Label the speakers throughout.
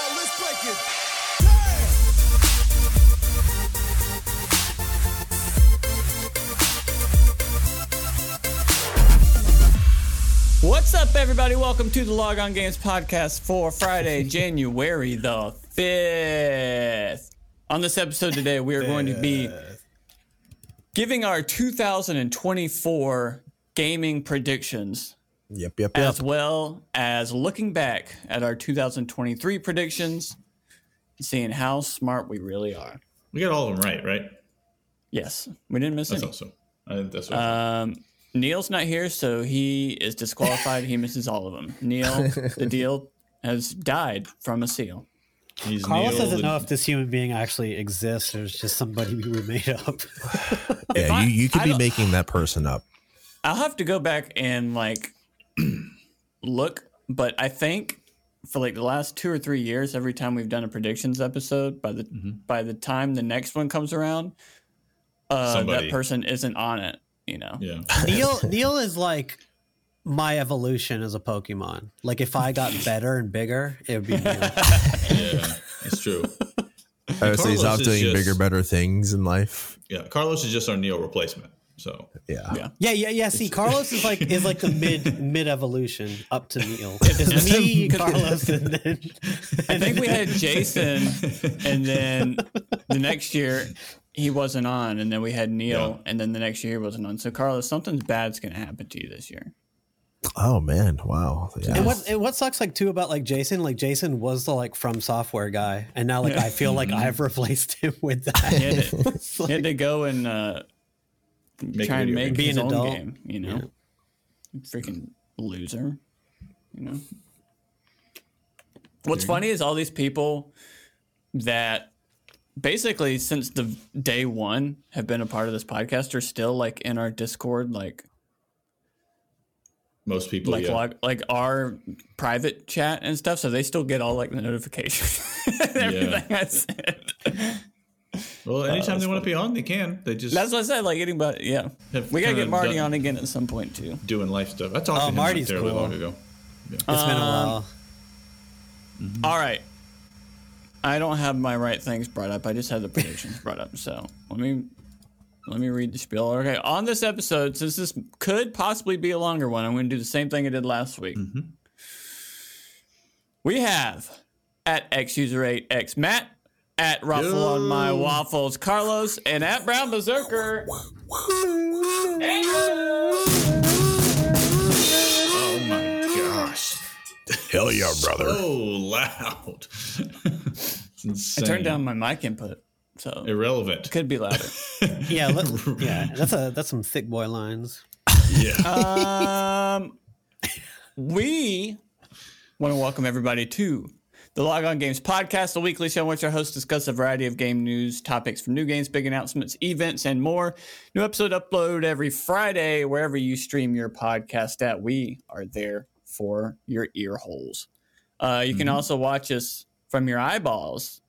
Speaker 1: it.
Speaker 2: What's up, everybody? Welcome to the Log On Games podcast for Friday, January the 5th. On this episode today, we are going to be giving our 2024 gaming predictions,
Speaker 3: Yep, yep, yep.
Speaker 2: as well as looking back at our 2023 predictions, seeing how smart we really are.
Speaker 4: We got all of them right, right?
Speaker 2: Yes, we didn't miss
Speaker 4: That's
Speaker 2: any.
Speaker 4: awesome. I, that's what
Speaker 2: Um, Neil's not here, so he is disqualified. he misses all of them. Neil, the deal has died from a seal.
Speaker 4: he's
Speaker 5: Carlos
Speaker 4: Neil
Speaker 5: doesn't
Speaker 4: the-
Speaker 5: know if this human being actually exists or it's just somebody we made up.
Speaker 3: yeah,
Speaker 2: I-
Speaker 3: you, you could
Speaker 2: I
Speaker 3: be
Speaker 2: don't-
Speaker 3: making that person up.
Speaker 2: I'll have to go back and like look, but I think for like the last two or three years, every time we've done a predictions episode, by the by the time the next one comes around, uh, that
Speaker 4: Somebody.
Speaker 2: person isn't on it. You know,
Speaker 4: Yeah.
Speaker 5: Neil Neil is like my evolution as a Pokemon. Like if I got better and bigger, it would be Neil.
Speaker 4: Yeah. It's true.
Speaker 3: Honestly, he's out
Speaker 4: Carlos is
Speaker 3: doing bigger,
Speaker 4: just-
Speaker 3: better things in life.
Speaker 4: Yeah. Carlos is just our Neil replacement. So
Speaker 3: Yeah.
Speaker 2: Yeah.
Speaker 5: Yeah, yeah, yeah. See, Carlos is like is like the mid mid evolution up to Neil. It's me, Carlos, and then
Speaker 2: I think we had Jason, and then the next year he wasn't on, and then we had Neil, and then the next year he wasn't on. So Carlos, something bad's gonna happen to you this year.
Speaker 3: Oh man, wow. Yeah.
Speaker 5: And what and what sucks like too about like Jason, like Jason was the like from software guy, and now like I feel like I've replaced him with
Speaker 2: He
Speaker 5: that.
Speaker 2: had to, he had to go and uh,
Speaker 4: make
Speaker 2: try and
Speaker 4: video
Speaker 2: make
Speaker 5: Be
Speaker 2: his
Speaker 5: an
Speaker 2: own
Speaker 5: adult.
Speaker 2: game. You know, freaking loser. You know, what's funny is all these people that basically since the day one have been a part of this podcast are still like in our Discord, like
Speaker 4: most people.
Speaker 2: like
Speaker 4: Oh, yeah.
Speaker 2: log, like our private chat and stuff, so they still get all like the notifications. and everything I said.
Speaker 4: well, anytime they want to be on, they can. They just
Speaker 2: Uh, That's what I said. Like anybody, yeah.
Speaker 4: Have
Speaker 2: we gotta
Speaker 4: kinda
Speaker 2: get Marty
Speaker 4: done-
Speaker 2: on again at some point too.
Speaker 4: doing life stuff. I talked
Speaker 5: Oh,
Speaker 4: to him not
Speaker 5: Marty's
Speaker 4: terribly
Speaker 5: cool.
Speaker 4: long ago.
Speaker 5: It's been a while.
Speaker 2: All right. I don't have my right things brought up. I just have the predictions brought up. So let me let me read the spiel. Okay, on this episode, since this could possibly be a longer one, I'm going to do the same thing I did last week. We have at X user eight X Matt, at Ruffle on my waffles Carlos, and at Brown Berserker.
Speaker 4: Oh my gosh.
Speaker 3: Hell yeah, brother.
Speaker 4: So loud. it's insane.
Speaker 2: I turned down my mic input, so it
Speaker 4: Irrelevant.
Speaker 2: could be louder.
Speaker 5: Yeah, let, yeah, that's a that's some thick boy lines.
Speaker 4: Yeah.
Speaker 2: Um, we want to welcome everybody to the Log On Games podcast, the weekly show in which our hosts discuss a variety of game news, topics from new games, big announcements, events, and more. New episode upload every Friday, wherever you stream your podcast at. We are there for your ear holes. Uh, you can also watch us from your eyeballs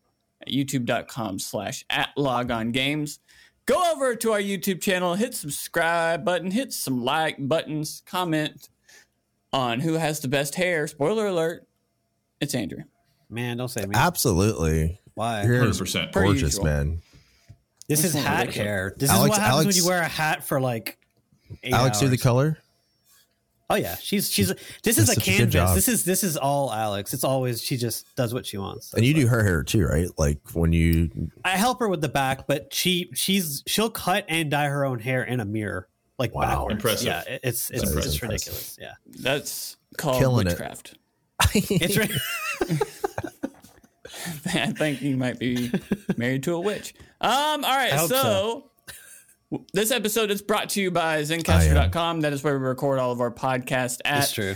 Speaker 2: at youtube.com slash at log on games go over to our YouTube channel, hit subscribe button, hit some like buttons, comment on who has the best hair. Spoiler alert, it's Andrew.
Speaker 5: Man, don't say me.
Speaker 3: Absolutely.
Speaker 5: Why?
Speaker 3: Your hair is
Speaker 4: 100%.
Speaker 2: Per
Speaker 3: gorgeous,
Speaker 2: usual.
Speaker 3: man.
Speaker 5: This is
Speaker 2: That's not
Speaker 5: hat
Speaker 2: ridiculous.
Speaker 5: hair. This is
Speaker 3: Alex-
Speaker 5: what happens
Speaker 3: Alex-
Speaker 5: when you wear a hat for like. Eight
Speaker 3: Alex, you're the
Speaker 5: hours.
Speaker 3: color.
Speaker 5: Oh yeah, she's she's. This is
Speaker 3: That's
Speaker 5: a
Speaker 3: such a good
Speaker 5: canvas.
Speaker 3: job.
Speaker 5: This is this is all Alex. It's always she just does what she wants.
Speaker 3: And you do her hair too, right? Like when you
Speaker 5: I help her with the back, but she she's she'll cut and dye her own hair in a mirror. Like
Speaker 3: Wow.
Speaker 5: backwards.
Speaker 4: Impressive.
Speaker 5: Yeah, it- it's it's,
Speaker 3: That is
Speaker 5: it's
Speaker 3: impressive.
Speaker 5: ridiculous. Yeah,
Speaker 2: That's called
Speaker 3: Killing it.
Speaker 2: witchcraft.
Speaker 5: it's ri-
Speaker 2: I think you might be married to a witch. Um, all right,
Speaker 5: I
Speaker 2: so,
Speaker 5: hope so. Oh,
Speaker 2: w- this episode is brought to you by Zencaster.com. That is where we record all of our podcasts at.
Speaker 5: it's true.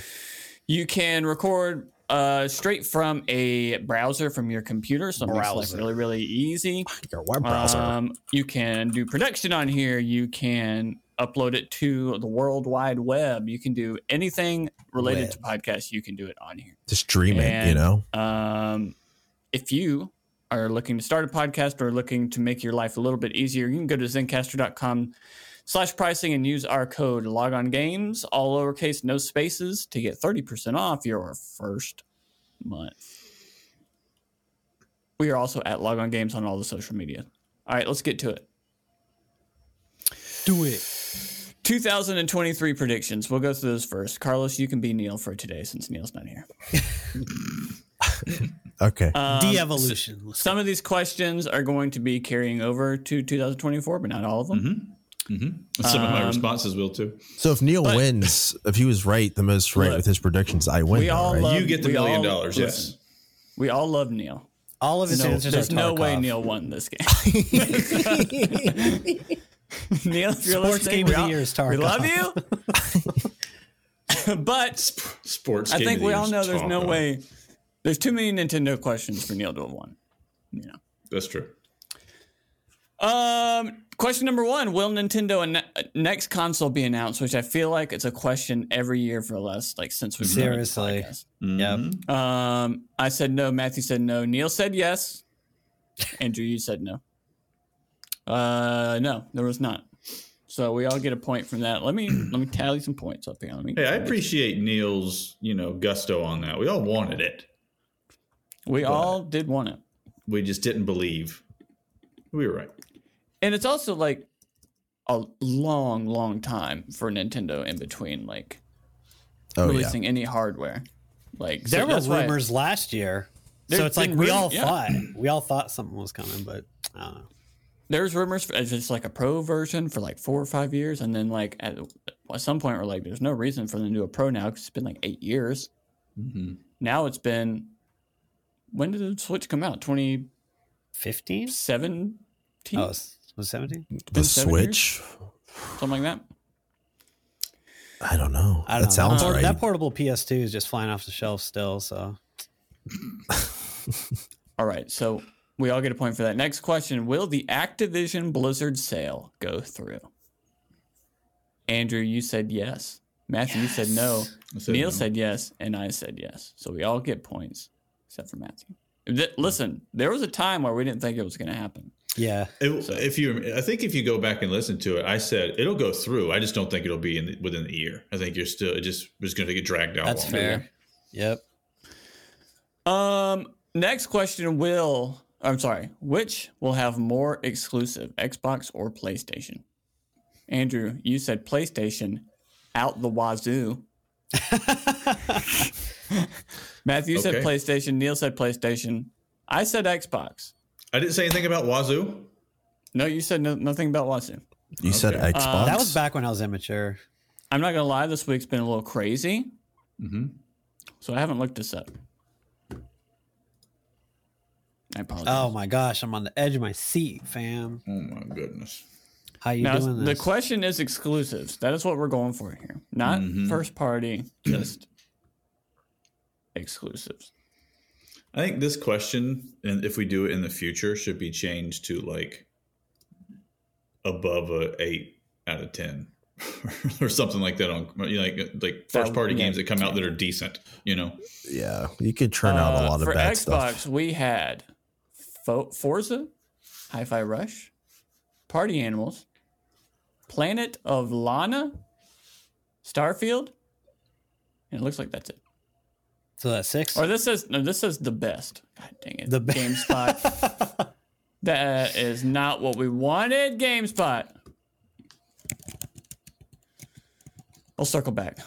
Speaker 2: You can record uh, straight from a browser from your computer, so it makes life
Speaker 5: Browser.
Speaker 2: really, really easy.
Speaker 3: your web browser.
Speaker 2: Um, you can do production on here. You can upload it to the World Wide Web. You can do anything related to podcasts. You can do it on here.
Speaker 3: just dream it, you
Speaker 2: and-
Speaker 3: know?
Speaker 2: Um, if you are looking to start a podcast or looking to make your life a little bit easier, you can go to zencaster.com slash pricing and use our code logongames, all lowercase, no spaces, to get 30% off your first month. We are also at Log On Games on all the social media. All right, let's get to it.
Speaker 5: Do it.
Speaker 2: 2023 predictions. We'll go through those first. Carlos, you can be Neil for today since Neil's not here.
Speaker 3: Okay.
Speaker 2: uh,
Speaker 5: De-evolution. Let's
Speaker 2: Some of these questions are going to be carrying over to 2024, but not all of them.
Speaker 5: Mm-hmm.
Speaker 4: Mm-hmm. Some
Speaker 2: Um,
Speaker 4: of my responses will too.
Speaker 3: so if Neil wins, if he was right, the most right
Speaker 2: Look,
Speaker 3: with his predictions, I win.
Speaker 2: we
Speaker 3: though,
Speaker 2: all
Speaker 3: right?
Speaker 2: love-
Speaker 4: You get the
Speaker 2: um, we
Speaker 4: million
Speaker 2: all-
Speaker 4: dollars. Yes.
Speaker 2: We all love Neil.
Speaker 5: All of his
Speaker 2: No,
Speaker 5: answers
Speaker 2: there's
Speaker 5: are
Speaker 2: no way
Speaker 5: Tarkov.
Speaker 2: Neil won this game. Neil, if you're
Speaker 5: Sports
Speaker 2: listening,
Speaker 5: game
Speaker 2: we
Speaker 5: of the
Speaker 2: all-
Speaker 5: year is
Speaker 2: We
Speaker 5: Tarkov.
Speaker 2: love you, but
Speaker 4: Sports.
Speaker 2: I
Speaker 4: game
Speaker 2: think
Speaker 4: of the
Speaker 2: we all
Speaker 4: year's
Speaker 2: know there's no
Speaker 4: Tonka.
Speaker 2: way. There's too many Nintendo questions for Neil to have won. You know.
Speaker 4: That's true.
Speaker 2: Um, question number one: Will Nintendo an- next console be announced? Which I feel like it's a question every year for us, like since we've started this
Speaker 5: Seriously.
Speaker 2: podcast.
Speaker 5: Yep.
Speaker 4: Mm-hmm.
Speaker 2: Um, I said no. Matthew said no. Neil said yes. Andrew, you said no. Uh, no, there was not. So we all get a point from that. Let me let me tally some points up here. Let me.
Speaker 4: Hey, I appreciate Neil's you know gusto on that. We all wanted it.
Speaker 2: we all did want it,
Speaker 4: We just didn't believe. We were right.
Speaker 2: and it's also like a long, long time for Nintendo in between like
Speaker 3: oh yeah.
Speaker 2: releasing any hardware. Like so
Speaker 5: There were
Speaker 2: that's why-
Speaker 5: rumors last year.
Speaker 2: There's
Speaker 5: So it's like
Speaker 2: been
Speaker 5: we
Speaker 2: rum-
Speaker 5: all
Speaker 2: yeah.
Speaker 5: thought we all thought something was coming, but I don't know.
Speaker 2: there's rumors for, it's like a pro version for like four or five years, and then like at, at some point we're like, there's no reason for them to do a pro now because it's been like eight years.
Speaker 5: Mm-hmm.
Speaker 2: Now it's been when did the Switch come out? Twenty
Speaker 5: Fifteen?
Speaker 2: seventeen,
Speaker 5: Oh, was seventeen?
Speaker 3: The
Speaker 2: seven years?
Speaker 3: Switch.
Speaker 2: something like that.
Speaker 3: I don't know.
Speaker 5: I don't
Speaker 3: that
Speaker 5: know.
Speaker 3: sounds
Speaker 5: that, por-
Speaker 3: right.
Speaker 5: that portable PS2 is just flying off the shelf still. So
Speaker 2: All right, so we all get a point for that. Next question: Will the Activision Blizzard sale go through? Andrew, you said yes. Matthew, you said no.
Speaker 4: I said
Speaker 2: Neil
Speaker 4: no.
Speaker 2: said yes, and I said yes. So we all get points, except for Matthew. Th- listen, there was a time where we didn't think it was going to happen.
Speaker 5: yeah,
Speaker 4: It- if you, I think if you go back and listen to it, I said it'll go through. I just don't think it'll be in the, within the year. I think you're still it just was going to get dragged out.
Speaker 5: that's
Speaker 4: longer.
Speaker 5: fair. Yep.
Speaker 2: Um, next question will, I'm sorry, which will have more exclusive, Xbox or PlayStation? Andrew, you said PlayStation out the wazoo. Matthew said
Speaker 4: Okay.
Speaker 2: PlayStation. Neil said PlayStation. I said Xbox.
Speaker 4: I didn't say anything about Wazoo.
Speaker 2: No, you said no, nothing about Wazoo.
Speaker 3: you said
Speaker 4: Okay.
Speaker 3: Xbox.
Speaker 5: Uh, That was back when I was immature.
Speaker 2: I'm not gonna lie, this week's been a little crazy.
Speaker 4: Mhm.
Speaker 2: So I haven't looked this up. I apologize.
Speaker 5: Oh my gosh, I'm on the edge of my seat, fam.
Speaker 4: Oh my goodness!
Speaker 5: How you
Speaker 2: now
Speaker 5: doing
Speaker 2: the
Speaker 5: this?
Speaker 2: question is exclusives. That is what we're going for here. Not
Speaker 3: Mm-hmm.
Speaker 2: first party, just exclusives.
Speaker 4: I think this question, and if we do it in the future, should be changed to like above a eight out of ten or something like that on you know, like like first party
Speaker 2: yeah.
Speaker 4: games that come out that are decent. You know,
Speaker 3: yeah. You could churn out a
Speaker 2: Uh,
Speaker 3: lot of
Speaker 2: for
Speaker 3: bad
Speaker 2: Xbox,
Speaker 3: stuff.
Speaker 2: we had Fo- Forza, Hi-Fi Rush, Party Animals, Planet of Lana, Starfield, and it looks like that's it.
Speaker 5: so that's six.
Speaker 2: Or this says no. This says the best. God dang it.
Speaker 5: The be-
Speaker 2: GameSpot. that is not what we wanted. GameSpot. I'll circle back.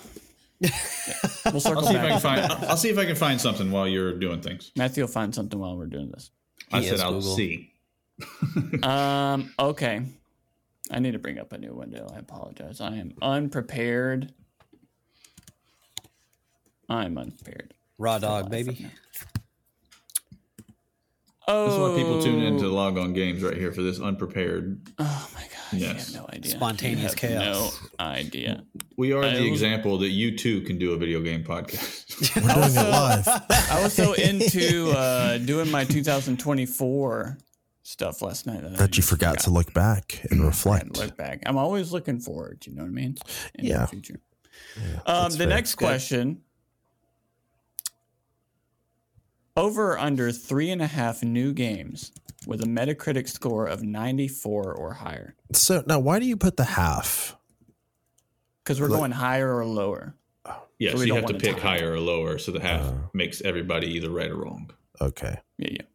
Speaker 2: We'll circle
Speaker 4: I'll see if I
Speaker 2: back.
Speaker 4: can find. I'll I'll see if I can find something while you're doing things.
Speaker 2: Matthew will find something while we're doing this.
Speaker 4: I
Speaker 5: Yes,
Speaker 4: said I'll
Speaker 5: Google.
Speaker 4: see.
Speaker 2: Um. Okay. I need to bring up a new window. I apologize. I am unprepared. I'm unprepared.
Speaker 5: Raw dog, baby.
Speaker 2: Oh,
Speaker 4: That's why people tune in to log on games right here for this unprepared.
Speaker 2: Oh my gosh! You
Speaker 4: Yes.
Speaker 2: have no idea.
Speaker 5: Spontaneous
Speaker 2: You have
Speaker 5: chaos.
Speaker 2: No idea.
Speaker 4: We are
Speaker 2: I-
Speaker 4: the example that you too can do a video game podcast.
Speaker 3: We're doing it live.
Speaker 2: I was so into uh, doing my 2024 stuff last night that,
Speaker 3: That you forgot to look back and reflect.
Speaker 2: look back. I'm always looking forward. You know what I mean? In
Speaker 3: Yeah.
Speaker 2: The future. um, the
Speaker 3: fair.
Speaker 2: next question. Over or under three and a half new games with a Metacritic score of 94 or higher?
Speaker 3: So now, why do you put the half?
Speaker 2: Because we're going higher or lower.
Speaker 4: yeah,
Speaker 2: So
Speaker 4: so,
Speaker 2: we
Speaker 4: you
Speaker 2: don't
Speaker 4: have to
Speaker 2: want to
Speaker 4: pick
Speaker 2: tie.
Speaker 4: higher or lower, so the half makes everybody either right or wrong.
Speaker 3: Okay.
Speaker 2: Yeah, yeah.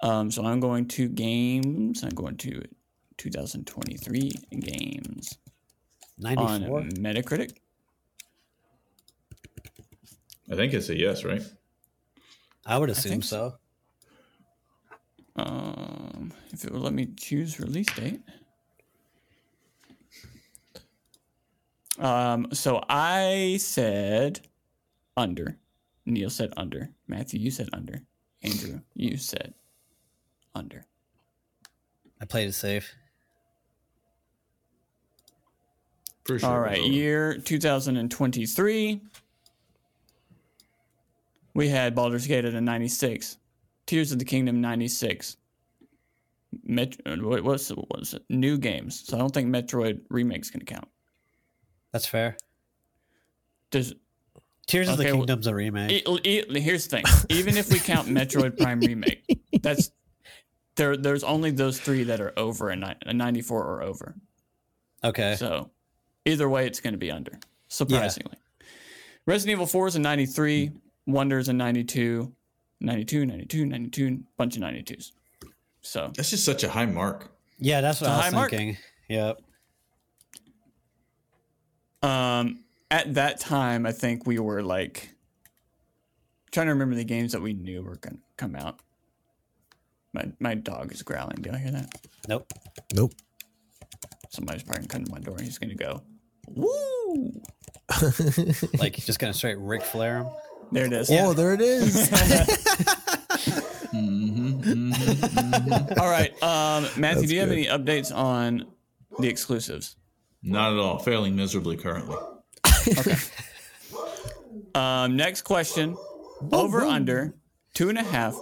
Speaker 2: Um, so I'm going to games. I'm going to 2023 games on
Speaker 5: 94.
Speaker 2: Metacritic.
Speaker 4: I think it's a yes, right?
Speaker 5: I would assume
Speaker 2: think
Speaker 5: so.
Speaker 2: Um, if it would let me choose release date. Um, so I said under. Neil said under. Matthew, you said under. Andrew, you said under.
Speaker 5: I played it safe.
Speaker 4: For sure.
Speaker 2: All
Speaker 4: it was
Speaker 2: right,
Speaker 4: over.
Speaker 2: year 2023. We had Baldur's Gate at a 96, Tears of the Kingdom 96. Met- uh, what- what's what's it? new games? So I don't think Metroid remake's gonna count.
Speaker 5: That's fair.
Speaker 2: Does
Speaker 5: Tears of the
Speaker 2: Okay, well-
Speaker 5: Kingdom's a remake.
Speaker 2: e- e- here's the thing? Even if we count Metroid Prime remake, that's there. There's only those three that are over a, ni- a 94 or over.
Speaker 3: Eh.
Speaker 5: okay.
Speaker 2: So either way, it's going to be under, surprisingly. Resident Evil 4 is a 93,
Speaker 3: Hmm.
Speaker 2: Wonders a 92, 92, 92, 92, bunch of 92s. So
Speaker 4: That's just such a high mark.
Speaker 5: yeah, that's what
Speaker 2: It's a
Speaker 5: I
Speaker 2: high
Speaker 5: was
Speaker 2: mark.
Speaker 5: thinking. Yep.
Speaker 2: um, at that time, I think we were like trying to remember the games that we knew were going to come out. My, my dog is growling. Do I hear that?
Speaker 5: Nope.
Speaker 3: Nope.
Speaker 2: Somebody's probably coming to my door. He's going to go, woo!
Speaker 5: Like just gonna straight Ric Flair him.
Speaker 2: There it is.
Speaker 3: Oh, there it is.
Speaker 2: All right. Um, Matthew,
Speaker 3: That's
Speaker 2: do you have
Speaker 3: good.
Speaker 2: any updates on the exclusives?
Speaker 4: Not at all. Failing miserably currently.
Speaker 2: Um, next question. Over under two and a half.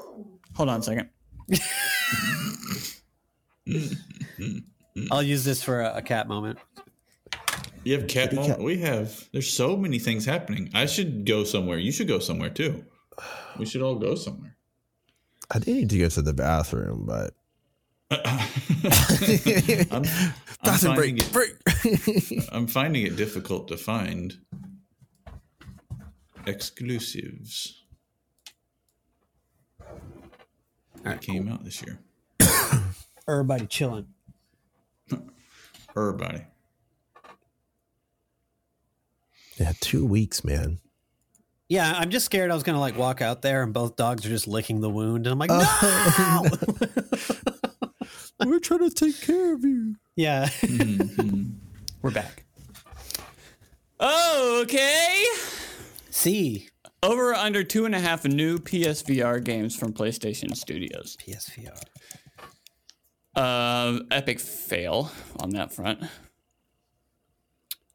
Speaker 2: Hold on a second.
Speaker 5: I'll use this for a, a cat moment.
Speaker 4: You have cat moment. We have. There's so many things happening. I should go somewhere. You should go somewhere too. We should all go somewhere.
Speaker 3: I did need to go to the bathroom, but
Speaker 4: I'm, I'm,
Speaker 3: bathroom
Speaker 4: finding
Speaker 3: break.
Speaker 4: it,
Speaker 3: Break.
Speaker 4: I'm finding it difficult to find exclusives
Speaker 5: All
Speaker 4: that
Speaker 5: right.
Speaker 4: came out this year.
Speaker 5: Everybody chilling.
Speaker 4: Everybody.
Speaker 3: yeah, two weeks, man.
Speaker 5: Yeah, I'm just scared I was gonna like walk out there and both dogs are just licking the wound and I'm like, no.
Speaker 3: Oh. We're trying to take care of you.
Speaker 5: Yeah.
Speaker 2: We're back. Okay.
Speaker 5: C
Speaker 2: Over under two and a half new PSVR games from PlayStation Studios.
Speaker 5: PSVR.
Speaker 2: Uh, epic fail on that front.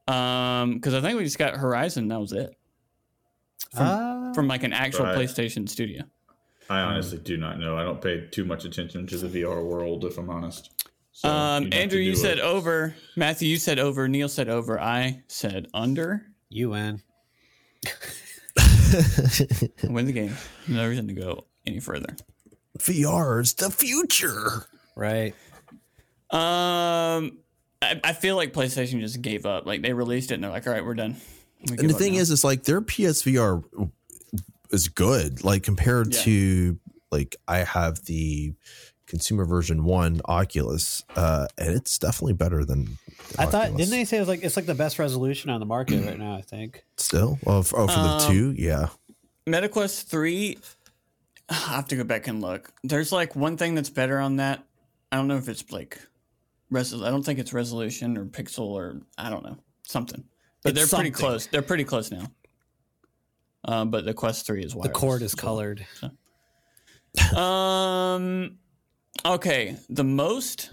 Speaker 2: Um, because I think we just got Horizon. That was it
Speaker 5: Ah,
Speaker 3: Uh,
Speaker 2: from like an actual
Speaker 4: Right.
Speaker 2: PlayStation studio.
Speaker 4: I honestly do not know. I don't pay too much attention to the VR world, if I'm honest. So
Speaker 2: Um,
Speaker 4: you'd have
Speaker 2: Andrew,
Speaker 4: to
Speaker 2: you
Speaker 4: do
Speaker 2: said
Speaker 4: a-
Speaker 2: over. Matthew, you said over. Neil said over. I said under.
Speaker 5: you win.
Speaker 2: Win the game. No reason to go any further.
Speaker 3: VR is the future.
Speaker 5: Right.
Speaker 2: Um, I, I feel like PlayStation just gave up. Like they released it and they're like, all right, we're done. We give
Speaker 3: And the
Speaker 2: up
Speaker 3: thing
Speaker 2: now."
Speaker 3: is, it's like their PSVR is good, like compared
Speaker 2: Yeah.
Speaker 3: to like I have the consumer version one Oculus, uh, and it's definitely better than. the
Speaker 5: I thought
Speaker 3: Oculus.
Speaker 5: didn't they say it was like it's like the best resolution on the market right now, I think.
Speaker 3: still? Oh, f- oh for the
Speaker 2: Um,
Speaker 3: two, yeah.
Speaker 2: MetaQuest 3, I have to go back and look. There's like one thing that's better on that. I don't know if it's like, resol- I don't think it's resolution or pixel or I don't know, something. But
Speaker 5: It's
Speaker 2: they're
Speaker 5: something.
Speaker 2: pretty close. They're pretty close now. Um, but the Quest 3 is
Speaker 5: The
Speaker 2: wireless.
Speaker 5: cord is
Speaker 2: so-
Speaker 5: colored.
Speaker 2: Um. Okay, the most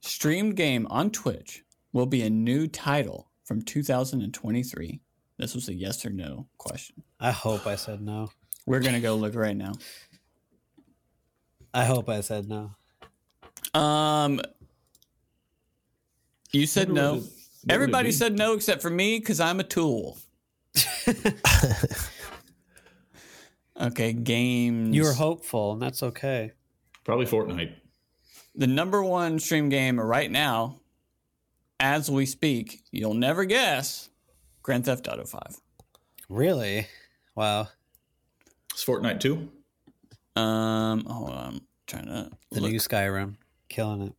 Speaker 2: streamed game on Twitch will be a new title from 2023. This was a yes or no question.
Speaker 5: I hope I said no.
Speaker 2: We're gonna go look right now.
Speaker 5: I hope I said no.
Speaker 2: Um. You said
Speaker 4: Wonder what
Speaker 2: no.
Speaker 4: it- what would it
Speaker 2: Everybody
Speaker 4: be?
Speaker 2: said no except for me because I'm a tool. okay, games.
Speaker 5: You were hopeful, and that's okay.
Speaker 4: probably Fortnite.
Speaker 2: the number one stream game right now, as we speak, you'll never guess, Grand Theft Auto 5.
Speaker 5: Really? Wow.
Speaker 4: It's Fortnite too.
Speaker 2: Um, hold on. Trying to
Speaker 5: The
Speaker 2: look.
Speaker 5: new Skyrim, killing it.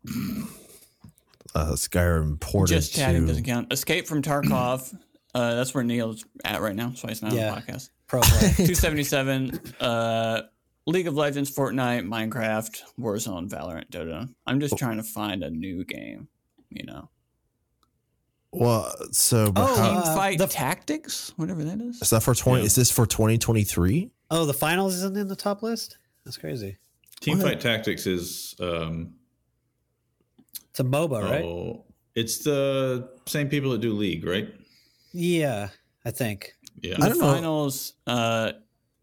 Speaker 3: Uh, Skyrim ported
Speaker 2: just chatting
Speaker 3: to
Speaker 2: doesn't count. Escape from Tarkov. Uh, that's where Neil's at right now. That's why he's not
Speaker 5: Yeah.
Speaker 2: on the podcast.
Speaker 5: Pro play.
Speaker 2: 277. uh, League of Legends, Fortnite, Minecraft, Warzone, Valorant, Dota. I'm
Speaker 5: Oh.
Speaker 2: just trying to find a new game. You know,
Speaker 3: well. So but
Speaker 5: Oh,
Speaker 3: how-
Speaker 5: uh,
Speaker 2: team fight
Speaker 5: the-
Speaker 2: tactics, whatever that is.
Speaker 3: is that for twenty?
Speaker 4: yeah.
Speaker 3: Is this for twenty twenty three?
Speaker 5: oh, the finals isn't in the top list. That's crazy.
Speaker 4: Team
Speaker 3: What?
Speaker 4: Fight Tactics is um
Speaker 5: It's a MOBA, right?
Speaker 4: oh, it's the same people that do League, right?
Speaker 5: Yeah, I think.
Speaker 4: Yeah.
Speaker 3: I
Speaker 2: The
Speaker 3: don't know.
Speaker 2: finals uh,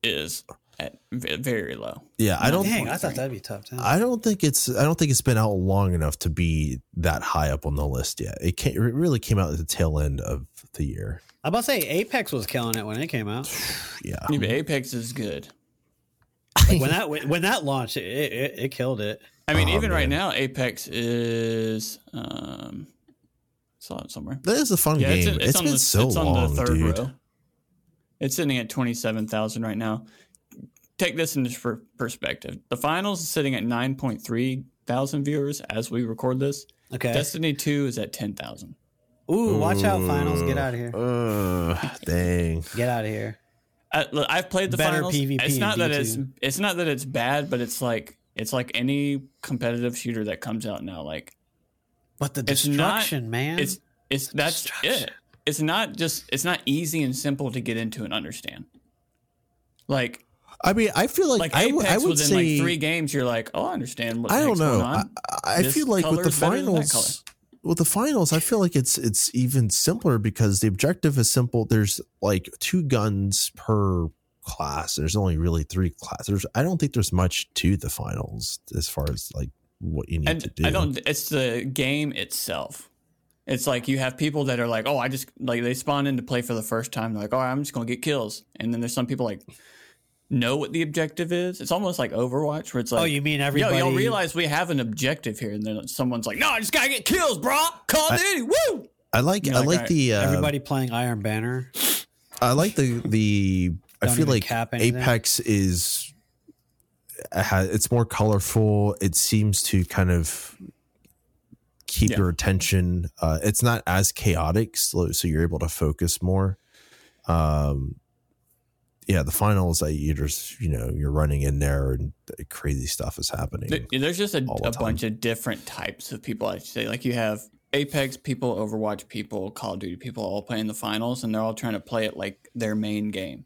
Speaker 2: is at v- very low.
Speaker 3: Yeah, I don't.
Speaker 5: Dang, I thought that'd be top ten.
Speaker 3: I don't think it's. I don't think it's been out long enough to be that high up on the list yet. It can't, it really came out at the tail end of the year.
Speaker 5: I'm about to say Apex was killing it when it came out.
Speaker 3: Yeah,
Speaker 2: Yeah, but Apex is good.
Speaker 5: Like, when that when that launched, it it, it- it killed it.
Speaker 2: I mean,
Speaker 3: Oh,
Speaker 2: even right
Speaker 3: man.
Speaker 2: now, Apex is. Um, saw it somewhere.
Speaker 3: that is a fun game. it's been so long, dude.
Speaker 2: It's sitting at twenty seven thousand right now. Take this into per- perspective. The finals is sitting at nine point three thousand viewers as we record this.
Speaker 5: Okay.
Speaker 2: Destiny two is at ten thousand.
Speaker 5: Ooh, watch out, finals. Get out of here.
Speaker 3: Uh, dang.
Speaker 5: Get out of here.
Speaker 2: I, look, I've played the
Speaker 5: Better
Speaker 2: finals.
Speaker 5: PvP
Speaker 2: it's
Speaker 5: in
Speaker 2: not that
Speaker 5: D2.
Speaker 2: it's it's not that it's bad, but it's like it's like any competitive shooter that comes out now. Like
Speaker 5: But the
Speaker 2: It's not-
Speaker 5: destruction, man.
Speaker 2: it's it's that's
Speaker 5: Destruction.
Speaker 2: it. It's not just it's not easy and simple to get into and understand. Like
Speaker 3: I mean, I feel like,
Speaker 2: like
Speaker 3: I,
Speaker 2: Apex
Speaker 3: w- I would
Speaker 2: within
Speaker 3: say
Speaker 2: like three games, you're like, oh, I understand what
Speaker 3: I
Speaker 2: the
Speaker 3: don't
Speaker 2: heck's
Speaker 3: know.
Speaker 2: going
Speaker 3: I,
Speaker 2: on.
Speaker 3: I I
Speaker 2: This
Speaker 3: feel like with
Speaker 2: color
Speaker 3: the
Speaker 2: is better than that
Speaker 3: finals, with the finals, I feel like it's it's even simpler because the objective is simple. There's like two guns per class. There's only really three classes. There's, I don't think there's much to the finals as far as like what you need to
Speaker 2: and
Speaker 3: do.
Speaker 2: I don't. It's the game itself. It's like you have people that are like, oh, I just like they spawn in to play for the first time. They're like, oh, I'm just gonna get kills. And then there's some people like know what the objective is. It's almost like Overwatch, where it's like,
Speaker 5: oh, you mean
Speaker 2: yo,
Speaker 5: everybody?
Speaker 2: y'all realize we have an objective here. And then someone's like, no, I just gotta get kills, bro. Call
Speaker 3: I-
Speaker 2: of Duty, woo.
Speaker 3: I like
Speaker 2: you
Speaker 3: I
Speaker 2: know,
Speaker 3: like,
Speaker 2: like, I-
Speaker 3: the uh,
Speaker 5: everybody playing Iron Banner.
Speaker 3: I like the the I
Speaker 5: Don't
Speaker 3: feel
Speaker 5: even
Speaker 3: like
Speaker 5: cap anything.
Speaker 3: Apex is it ha- it's more colorful. It seems to kind of keep
Speaker 2: Yeah.
Speaker 3: your attention. Uh, it's not as chaotic, so, so you're able to focus more. Um, yeah, the finals, I you just you know you're running in there and crazy stuff is happening.
Speaker 2: Th- There's just a,
Speaker 3: all the
Speaker 2: a
Speaker 3: time.
Speaker 2: bunch of different types of people. I'd say like you have Apex people, Overwatch people, Call of Duty people, all playing the finals, and they're all trying to play it like their main game.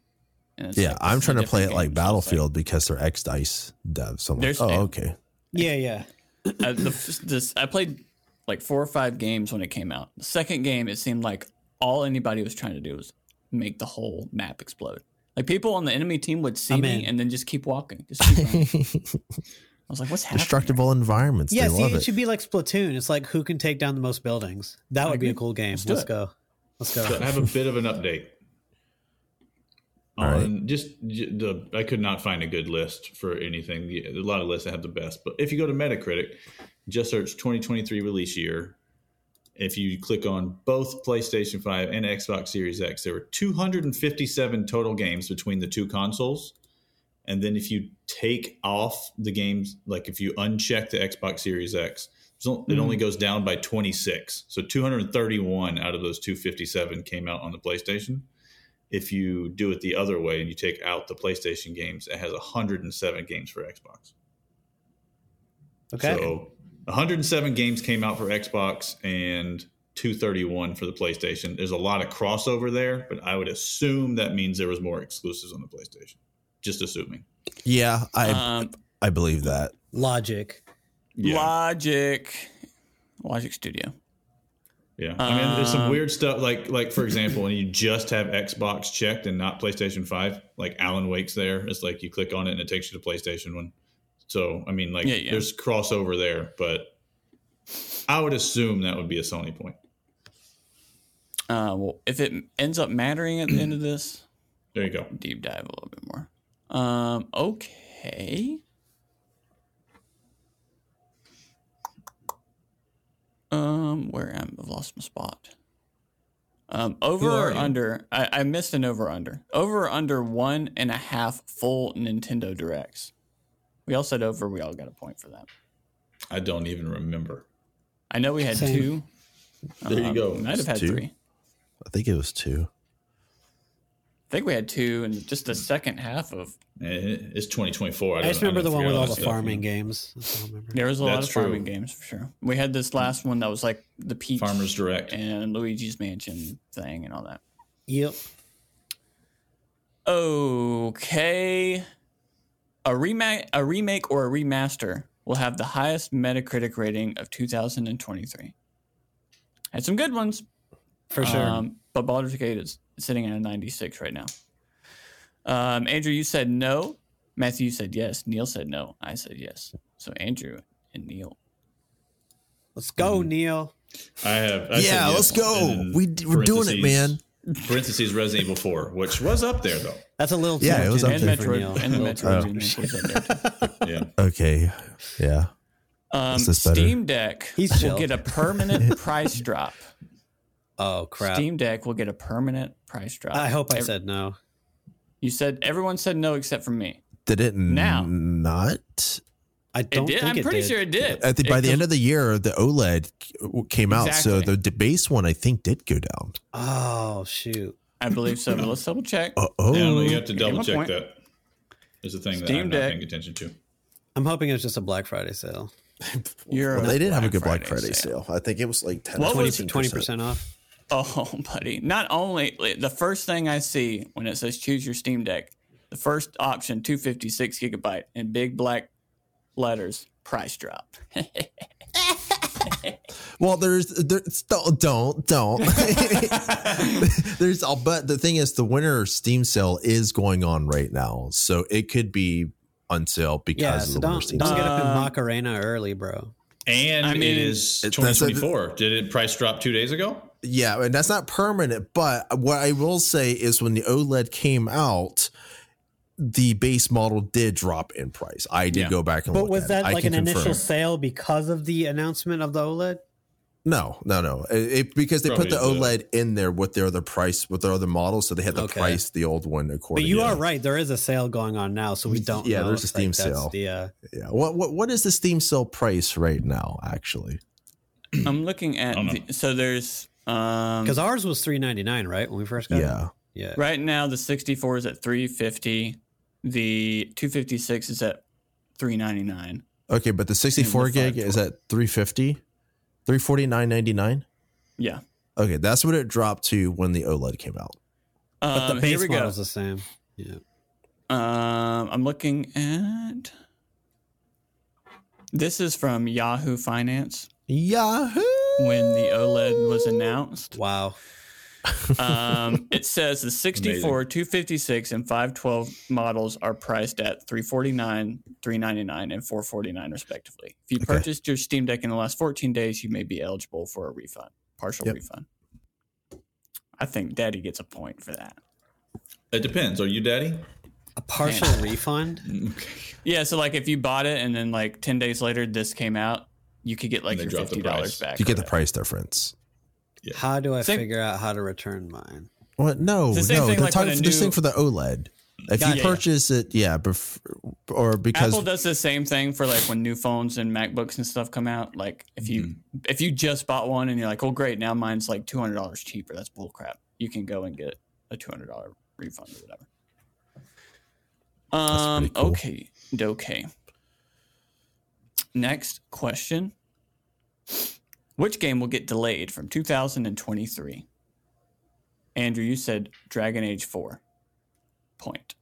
Speaker 2: And it's
Speaker 3: yeah,
Speaker 2: like,
Speaker 3: I'm
Speaker 2: this is a
Speaker 3: trying to play it
Speaker 2: different
Speaker 3: like
Speaker 2: game, so it's
Speaker 3: Battlefield because they're ex Dice devs. So I'm like,
Speaker 2: There's-
Speaker 3: oh, okay.
Speaker 5: Yeah, yeah.
Speaker 2: I, uh, the, f- this, I played like four or five games when it came out. The second game, it seemed like all anybody was trying to do was make the whole map explode. Like people on the enemy team would see
Speaker 5: I'm
Speaker 2: me
Speaker 5: in.
Speaker 2: and then just keep walking. Just keep running. I was like, "What's happening?"
Speaker 3: Destructible environments.
Speaker 5: Yeah,
Speaker 3: they
Speaker 5: see,
Speaker 3: love
Speaker 5: it
Speaker 3: it.
Speaker 5: should be like Splatoon. It's like who can take down the most buildings. That would be a
Speaker 2: agree.
Speaker 5: cool game.
Speaker 2: Let's
Speaker 5: Let's,
Speaker 2: do it.
Speaker 5: go. Let's go.
Speaker 4: So I have a bit of an update.
Speaker 3: All
Speaker 4: on just j- the I could not find a good list for anything. The- A lot of lists that have the best, but if you go to Metacritic, just search 2023 release year. If you click on both PlayStation 5 and Xbox Series X, there were 257 total games between the two consoles. And then if you take off the games, like if you uncheck the Xbox Series X, it's on- it only goes down by 26. So 231 out of those 257 came out on the PlayStation. If you do it the other way and you take out the PlayStation games, it has 107 games for Xbox.
Speaker 5: Okay.
Speaker 4: So 107 games came out for Xbox and 231 for the PlayStation. There's a lot of crossover there, but I would assume that means there was more exclusives on the PlayStation. Just assuming.
Speaker 3: yeah, I
Speaker 2: Um,
Speaker 3: I believe that.
Speaker 5: Logic.
Speaker 2: Logic, Logic Studio.
Speaker 4: Yeah, I mean, there's some
Speaker 2: Um,
Speaker 4: weird stuff. Like, like for example, when you just have Xbox checked and not PlayStation Five, like Alan Wake's there. It's like you click on it and it takes you to PlayStation One. So, I mean, like,
Speaker 2: Yeah, yeah.
Speaker 4: there's crossover there, but I would assume that would be a Sony point.
Speaker 2: Uh, well, if it ends up mattering at the end of this,
Speaker 4: There you go.
Speaker 2: deep dive a little bit more. Um, okay. Um, where am I've lost my spot. Um, over
Speaker 4: are
Speaker 2: or
Speaker 4: you?
Speaker 2: under? I, I missed an over or under. Over or under one and a half full Nintendo directs. We all said over. We all got a point for that.
Speaker 4: I don't even remember.
Speaker 2: I know we had
Speaker 5: Same.
Speaker 2: two. Um,
Speaker 4: There you go.
Speaker 2: We might have had
Speaker 3: Two.
Speaker 2: three.
Speaker 3: I think it was two.
Speaker 2: I think we had two, and just the second half of
Speaker 4: Eh, It's 2024. I,
Speaker 5: I,
Speaker 4: don't-
Speaker 5: just remember
Speaker 4: I
Speaker 5: the
Speaker 4: don't
Speaker 5: one with
Speaker 4: forget
Speaker 5: all
Speaker 4: that
Speaker 5: the
Speaker 4: stuff.
Speaker 5: farming games. That's all I remember.
Speaker 2: there was a lot
Speaker 4: That's
Speaker 2: of farming
Speaker 4: true.
Speaker 2: games for sure. We had this last one that was like the peach
Speaker 4: Farmers Direct.
Speaker 2: and Luigi's Mansion thing and all that.
Speaker 5: Yep.
Speaker 2: Okay, a remake, a remake or a remaster will have the highest Metacritic rating of 2023. Had some good ones.
Speaker 5: For sure.
Speaker 2: Um, but Baldur's Gate is sitting at a 96 right now. Um, Andrew, you said no. Matthew, you said yes. Neil said no. I said yes. So Andrew and Neil.
Speaker 5: Let's go,
Speaker 2: Mm-hmm.
Speaker 5: Neil.
Speaker 4: I have. I said
Speaker 3: yeah,
Speaker 4: yes,
Speaker 3: let's go.
Speaker 4: and
Speaker 3: We d- we're doing it, man.
Speaker 4: parentheses- Parentheses Resident Evil 4, which was up there though.
Speaker 5: That's a little too
Speaker 3: Yeah,
Speaker 5: much
Speaker 3: it was up
Speaker 2: And
Speaker 5: energy
Speaker 3: there
Speaker 5: for
Speaker 2: Metroid.
Speaker 5: Neil.
Speaker 2: And the Metroid.
Speaker 3: Oh.
Speaker 2: Genesis was up there.
Speaker 4: Yeah.
Speaker 3: Okay. Yeah.
Speaker 2: Um,
Speaker 3: Is this better?
Speaker 2: Steam Deck
Speaker 5: He's
Speaker 2: will
Speaker 5: chill.
Speaker 2: get a permanent price drop.
Speaker 5: Oh crap!
Speaker 2: Steam Deck will get a permanent price drop.
Speaker 5: I hope I
Speaker 2: Ev-
Speaker 5: said no.
Speaker 2: You said everyone said no except for me.
Speaker 3: Did it
Speaker 2: Now.
Speaker 3: not?
Speaker 5: I
Speaker 2: It
Speaker 5: don't
Speaker 2: did.
Speaker 5: think
Speaker 2: I'm
Speaker 5: it
Speaker 2: pretty
Speaker 5: did.
Speaker 2: sure it did.
Speaker 3: At the, by the end of the year, the OLED c- came out, so
Speaker 2: Exactly.
Speaker 3: the d- base one I think did go down.
Speaker 5: Oh shoot!
Speaker 2: I believe so. But let's double check.
Speaker 3: Uh
Speaker 4: Yeah, no,
Speaker 3: oh.
Speaker 4: you have to
Speaker 2: You gave him
Speaker 4: double
Speaker 2: a
Speaker 4: check
Speaker 2: point.
Speaker 4: that. Is a thing that
Speaker 2: Steam
Speaker 4: I'm not
Speaker 2: Deck.
Speaker 4: paying attention to.
Speaker 5: I'm hoping it was just a Black Friday sale.
Speaker 2: You're
Speaker 3: Well, they did have a good Black Friday sale. I think it was like 10
Speaker 2: What was-
Speaker 5: 20 percent off.
Speaker 2: Oh, buddy. Not only like, the first thing I see when it says choose your Steam Deck, the first option 256 gigabyte in big black letters, price drop.
Speaker 3: Well, there's there's don't don't don't. there's I'll bet the thing is the winter Steam sale is going on right now, so it could be on sale because
Speaker 5: Yeah,
Speaker 3: of
Speaker 5: so
Speaker 3: the
Speaker 5: don't,
Speaker 3: winter Steam
Speaker 5: don't
Speaker 3: sale.
Speaker 5: get up in
Speaker 2: Um,
Speaker 5: Macarena early, bro.
Speaker 4: And
Speaker 2: I mean,
Speaker 4: it is
Speaker 3: it- that's a-
Speaker 4: 2024. Did it price drop two days ago?
Speaker 3: Yeah, and that's not permanent. But what I will say is when the OLED came out. The base model did drop in price. I did
Speaker 2: Yeah.
Speaker 3: go back and
Speaker 5: But
Speaker 3: look
Speaker 5: was
Speaker 3: at
Speaker 5: that
Speaker 3: it. I
Speaker 5: like
Speaker 3: can
Speaker 5: an initial
Speaker 3: confirm.
Speaker 5: sale because of the announcement of the E OLED?
Speaker 3: No, no, no. It, it- because they put the
Speaker 4: Probably
Speaker 3: OLED in there with their other price with their other models, so they had to
Speaker 5: Okay.
Speaker 3: price the old one according.
Speaker 5: But you
Speaker 3: to-
Speaker 5: are right. There is a sale going on now, so we don't.
Speaker 3: Yeah,
Speaker 5: know
Speaker 3: there's a
Speaker 5: if,
Speaker 3: Steam
Speaker 5: that's
Speaker 3: sale.
Speaker 5: The, uh,
Speaker 3: Yeah. What what what is the Steam sale price right now? Actually,
Speaker 2: I'm looking at
Speaker 4: I don't know.
Speaker 2: the, so there's um
Speaker 5: Because ours was three ninety nine, right? When we first got it.
Speaker 3: yeah.
Speaker 5: Yeah,
Speaker 2: right now the 64 is at 350, the 256 is at 399.
Speaker 3: Okay, but the 64 gig is at 350, 349.99.
Speaker 2: Yeah.
Speaker 3: Okay, that's what it dropped to when the OLED came out.
Speaker 5: but
Speaker 2: Um,
Speaker 5: the
Speaker 2: here we go.
Speaker 5: base model's the same. Yeah,
Speaker 2: Um, I'm looking at this is from Yahoo Finance
Speaker 3: Yahoo!
Speaker 2: when the OLED was announced.
Speaker 5: wow.
Speaker 2: Um, it says the 64, 256, and 512 models are priced at 349, 399, and 449 respectively. If you
Speaker 3: Okay.
Speaker 2: purchased your Steam Deck in the last 14 days, you may be eligible for a refund, partial
Speaker 3: Yep.
Speaker 2: refund. I think Daddy gets a point for that.
Speaker 4: It depends. Are you daddy?
Speaker 5: A partial refund.
Speaker 4: Okay.
Speaker 2: Yeah, so like if you bought it and then like 10 days later this came out, you could get like
Speaker 4: they
Speaker 2: your
Speaker 4: drop the
Speaker 2: $50
Speaker 4: price.
Speaker 2: back.
Speaker 3: You get
Speaker 2: or
Speaker 3: the
Speaker 2: whatever.
Speaker 3: price difference.
Speaker 4: Yeah.
Speaker 5: How do I
Speaker 2: Same-
Speaker 5: figure out how to return mine?
Speaker 3: What? No,
Speaker 2: It's the same
Speaker 3: no.
Speaker 2: thing
Speaker 3: They're
Speaker 2: like
Speaker 3: talking
Speaker 2: when a
Speaker 3: for this
Speaker 2: new-
Speaker 3: thing for the OLED. If
Speaker 5: Got
Speaker 3: you
Speaker 5: it.
Speaker 3: purchase it, yeah, bef- or because
Speaker 2: Apple does the same thing for like when new phones and MacBooks and stuff come out. Like if you if you just bought one and you're like, oh great, now mine's like two hundred dollars cheaper. That's bull crap. You can go and get a two hundred dollar refund or whatever. Um.
Speaker 3: pretty cool.
Speaker 2: Okay. Okay. Next question. Which game will get delayed from 2023? Andrew, you said Dragon Age 4. Point.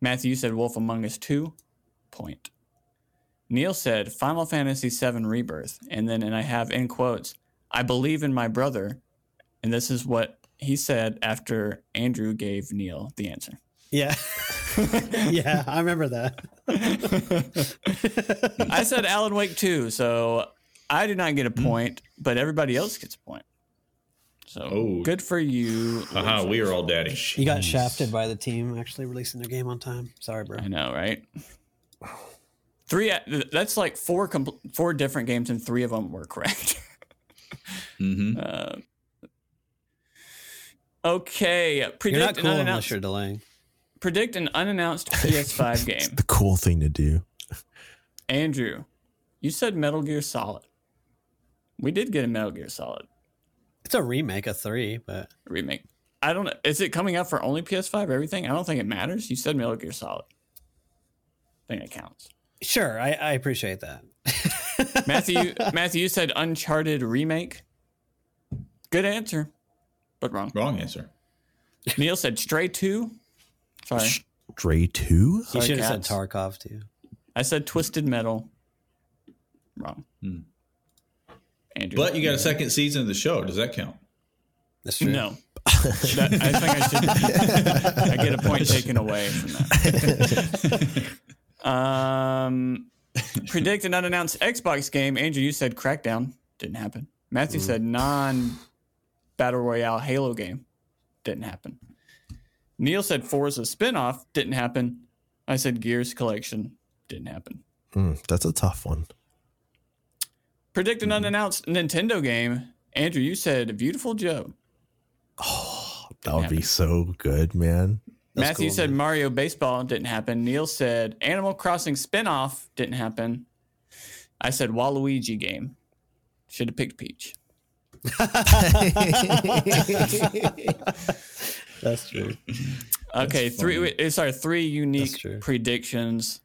Speaker 2: Matthew, you said Wolf Among Us 2. Point. Neil said Final Fantasy VII Rebirth. And then, and I have in quotes, I believe in my brother. And this is what he said after Andrew gave Neil the answer.
Speaker 5: Yeah, yeah, I remember that.
Speaker 2: I said Alan Wake 2. So I do not get
Speaker 4: Mm.
Speaker 2: a point, but everybody else gets a point. So
Speaker 4: Oh.
Speaker 2: good for you.
Speaker 4: Haha, we are all daddy.
Speaker 5: You got shafted by the team actually releasing their game on time. Sorry, bro.
Speaker 2: I know, right? Three. uh, That's like four compl- four different games, and three of them were correct.
Speaker 4: hmm
Speaker 2: Uh, okay,
Speaker 5: You're not
Speaker 2: predict an
Speaker 5: cool unless
Speaker 2: unannounced,
Speaker 5: you're delaying.
Speaker 2: predict an unannounced PS5 game.
Speaker 3: The cool thing to do.
Speaker 2: Andrew, you said Metal Gear Solid. We did get a Metal Gear Solid
Speaker 5: It's a remake of three, but
Speaker 2: remake. I don't know. Is it coming out for only PS5 everything? I don't think it matters. You said Metal Gear Solid. I think it counts.
Speaker 5: sure, I, I appreciate that.
Speaker 2: Matthew, Matthew, you said Uncharted remake. Good answer, but wrong.
Speaker 4: Wrong answer.
Speaker 2: Neil said Stray 2. Sorry.
Speaker 3: Stray 2?
Speaker 5: You
Speaker 2: Sorry,
Speaker 5: should have said
Speaker 2: cats.
Speaker 5: Tarkov too.
Speaker 2: I said Twisted Metal. Wrong.
Speaker 4: Hmm.
Speaker 2: Andrew.
Speaker 4: But you got a second season of the show. Does that count?
Speaker 5: That's true.
Speaker 2: No. That- I think I should. I get a point taken away from that. um, predict an unannounced Xbox game. Andrew, you said Crackdown. Didn't happen. Matthew said non Battle Royale Halo game. Didn't happen. Neil said Forza spinoff. Didn't happen. I said Gears Collection. Didn't happen.
Speaker 3: Hmm, that's a tough one.
Speaker 2: Predict an unannounced Nintendo game. Andrew, you said Beautiful Joe.
Speaker 3: That would be so good, man.
Speaker 2: Matthew said Mario Baseball didn't happen. Neil said Animal Crossing spinoff didn't happen. I said Waluigi game. Should have picked Peach.
Speaker 5: That's true.
Speaker 2: Okay, three. eh, Sorry, three
Speaker 5: That's
Speaker 2: unique
Speaker 5: true.
Speaker 2: predictions.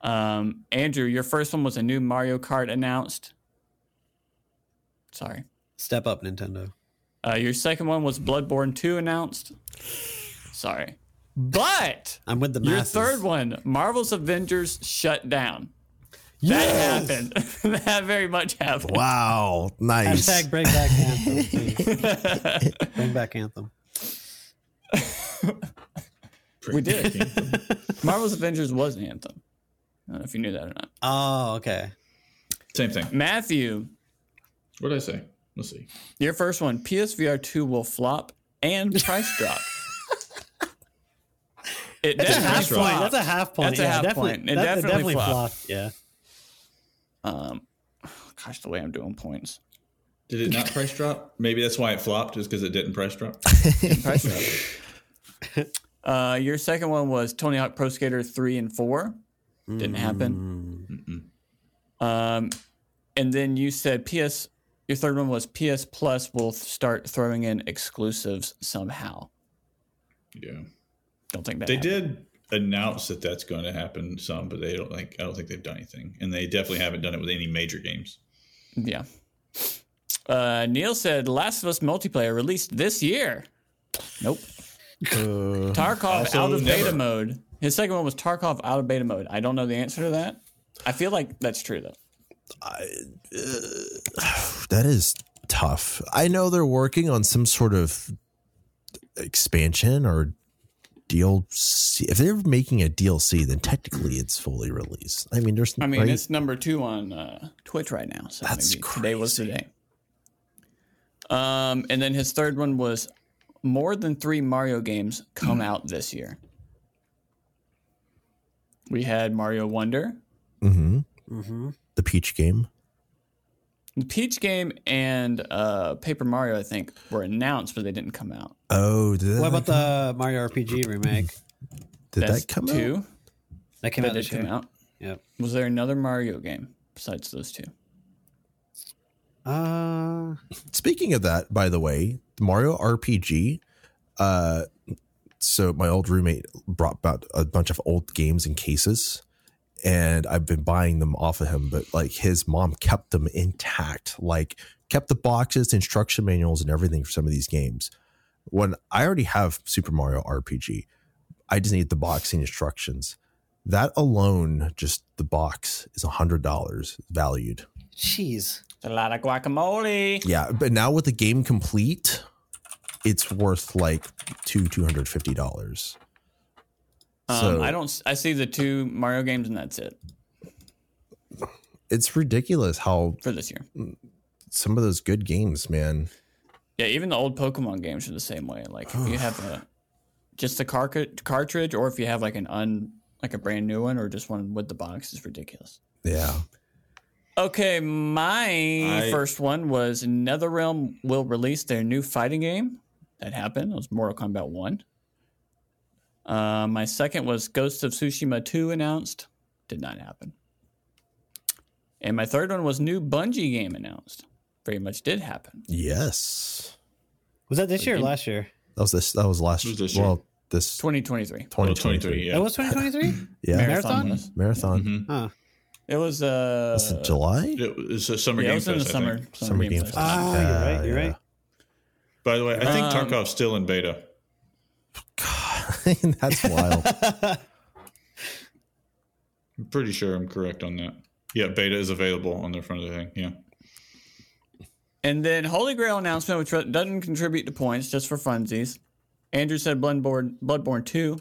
Speaker 2: Um, Andrew, your first one was a new Mario Kart announced. Sorry.
Speaker 5: Step up, Nintendo.
Speaker 2: Uh, your second one was Bloodborne two announced. Sorry, but
Speaker 5: I'm with the
Speaker 2: your
Speaker 5: masses.
Speaker 2: third one, Marvel's Avengers shut down. That
Speaker 5: Yes!
Speaker 2: happened. that very much happened.
Speaker 3: Wow, nice.
Speaker 5: Hashtag bring back Anthem. please. bring back Anthem.
Speaker 2: We did. Marvel's Avengers was an anthem. I don't know if you knew that or not.
Speaker 5: Oh, okay.
Speaker 4: Same thing.
Speaker 2: Matthew,
Speaker 4: What did I say? Let's see.
Speaker 2: your first one, PSVR 2 will flop and price drop. It
Speaker 4: a
Speaker 2: definitely
Speaker 4: half point.
Speaker 2: flopped.
Speaker 5: That's a half point.
Speaker 2: That's a
Speaker 5: yeah,
Speaker 2: half
Speaker 5: definitely,
Speaker 2: point. It
Speaker 5: that-
Speaker 2: definitely flopped.
Speaker 5: Yeah.
Speaker 2: Um, gosh, the way I'm doing points.
Speaker 4: Did it not price drop? Maybe that's why it flopped, is because it didn't price drop.
Speaker 2: Uh, your second one was Tony Hawk Pro Skater 3 and 4. Didn't happen. Um, and then you said PS, your third one was PS Plus will th- start throwing in exclusives somehow.
Speaker 4: Yeah.
Speaker 2: Don't think that
Speaker 4: They
Speaker 2: happened.
Speaker 4: did announce that that's going to happen some, but they don't like. I don't think they've done anything, and they definitely haven't done it with any major games.
Speaker 2: Yeah. Uh, Neil said Last of Us multiplayer released this year. Nope. Tarkov
Speaker 4: also
Speaker 2: out of beta
Speaker 4: never.
Speaker 2: mode. His second one was Tarkov out of beta mode. I don't know the answer to that. I feel like that's true though.
Speaker 3: that is tough. I know they're working on some sort of expansion or DLC. If they're making a DLC, then technically it's fully released. I mean, there's
Speaker 2: I mean,
Speaker 3: right?
Speaker 2: it's number two on uh, Twitch right now. So
Speaker 3: That's
Speaker 2: maybe today was today. Um, and then his third one was more than three Mario games come out this year. We had Mario Wonder,
Speaker 3: Mhm.
Speaker 5: Mm-hmm.
Speaker 3: the Peach game.
Speaker 2: the Peach game, and uh, Paper Mario. I think were announced, but they didn't come out.
Speaker 3: Oh, did that,
Speaker 5: What about the Mario RPG remake
Speaker 3: did that come
Speaker 2: two
Speaker 3: out?
Speaker 5: that came
Speaker 2: that
Speaker 5: out
Speaker 2: did
Speaker 5: this year?
Speaker 2: come out.
Speaker 5: Yep.
Speaker 2: Was there another Mario game besides those two?
Speaker 5: Uh,
Speaker 3: Speaking of that, by the way, Mario RPG. Uh, so my old roommate brought about a bunch of old games in cases, and I've been buying them off of him. But like his mom kept them intact, like kept the boxes, the instruction manuals, and everything for some of these games. When I already have Super Mario RPG, I just need the boxing instructions. That alone, just the box is a hundred dollars valued.
Speaker 5: jeez.
Speaker 2: It's a lot of guacamole.
Speaker 3: Yeah, but now with the game complete, it's worth like two two hundred fifty dollars.
Speaker 2: Um,
Speaker 3: So-
Speaker 2: I don't. s- I see the two Mario games, and that's it
Speaker 3: It's ridiculous how
Speaker 2: for this year.
Speaker 3: some of those good games, man.
Speaker 2: Yeah, even the old Pokemon games are the same way. Like if you have a just the car- cartridge, or if you have like an un like a brand new one, or just one with the box, is ridiculous.
Speaker 3: Yeah,
Speaker 2: Okay, my
Speaker 4: I-
Speaker 2: first one was NetherRealm will release their new fighting game. That happened. It was Mortal Kombat One. Uh, my second was Ghost of Tsushima 2 announced. Did not happen. And my third one was new Bungie game announced. Very much did happen.
Speaker 3: Yes.
Speaker 5: Was that this year or
Speaker 2: Freaking-
Speaker 5: last year?
Speaker 3: That was this. That was last.
Speaker 4: It was this year.
Speaker 3: well, this
Speaker 2: oh, 2023.
Speaker 4: Well,
Speaker 3: 2023.
Speaker 4: yeah.
Speaker 5: That was 2023?
Speaker 3: Yeah.
Speaker 5: Marathon?
Speaker 2: was.
Speaker 3: Marathon.
Speaker 4: Mhm.
Speaker 5: huh.
Speaker 2: It was uh
Speaker 3: That's in July.
Speaker 4: It was a summer
Speaker 2: yeah, it
Speaker 4: game
Speaker 2: was in the
Speaker 4: fest. I
Speaker 2: summer,
Speaker 4: think.
Speaker 2: summer, Uh,
Speaker 3: Summer
Speaker 2: game
Speaker 3: Game
Speaker 2: fest.
Speaker 3: Fest.
Speaker 5: Ah, you're right. You're
Speaker 3: Yeah.
Speaker 5: right.
Speaker 4: By the way, I think
Speaker 2: Um,
Speaker 4: Tarkov's still in beta.
Speaker 3: God, that's wild.
Speaker 4: I'm pretty sure I'm correct on that. Yeah, beta is available on the front of the thing. Yeah.
Speaker 2: And then Holy Grail announcement, which doesn't contribute to points, just for funsies. Andrew said Bloodborne, Bloodborne 2.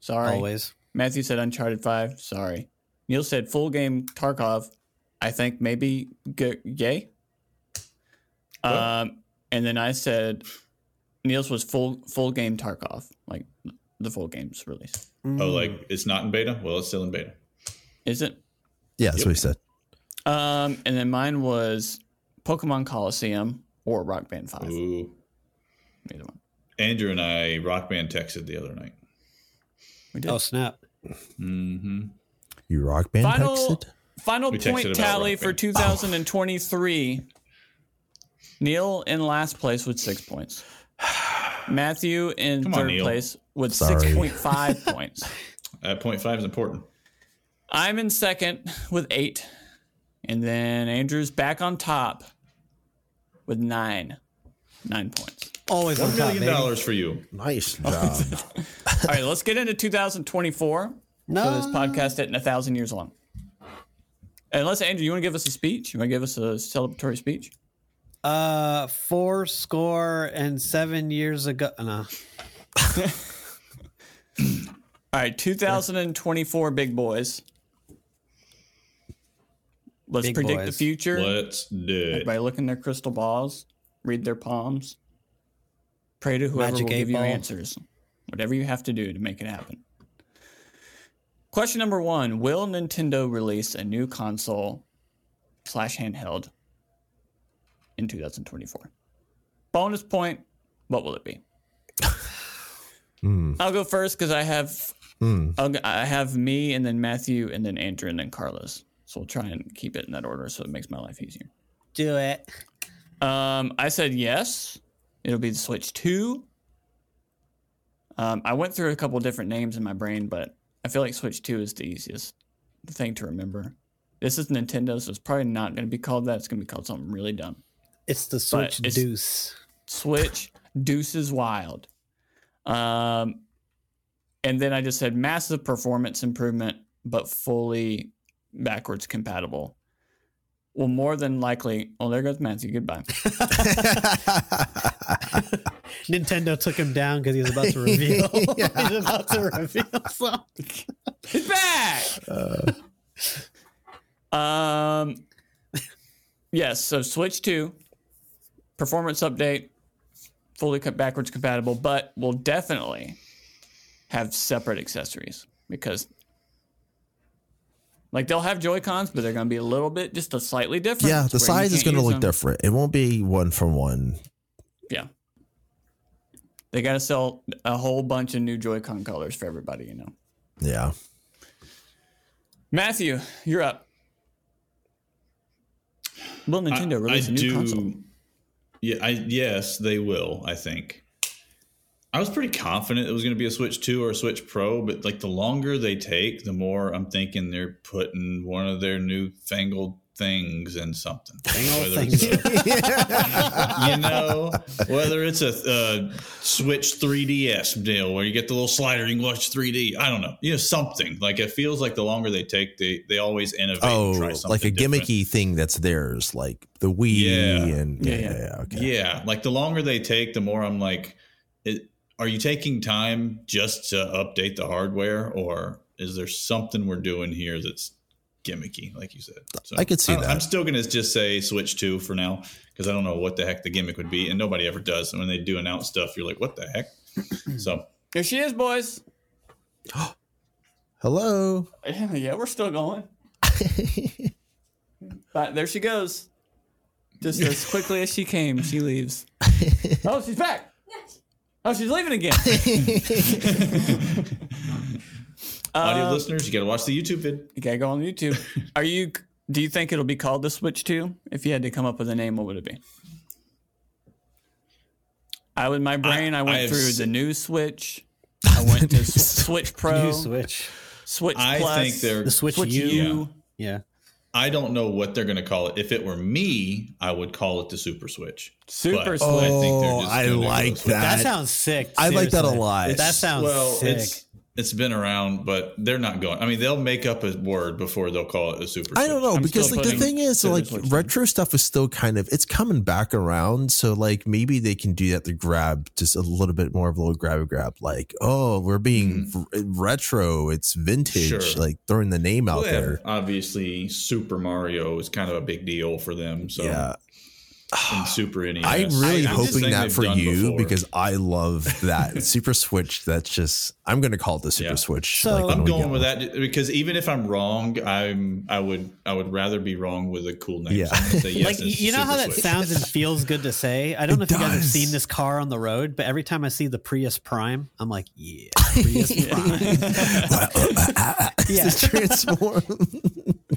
Speaker 2: Sorry.
Speaker 5: Always.
Speaker 2: Matthew said Uncharted 5. Sorry. Neil said full game Tarkov. I think maybe g- yay. Um, and then I said Neil's was full full game Tarkov, like the full game's release.
Speaker 4: Oh,
Speaker 5: Mm.
Speaker 4: like it's not in beta? Well, it's still in beta.
Speaker 2: Is it?
Speaker 3: Yeah, that's what he said.
Speaker 2: Um, and then mine was Pokemon Coliseum or Rock Band 5.
Speaker 4: Ooh.
Speaker 2: Either one.
Speaker 4: Andrew and I rock band texted the other night.
Speaker 2: We did.
Speaker 5: Oh, snap.
Speaker 4: Mm-hmm.
Speaker 3: You rock band
Speaker 2: Final-
Speaker 3: texted.
Speaker 2: Final
Speaker 4: We texted
Speaker 2: point
Speaker 4: about
Speaker 2: tally
Speaker 4: Rock
Speaker 2: for
Speaker 4: Band. Oh.
Speaker 2: 2023. Neil in last place with six points. Matthew in
Speaker 4: Come on,
Speaker 2: third
Speaker 4: Neil.
Speaker 2: place with
Speaker 3: Sorry.
Speaker 2: 6.5 points.
Speaker 4: That point five is important.
Speaker 2: I'm in second with eight. And then Andrew's back on top with nine. Nine points.
Speaker 5: Always
Speaker 2: Oh,
Speaker 5: on
Speaker 4: One
Speaker 5: top,
Speaker 4: million
Speaker 5: baby.
Speaker 4: dollars for you.
Speaker 3: Nice job.
Speaker 2: All right, let's get into 2024.
Speaker 5: No.
Speaker 2: So this podcast isn't a thousand years long. Unless, Andrew, you want to give us a speech? You want to give us a celebratory speech?
Speaker 5: Uh, four score and seven years ago. No.
Speaker 2: All right, 2024 big boys. Let's
Speaker 5: Big
Speaker 2: predict the
Speaker 5: boys.
Speaker 2: future
Speaker 4: Let's do it.
Speaker 2: by looking their crystal balls, read their palms, pray to whoever
Speaker 5: Magic
Speaker 2: will
Speaker 5: eight
Speaker 2: give
Speaker 5: ball.
Speaker 2: you answers. Whatever you have to do to make it happen. Question number one: Will Nintendo release a new console slash handheld in 2024? Bonus point: What will it be?
Speaker 3: Hmm.
Speaker 2: I'll go first because I have
Speaker 3: Hmm.
Speaker 2: I'll, g- I have me and then Matthew and then Andrew and then Carlos. So we'll try and keep it in that order so it makes my life easier.
Speaker 5: Do it.
Speaker 2: Um, I said yes. It'll be the Switch 2. Um, I went through a couple different names in my brain, but I feel like Switch 2 is the easiest thing to remember. This is Nintendo, so it's probably not going to be called that. It's going to be called something really dumb.
Speaker 5: It's the Switch
Speaker 2: it's-
Speaker 5: Deuce.
Speaker 2: Switch, Deuces Wild. Um, and then I just said massive performance improvement, but fully backwards compatible. Well, more than likely, oh, there goes Matthew. Goodbye.
Speaker 5: Nintendo took him down because he was about to reveal. he was about to reveal something.
Speaker 2: It's back. um, yes. So Switch Two, performance update, fully cut backwards compatible, but will definitely have separate accessories because, like, they'll have Joy Cons, but they're going to be a little bit, just a slightly different.
Speaker 3: yeah,
Speaker 2: where you
Speaker 3: the size is
Speaker 2: can't
Speaker 3: going to
Speaker 2: use
Speaker 3: look
Speaker 2: them.
Speaker 3: different. It won't be one for one.
Speaker 2: Yeah. They got to sell a whole bunch of new Joy-Con colors for everybody, you know.
Speaker 3: Yeah.
Speaker 2: Matthew, you're up. Will Nintendo release a new console?
Speaker 4: Yeah, I yes, they will, I think. I was pretty confident it was going to be a Switch 2 or a Switch Pro, but like the longer they take, the more I'm thinking they're putting one of their new fangled things in something. Whether it's a- you know, whether it's a uh, Switch 3DS deal where you get the little slider, you can watch 3D. I don't know, you know, something like it feels like the longer they take, they they always innovate. and try
Speaker 3: oh,
Speaker 4: something
Speaker 3: like a
Speaker 4: different.
Speaker 3: gimmicky thing that's theirs, like the Wii
Speaker 4: Yeah.
Speaker 3: and yeah,
Speaker 2: Yeah,
Speaker 3: yeah,
Speaker 2: yeah.
Speaker 3: yeah, okay.
Speaker 4: Yeah, like the longer they take, the more I'm like, it, are you taking time just to update the hardware, or is there something we're doing here that's gimmicky, like you said? So,
Speaker 3: I could see
Speaker 4: don't-
Speaker 3: that.
Speaker 4: I'm still gonna just say Switch Two for now because I don't know what the heck the gimmick would be, and nobody ever does. And when they do announce stuff, you're like, what the heck? so
Speaker 2: There she is, boys.
Speaker 3: Hello.
Speaker 2: yeah, we're still going. but there she goes. Just as quickly as she came, she leaves. Oh, she's back. Oh, she's leaving again.
Speaker 4: Audio listeners, you got to watch the YouTube vid.
Speaker 2: you gotta go on YouTube. Are you? Do you think it'll be called the Switch Two? If you had to come up with a name, what would it be? I would. My brain. I,
Speaker 4: I
Speaker 2: went
Speaker 4: have
Speaker 2: through
Speaker 4: s-
Speaker 2: the new Switch. I went to Sw- Switch Pro,
Speaker 5: New Switch.
Speaker 2: Switch
Speaker 4: I
Speaker 2: Plus,
Speaker 4: think they're.
Speaker 5: The Switch,
Speaker 2: Switch
Speaker 5: U.
Speaker 2: U.
Speaker 5: Yeah.
Speaker 4: I don't know what they're going to call it. If it were me, I would call it the Super Switch.
Speaker 2: Super
Speaker 4: But-
Speaker 2: Switch.
Speaker 4: I think they're
Speaker 3: oh,
Speaker 4: just
Speaker 3: I
Speaker 4: gonna go
Speaker 3: like
Speaker 4: with-
Speaker 3: that.
Speaker 5: That sounds sick.
Speaker 3: I like that a
Speaker 5: seriously.
Speaker 3: lot.
Speaker 5: That
Speaker 3: Oh,
Speaker 5: sounds
Speaker 4: well,
Speaker 5: sick.
Speaker 4: it's it's been around, but they're not going. I mean, they'll make up a word before they'll call it a super.
Speaker 3: I don't know
Speaker 2: I'm
Speaker 3: because
Speaker 2: still
Speaker 3: like the
Speaker 2: putting
Speaker 3: thing is
Speaker 2: scissors
Speaker 3: like
Speaker 2: switch in.
Speaker 3: retro stuff is still kind of it's coming back around so like maybe they can do that to grab just a little bit more of a little grab a grab like oh we're being v- retro it's vintage
Speaker 4: Mm-hmm. Sure.
Speaker 3: like throwing the name out
Speaker 4: Well,
Speaker 3: there
Speaker 4: Obviously, Super Mario is kind of a big deal for them. So
Speaker 3: yeah
Speaker 4: and Super NES.
Speaker 3: I'm really
Speaker 4: I- I'm just
Speaker 3: hoping
Speaker 4: saying
Speaker 3: that
Speaker 4: they've
Speaker 3: for
Speaker 4: done
Speaker 3: you
Speaker 4: before.
Speaker 3: because I love that Super Switch that's just I'm gonna call it the Super
Speaker 4: Yeah.
Speaker 3: Switch
Speaker 5: So-
Speaker 3: like, when
Speaker 4: I'm
Speaker 3: we
Speaker 4: going
Speaker 3: get
Speaker 4: with
Speaker 3: one.
Speaker 4: that because even if I'm wrong, I'm I would I would rather be wrong with a cool name.
Speaker 3: Yeah.
Speaker 4: So I'm gonna say yes,
Speaker 5: like
Speaker 4: it's
Speaker 5: y- you know
Speaker 4: Super
Speaker 5: how that
Speaker 4: Switch.
Speaker 5: sounds and feels good to say. I don't know
Speaker 3: It
Speaker 5: if you guys have
Speaker 3: does.
Speaker 5: seen this car on the road, but every time I see the Prius Prime, I'm like, yeah, Prius Prime. Yeah.
Speaker 3: It's transform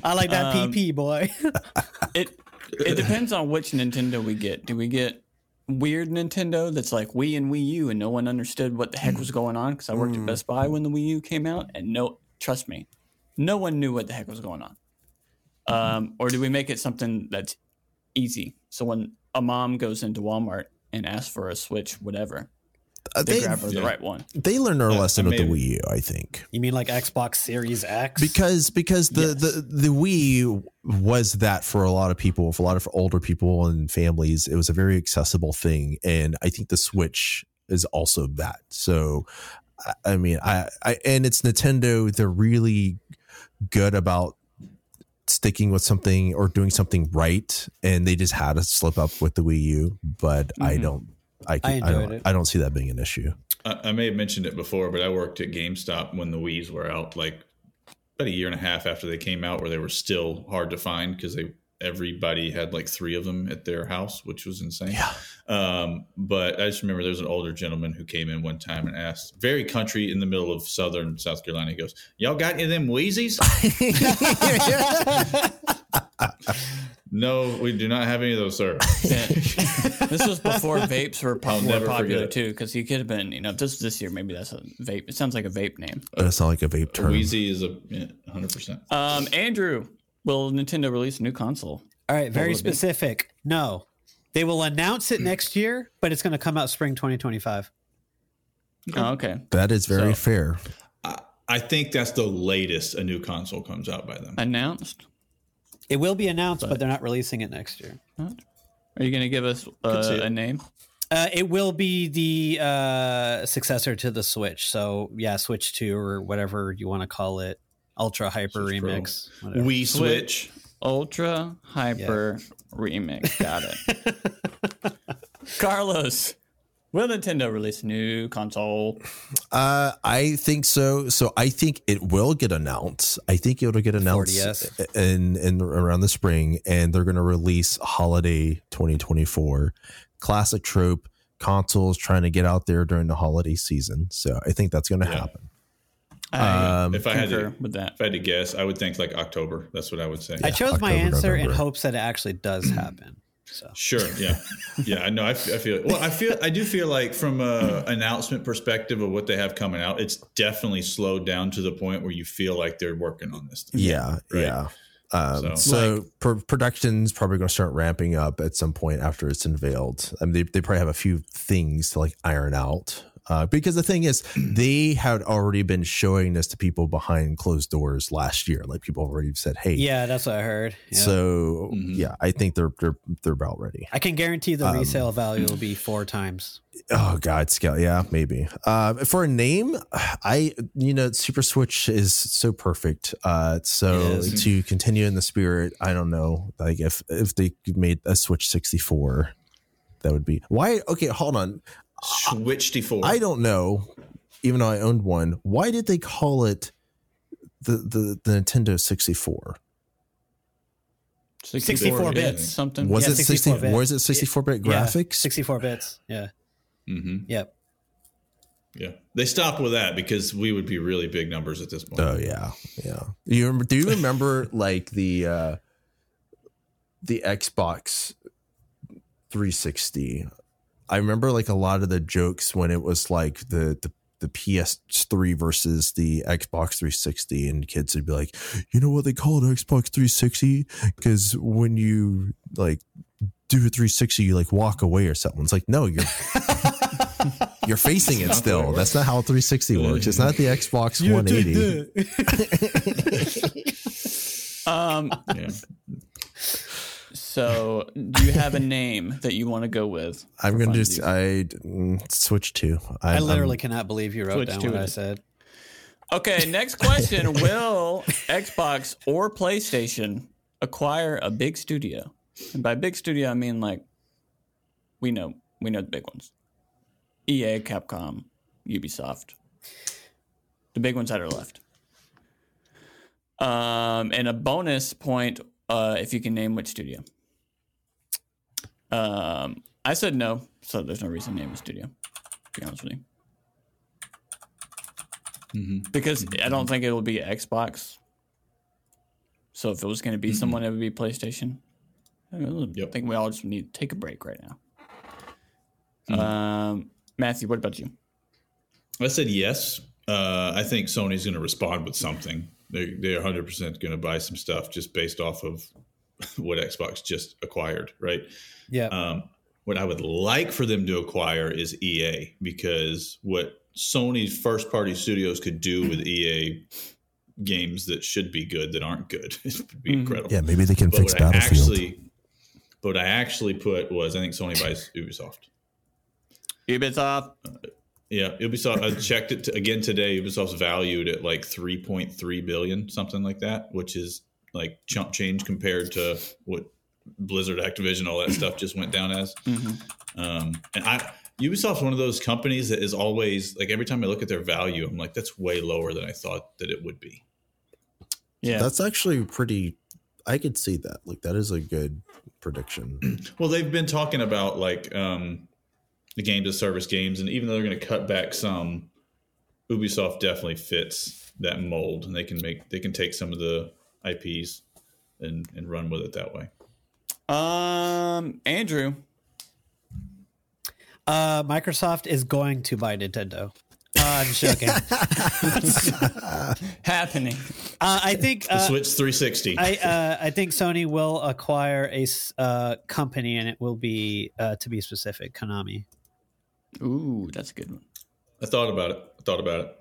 Speaker 5: I like that
Speaker 4: Um,
Speaker 5: PP boy.
Speaker 2: It it depends on which Nintendo we get. Do we get weird Nintendo that's like Wii and Wii U and no one understood what the heck was going on? Because I worked
Speaker 4: Mm.
Speaker 2: at Best Buy when the Wii U came out, and no, trust me, no one knew what the heck was going on. Um, or do we make it something that's easy? So when a mom goes into Walmart and asks for a Switch, whatever,
Speaker 3: Uh,
Speaker 2: they,
Speaker 3: they
Speaker 2: grab her the
Speaker 4: yeah.
Speaker 2: right one.
Speaker 3: they learned their lesson with the
Speaker 4: maybe.
Speaker 3: Wii U I think
Speaker 5: You mean like Xbox Series X?
Speaker 3: because because the
Speaker 2: Yes.
Speaker 3: the the Wii was that for a lot of people, for a lot of older people and families. It was a very accessible thing, and I think the Switch is also that. So, I- I mean, I, I and it's Nintendo. They're really good about sticking with something or doing something right, and they just had a slip up with the Wii U. But I
Speaker 2: Mhm.
Speaker 3: don't. I,
Speaker 5: Mm-hmm. I
Speaker 3: can, I,
Speaker 5: enjoyed
Speaker 3: don't.
Speaker 5: it.
Speaker 3: I don't see that being an issue.
Speaker 4: I, I may have mentioned it before, but I worked at GameStop when the Wii's were out, like about a year and a half after they came out, where they were still hard to find because they everybody had like three of them at their house, which was insane.
Speaker 3: Yeah.
Speaker 4: Um, but I just remember there was an older gentleman who came in one time and asked, very country in the middle of southern South Carolina, he goes, Y'all got any of them Wheezies? no, we do not have any of those, sir.
Speaker 2: Yeah. this was before vapes were
Speaker 4: I'll
Speaker 2: pop- were
Speaker 4: never
Speaker 2: popular
Speaker 4: forget.
Speaker 2: too, because he could have been, you know, if this was this year, maybe that's a vape. It sounds like a vape name.
Speaker 3: That's not like a vape term.
Speaker 4: Wheezy is a yeah, 100%.
Speaker 2: Um, Andrew, will Nintendo release a new console?
Speaker 5: All right, very
Speaker 2: would it be?
Speaker 5: specific. No, they will announce it next year, but it's going to come out spring 2025.
Speaker 2: Oh, okay.
Speaker 3: That is very
Speaker 4: So-
Speaker 3: fair.
Speaker 4: I, I think that's the latest a new console comes out by them.
Speaker 2: Announced.
Speaker 5: It will be announced, but they're not releasing it next year.
Speaker 2: Are you going to give us uh,
Speaker 4: see it.
Speaker 2: a name?
Speaker 5: Uh, it will be the uh, successor to the Switch. So yeah, Switch Two or whatever you want to call it, Ultra Hyper
Speaker 4: Switch Pro.
Speaker 5: Remix. whatever.
Speaker 4: We
Speaker 2: Switch.
Speaker 4: Switch.
Speaker 2: Ultra Hyper Remix. Got it. Carlos, will Nintendo release a new console?
Speaker 3: Uh, I think so. So I think it will get announced. I think it'll get announced
Speaker 5: 4DS.
Speaker 3: in in around the spring, and they're going to release holiday 2024. Classic trope: consoles trying to get out there during the holiday season. So I think that's going to
Speaker 4: Yeah.
Speaker 3: happen.
Speaker 2: I
Speaker 3: Um,
Speaker 4: If Uh, I had
Speaker 2: concur
Speaker 4: to,
Speaker 2: with that.
Speaker 4: if I had to guess, I would think like October. That's what I would say.
Speaker 5: I chose my
Speaker 3: October,
Speaker 5: answer in
Speaker 3: November.
Speaker 5: hopes that it actually does happen. So
Speaker 4: Sure. Yeah. Yeah. I know. I, f- I feel. Well, I feel. I do feel like from a announcement perspective of what they have coming out, it's definitely slowed down to the point where you feel like they're working on this. Thing.
Speaker 3: yeah,
Speaker 4: Right.
Speaker 3: yeah. Um, so
Speaker 4: So-
Speaker 3: pro- production's probably going to start ramping up at some point after it's unveiled. I mean, they, they probably have a few things to like iron out. Uh, because the thing is, they had already been showing this to people behind closed doors last year. Like people already said, "Hey,
Speaker 5: yeah, that's what I heard. Yeah.
Speaker 3: So
Speaker 4: Mhm.
Speaker 3: yeah, I think they're they're they're about ready.
Speaker 5: I can guarantee the
Speaker 3: Um,
Speaker 5: resale value will be four times.
Speaker 3: Oh God, scale. Yeah, maybe. Uh, for a name, I you know Super Switch is so perfect. Uh, so
Speaker 5: It is.
Speaker 3: to continue in the spirit, I don't know. Like if if they made a Switch sixty four, that would be why. Okay, hold on.
Speaker 4: Switch D four.
Speaker 3: I don't know. Even though I owned one, why did they call it the the, the Nintendo sixty four?
Speaker 5: 64
Speaker 2: bit
Speaker 4: bits.
Speaker 2: Something.
Speaker 3: Was
Speaker 5: Yeah,
Speaker 3: it
Speaker 5: 64
Speaker 3: sixty?
Speaker 5: bit.
Speaker 3: Was it sixty four bit
Speaker 5: Yeah,
Speaker 3: graphics?
Speaker 5: sixty-four bits. Yeah,
Speaker 4: Mm-hmm.
Speaker 5: yep.
Speaker 4: Yeah. They stopped with that because we would be really big numbers at this point.
Speaker 3: Oh yeah, yeah. Do you remember, do you remember like the uh the Xbox 360? I remember like a lot of the jokes when it was like the the the PS3 versus the Xbox 360, and kids would be like, you know what they call it Xbox 360? Because when you like do a 360, you like walk away or something. It's like, no, you're you're facing it
Speaker 4: That's not the way
Speaker 3: still.
Speaker 4: it
Speaker 3: That's not how a 360 works. It's not the Xbox 180.
Speaker 2: Um,
Speaker 4: Yeah.
Speaker 2: so do you have a name that you want to go with?
Speaker 3: I'm gonna
Speaker 2: fun,
Speaker 3: just
Speaker 2: dude.
Speaker 3: I mm, switch to.
Speaker 5: I
Speaker 3: I'm-
Speaker 5: literally cannot believe you wrote
Speaker 2: Switch
Speaker 5: down
Speaker 2: to
Speaker 5: what
Speaker 2: it.
Speaker 5: I said.
Speaker 2: Okay, next question. Will Xbox or PlayStation acquire a big studio? And by big studio, I mean like we know we know the big ones: EA, Capcom, Ubisoft, the big ones that are left. Um, and a bonus point uh, if you can name which studio. Um, I said no, so there's no reason to name a studio. To be honest with you because I don't think it'll be Xbox. So if it was going to be someone, it would be PlayStation. I don't know, I
Speaker 4: Yep.
Speaker 2: think we all just need to take a break right now. Um, Matthew, what about you?
Speaker 4: I said yes. Uh, I think Sony's going to respond with something. They, they're 100% going to buy some stuff just based off of what Xbox just acquired, right?
Speaker 5: Yeah.
Speaker 4: Um, what I would like for them to acquire is EA because what Sony's first party studios could do with EA games that should be good that aren't good it would be
Speaker 2: Mhm.
Speaker 4: incredible.
Speaker 3: yeah, maybe they can
Speaker 4: But
Speaker 3: fix
Speaker 4: what I
Speaker 3: Battlefield.
Speaker 4: actually, but what I actually put was I think Sony buys Ubisoft.
Speaker 2: Ubisoft.
Speaker 4: Yeah, Ubisoft. I checked it t- again today. Ubisoft's valued at like three point three billion, something like that, which is like chump change compared to what Blizzard, Activision, all that stuff just went down as.
Speaker 2: Mm-hmm.
Speaker 4: Um, and I Ubisoft's one of those companies that is always like every time I look at their value, I'm like, that's way lower than I thought that it would be.
Speaker 2: Yeah.
Speaker 3: That's actually pretty. I could see that. Like that is a good prediction.
Speaker 4: Well, they've been talking about like um, the game to service games, and even though they're going to cut back some, Ubisoft definitely fits that mold, and they can make they can take some of the IPs and and run with it that way.
Speaker 2: um, Andrew.
Speaker 5: Uh, Microsoft is going to buy Nintendo. Uh, I'm joking. uh,
Speaker 2: Happening.
Speaker 5: I think
Speaker 4: The
Speaker 5: uh,
Speaker 4: Switch 360.
Speaker 5: I uh, I think Sony will acquire a s- uh, company, and it will be uh, to be specific, Konami.
Speaker 2: Ooh, that's a good one.
Speaker 4: I thought about it. I thought about it.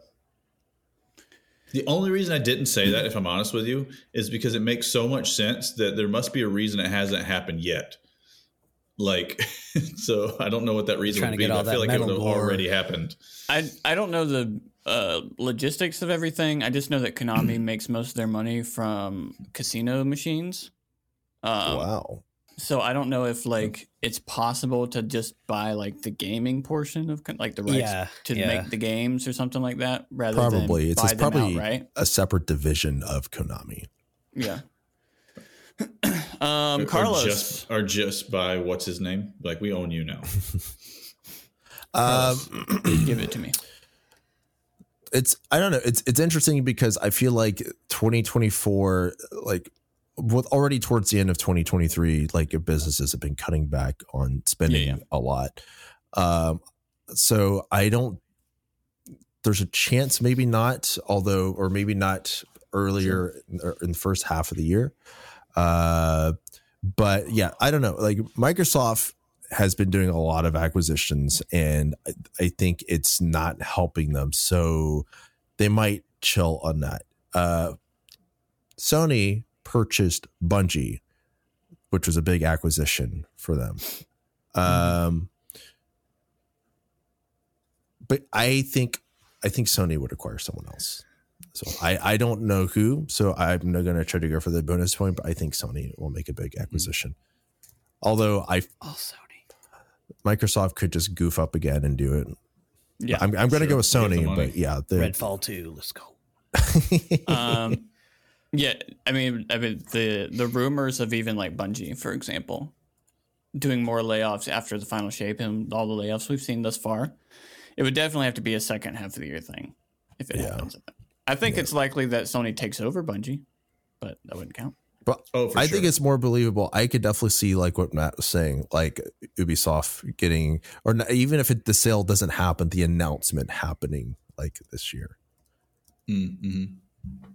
Speaker 4: The only reason I didn't say that, if I'm honest with you, is because it makes so much sense that there must be a reason it hasn't happened yet. Like, so I don't know what that reason
Speaker 5: trying
Speaker 4: would
Speaker 5: to
Speaker 4: be.
Speaker 5: get all
Speaker 4: but I feel
Speaker 5: that
Speaker 4: like it would
Speaker 5: metal
Speaker 4: have
Speaker 5: lore.
Speaker 4: already happened.
Speaker 2: I I don't know the uh, logistics of everything. I just know that Konami makes most of their money from casino machines. Um,
Speaker 3: wow.
Speaker 2: So I don't know if like it's possible to just buy like the gaming portion of con- like the rights
Speaker 5: Yeah,
Speaker 2: to
Speaker 5: yeah.
Speaker 2: make the games or something like that rather
Speaker 3: Probably.
Speaker 2: than
Speaker 3: It's-
Speaker 2: buy
Speaker 3: it's
Speaker 2: them
Speaker 3: probably-
Speaker 2: out, right?
Speaker 3: A separate division of Konami.
Speaker 2: Yeah. um,
Speaker 3: Um,
Speaker 4: Or-
Speaker 2: Carlos.
Speaker 4: Or just, or just by what's his name? Like, we own you now.
Speaker 3: Um,
Speaker 2: give it to me.
Speaker 3: it's I don't know. It's it's interesting because I feel like 2024, like with already towards the end of 2023, like businesses have been cutting back on spending
Speaker 2: Yeah,
Speaker 3: a lot. Um, so I don't. There's a chance, maybe not, although, or maybe not earlier in- or in the first half of the year. Uh, but yeah, I don't know. Like Microsoft has been doing a lot of acquisitions, and I, I think it's not helping them. So they might chill on that. Uh, Sony purchased Bungie, which was a big acquisition for them. Um, but I think I think Sony would acquire someone else. So I, I don't know who. So I'm not going to try to go for the bonus point, but I think Sony will make a big acquisition. Although I
Speaker 5: Oh, Sony.
Speaker 3: Microsoft could just goof up again and do it.
Speaker 2: Yeah.
Speaker 3: I'm, I'm going to
Speaker 4: Sure.
Speaker 3: go with
Speaker 4: Get the
Speaker 3: Sony,
Speaker 4: money.
Speaker 3: but yeah,
Speaker 5: Redfall Two. Let's go.
Speaker 2: um, yeah, I mean, I mean the the rumors of even like Bungie, for example, doing more layoffs after the final shape and all the layoffs we've seen thus far, it would definitely have to be a second half of the year thing if it
Speaker 3: Yeah.
Speaker 2: happens. I think
Speaker 3: Yeah.
Speaker 2: it's likely that Sony takes over Bungie, but that wouldn't count.
Speaker 3: But
Speaker 4: Oh, for
Speaker 3: I
Speaker 4: sure.
Speaker 3: think it's more believable. I could definitely see like what Matt was saying, like Ubisoft getting, or not, even if it, the sale doesn't happen, the announcement happening like this year.
Speaker 4: Mm-hmm.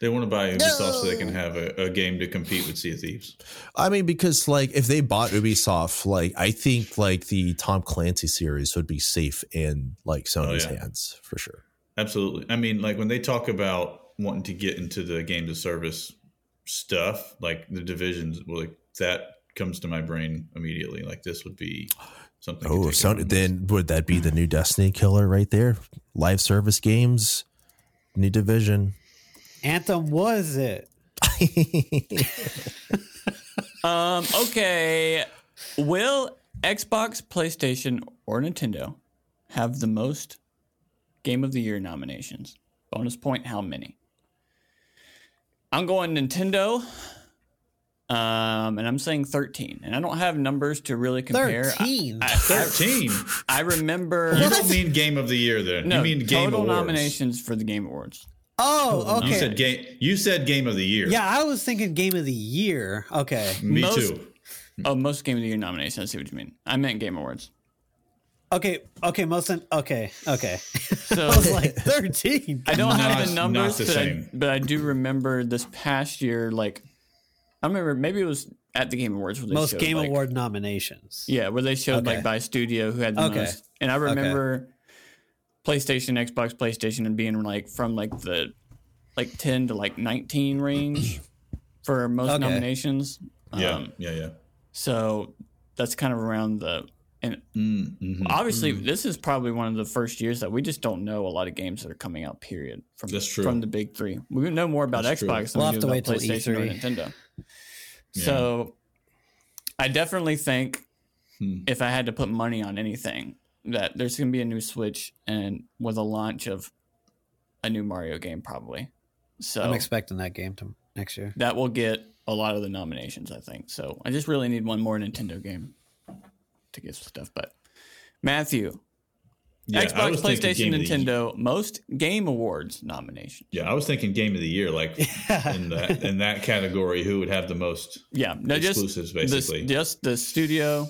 Speaker 4: They want to buy Ubisoft so they can have a, a game to compete with Sea of Thieves.
Speaker 3: I mean, because like if they bought Ubisoft, like I think like the Tom Clancy series would be safe in like Sony's
Speaker 4: Oh, yeah.
Speaker 3: hands for sure.
Speaker 4: Absolutely. I mean, like when they talk about wanting to get into the game to service stuff, like the divisions, well, like that comes to my brain immediately. Like this would be something. to
Speaker 3: Oh,
Speaker 4: take on
Speaker 3: Sony,
Speaker 4: with.
Speaker 3: then would that be the new Destiny killer right there? Live service games, new division.
Speaker 5: Anthem was it?
Speaker 2: Um, okay. Will Xbox, PlayStation, or Nintendo have the most Game of the Year nominations? Bonus point, how many? I'm going Nintendo. Um, and I'm saying 13. And I don't have numbers to really compare. I-
Speaker 5: 13.
Speaker 2: I,
Speaker 4: thirteen.
Speaker 2: I remember
Speaker 4: you don't mean Game of the Year, then.
Speaker 2: no,
Speaker 4: you mean Game
Speaker 2: total
Speaker 4: Awards.
Speaker 2: nominations for the Game Awards.
Speaker 5: oh, okay.
Speaker 4: You said game. You said Game of the Year.
Speaker 5: yeah, I was thinking game of the year. Okay.
Speaker 4: me
Speaker 2: Most-
Speaker 4: too.
Speaker 2: Oh, most Game of the Year nominations. I see what you mean. I meant Game Awards.
Speaker 5: Okay. Okay. Most. Okay. Okay.
Speaker 2: So
Speaker 5: I was like 13.
Speaker 2: I don't
Speaker 4: Not-
Speaker 2: have the
Speaker 4: not
Speaker 2: numbers,
Speaker 4: the
Speaker 2: but, I,
Speaker 4: same.
Speaker 2: but I do remember this past year. Like, I remember maybe it was at the Game Awards. Where they
Speaker 5: Most
Speaker 2: showed,
Speaker 5: game
Speaker 2: like-
Speaker 5: award nominations.
Speaker 2: Yeah, where they showed
Speaker 5: Okay.
Speaker 2: like by studio who had the
Speaker 5: Okay.
Speaker 2: most. And I remember PlayStation, Xbox, PlayStation, and being like from like the like ten to like nineteen range for most
Speaker 5: Okay.
Speaker 2: nominations.
Speaker 4: Yeah,
Speaker 2: Um,
Speaker 4: yeah, yeah.
Speaker 2: so that's kind of around the and
Speaker 4: Mm, mhm.
Speaker 2: obviously this is probably one of the first years that we just don't know a lot of games that are coming out period from
Speaker 4: That's true.
Speaker 2: from the big three we know more about
Speaker 4: That's true.
Speaker 2: xbox
Speaker 5: We'll
Speaker 2: than
Speaker 5: have to
Speaker 2: we
Speaker 5: wait
Speaker 2: do
Speaker 5: till E
Speaker 2: about playstation or
Speaker 5: E3.
Speaker 2: nintendo
Speaker 4: Yeah.
Speaker 2: so i definitely think
Speaker 4: Hmm.
Speaker 2: if i had to put money on anything that there's going to be a new switch and with a launch of a new mario game probably so
Speaker 5: I'm expecting that game to next year.
Speaker 2: that will get a lot of the nominations, I think. So I just really need one more Nintendo game to get some stuff. But Matthew,
Speaker 4: Yeah, I
Speaker 2: Xbox,
Speaker 4: was thinking
Speaker 2: PlayStation,
Speaker 4: Game of the Year.
Speaker 2: Nintendo, most Game Awards nomination.
Speaker 4: Yeah, I was thinking Game of the Year, like
Speaker 5: Uh,
Speaker 4: in that in that category, who would have the most
Speaker 2: Yeah, no, just
Speaker 4: exclusives,
Speaker 2: the,
Speaker 4: basically.
Speaker 2: just the studio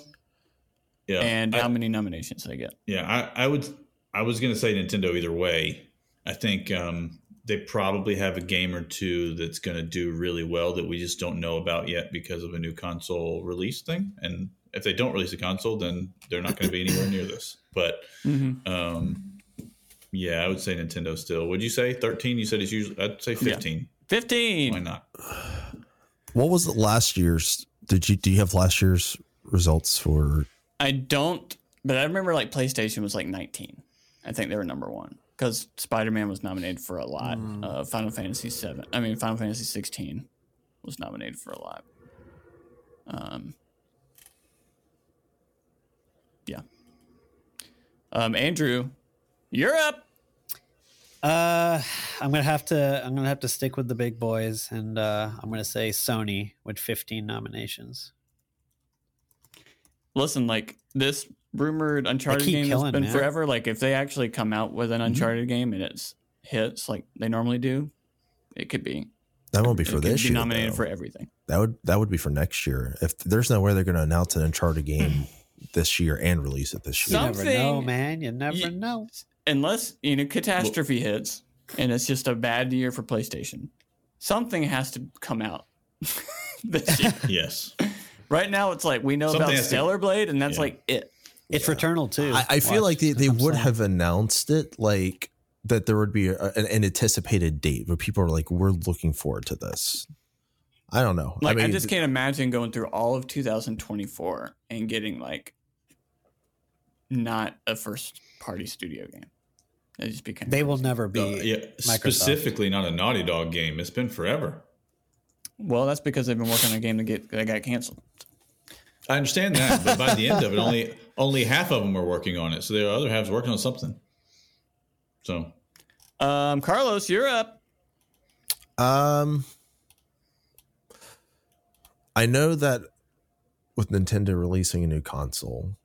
Speaker 4: yeah,
Speaker 2: and um,
Speaker 4: I,
Speaker 2: how many nominations they get.
Speaker 4: yeah, I, I would. I was gonna say Nintendo either way. I think um, they probably have a game or two that's gonna do really well that we just don't know about yet because of a new console release thing. And if they don't release a console, then they're not gonna be anywhere near this. But
Speaker 2: Mhm.
Speaker 4: um, yeah, I would say Nintendo still. Would you say thirteen? You said it's usually. I'd say fifteen. Why
Speaker 2: Fifteen.
Speaker 4: not?
Speaker 3: what was the last year's? Did you do you have last year's results for?
Speaker 2: I don't, but I remember like PlayStation was like nineteen. I think they were number one because Spider Man was nominated for a lot. Uh, Final Fantasy seven. I mean, Final Fantasy sixteen was nominated for a lot. Um, yeah. Um, Andrew, you're up.
Speaker 5: Uh, I'm gonna have to. I'm gonna have to stick with the big boys, and uh, I'm gonna say Sony with 15 nominations.
Speaker 2: Listen, like this rumored Uncharted
Speaker 5: keep
Speaker 2: game has
Speaker 5: killing,
Speaker 2: been
Speaker 5: man.
Speaker 2: forever. Like, if they actually come out with
Speaker 4: Mm-hmm.
Speaker 2: an Uncharted game and it's hits like they normally do, it could be
Speaker 3: That won't be
Speaker 2: It
Speaker 3: for
Speaker 2: could
Speaker 3: this
Speaker 2: be
Speaker 3: year.
Speaker 2: nominated
Speaker 3: though.
Speaker 2: for everything.
Speaker 3: that would that would be for next year. If there's no way they're going to announce an Uncharted game this year and release it this
Speaker 5: You
Speaker 3: year,
Speaker 2: Some-
Speaker 5: never know,
Speaker 2: Something-
Speaker 5: man. You never
Speaker 2: Ye-
Speaker 5: know.
Speaker 2: Unless, you know, catastrophe hits and it's just a bad year for PlayStation. Something has to come out this year.
Speaker 4: Yes.
Speaker 2: right now it's like we know
Speaker 4: Something
Speaker 2: about
Speaker 4: has to-
Speaker 2: Stellar Blade and that's
Speaker 4: Yeah.
Speaker 2: like it.
Speaker 5: It's Returnal too.
Speaker 3: I, I feel
Speaker 5: Watch.
Speaker 3: like they, they
Speaker 5: I'm
Speaker 3: would
Speaker 5: saying.
Speaker 3: have announced it like that. There would be a, an, an anticipated date where people are like, "We're looking forward to this." I don't know.
Speaker 2: Like
Speaker 3: I
Speaker 2: I,
Speaker 3: mean,
Speaker 2: just can't imagine going through all of 2024 and getting like not a first party studio game. That just became
Speaker 5: They will never be.
Speaker 4: Uh,
Speaker 2: Oh,
Speaker 4: yeah, specifically not a Naughty Dog game. It's been forever.
Speaker 2: Well, that's because they've been working on a game that get that got canceled.
Speaker 4: I understand that, but by the end of it, only only half of them are working on it. So the other half's working on something. So
Speaker 2: Um, Carlos, you're up.
Speaker 3: Um, I know that with Nintendo releasing a new console,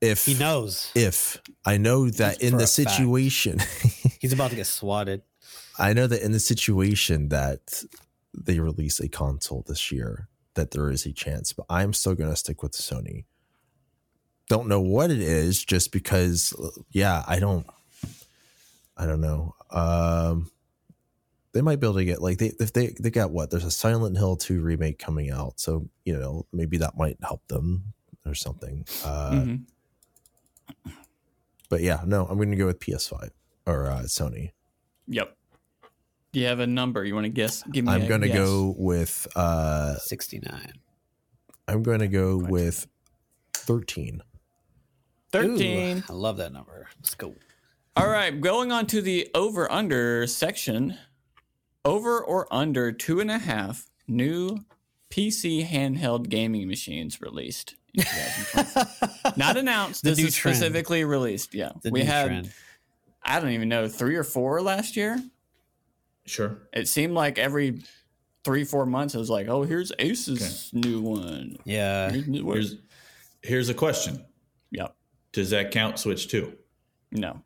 Speaker 3: If
Speaker 5: He knows
Speaker 3: if I know that
Speaker 5: For
Speaker 3: in
Speaker 5: a
Speaker 3: the
Speaker 5: fact.
Speaker 3: situation,
Speaker 5: he's about to get swatted.
Speaker 3: I know that in the situation that they release a console this year, that there is a chance, but I'm still going to stick with Sony. Don't know what it is, just because. uh, Yeah, I don't. I don't know. Um, they might be able to get like they if they they got what there's a Silent Hill two remake coming out, so you know maybe that might help them or something. Uh,
Speaker 2: Mhm.
Speaker 3: But yeah, no, I'm going to go with PS five or uh, Sony.
Speaker 2: Yep. Do you have a number you want to guess? Give me.
Speaker 3: I'm
Speaker 2: a
Speaker 3: going to
Speaker 2: guess.
Speaker 3: go with uh
Speaker 5: 69.
Speaker 3: I'm going to go with 13.
Speaker 2: thirteen.
Speaker 5: Ooh, I love that number. Let's go.
Speaker 2: All right, going on to the over under section. Over or under two and a half new PC handheld gaming machines released. in 2020. Not announced.
Speaker 5: The
Speaker 2: this
Speaker 5: new
Speaker 2: is
Speaker 5: trend.
Speaker 2: specifically released. Yeah,
Speaker 5: The
Speaker 2: we
Speaker 5: new
Speaker 2: had
Speaker 5: trend.
Speaker 2: I don't even know three or four last year.
Speaker 4: Sure.
Speaker 2: It seemed like every three four months it was like, oh, here's Asus new one.
Speaker 5: Yeah.
Speaker 2: Here's new-
Speaker 4: Here's here's a question.
Speaker 2: yeah,
Speaker 4: Does that count Switch Two?
Speaker 2: no,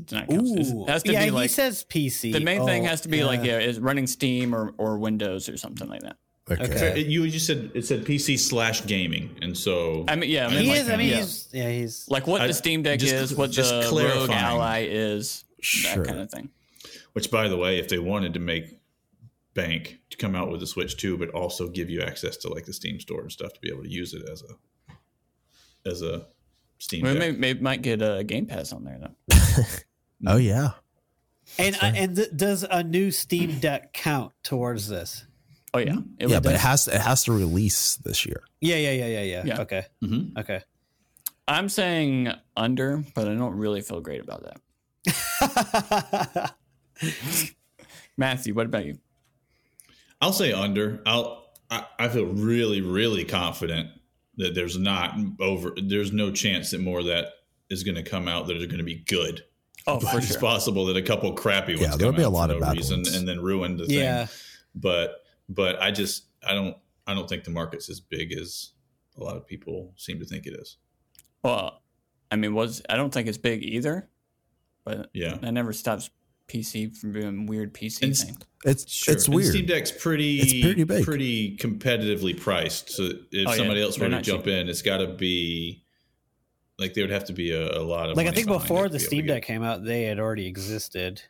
Speaker 2: it's not.
Speaker 5: Ooh.
Speaker 2: It has to
Speaker 5: yeah,
Speaker 2: be
Speaker 5: he
Speaker 2: like
Speaker 5: says PC.
Speaker 2: the main thing
Speaker 5: Oh,
Speaker 2: has to be like
Speaker 5: yeah.
Speaker 2: yeah, is running Steam or or Windows or something like that.
Speaker 3: Okay.
Speaker 5: Okay.
Speaker 4: It- You just said it said PC slash gaming, and so
Speaker 2: I mean, yeah, I mean,
Speaker 5: He
Speaker 2: like,
Speaker 5: is. I mean,
Speaker 2: yeah.
Speaker 5: he's. Yeah, he's.
Speaker 2: like what
Speaker 4: I-
Speaker 2: the Steam Deck
Speaker 4: just-
Speaker 2: is, what
Speaker 4: just
Speaker 2: the Rogue
Speaker 4: clarifying.
Speaker 2: Ally is, that
Speaker 3: Sure.
Speaker 2: kind of thing.
Speaker 4: which by the way, if they wanted to make bank to come out with a Switch Two, but also give you access to like the Steam store and stuff to be able to use it as a as a Steam.
Speaker 2: We
Speaker 4: Deck.
Speaker 2: may, may, might get a Game Pass on there though.
Speaker 3: Oh yeah.
Speaker 5: And and th- does a new Steam Deck count towards this?
Speaker 2: Oh yeah, It
Speaker 3: yeah,
Speaker 2: would-
Speaker 3: but it has it has to release this year.
Speaker 5: Yeah, yeah, yeah, yeah, yeah.
Speaker 2: Yeah.
Speaker 5: Okay,
Speaker 4: Mhm.
Speaker 5: okay.
Speaker 2: I'm saying under, but I don't really feel great about that. Matthew, what about you?
Speaker 4: I'll say under. I'll. I, I feel really, really confident that there's not over. There's no chance that more of that is going to come out that are going to be good.
Speaker 2: Oh,
Speaker 4: But
Speaker 2: for
Speaker 4: it's
Speaker 2: sure.
Speaker 4: possible that a couple crappy ones.
Speaker 3: Yeah, there'll
Speaker 4: come
Speaker 3: be
Speaker 4: out
Speaker 3: a lot
Speaker 4: for
Speaker 3: of
Speaker 4: no
Speaker 3: bad
Speaker 4: reason
Speaker 3: ones.
Speaker 4: and then ruin the thing.
Speaker 5: yeah,
Speaker 4: But but I just I don't I don't think the market's as big as a lot of people seem to think it is.
Speaker 2: Well, I mean, was I don't think it's big either, but
Speaker 4: Yeah.
Speaker 2: that never stops PC from being weird PC
Speaker 4: And s-
Speaker 2: thing.
Speaker 3: It's it's
Speaker 4: And
Speaker 3: weird.
Speaker 4: Steam Deck's pretty
Speaker 3: It's pretty big.
Speaker 4: pretty competitively priced. So if
Speaker 2: Oh, yeah.
Speaker 4: somebody else
Speaker 2: They're
Speaker 4: were to
Speaker 2: not
Speaker 4: jump in, it's got to be like there would have to be a, a lot of
Speaker 5: like I
Speaker 4: money
Speaker 5: think
Speaker 4: behind it
Speaker 5: before
Speaker 4: to
Speaker 5: the
Speaker 4: be able
Speaker 5: Steam
Speaker 4: to get-
Speaker 5: Deck came out, they had already existed.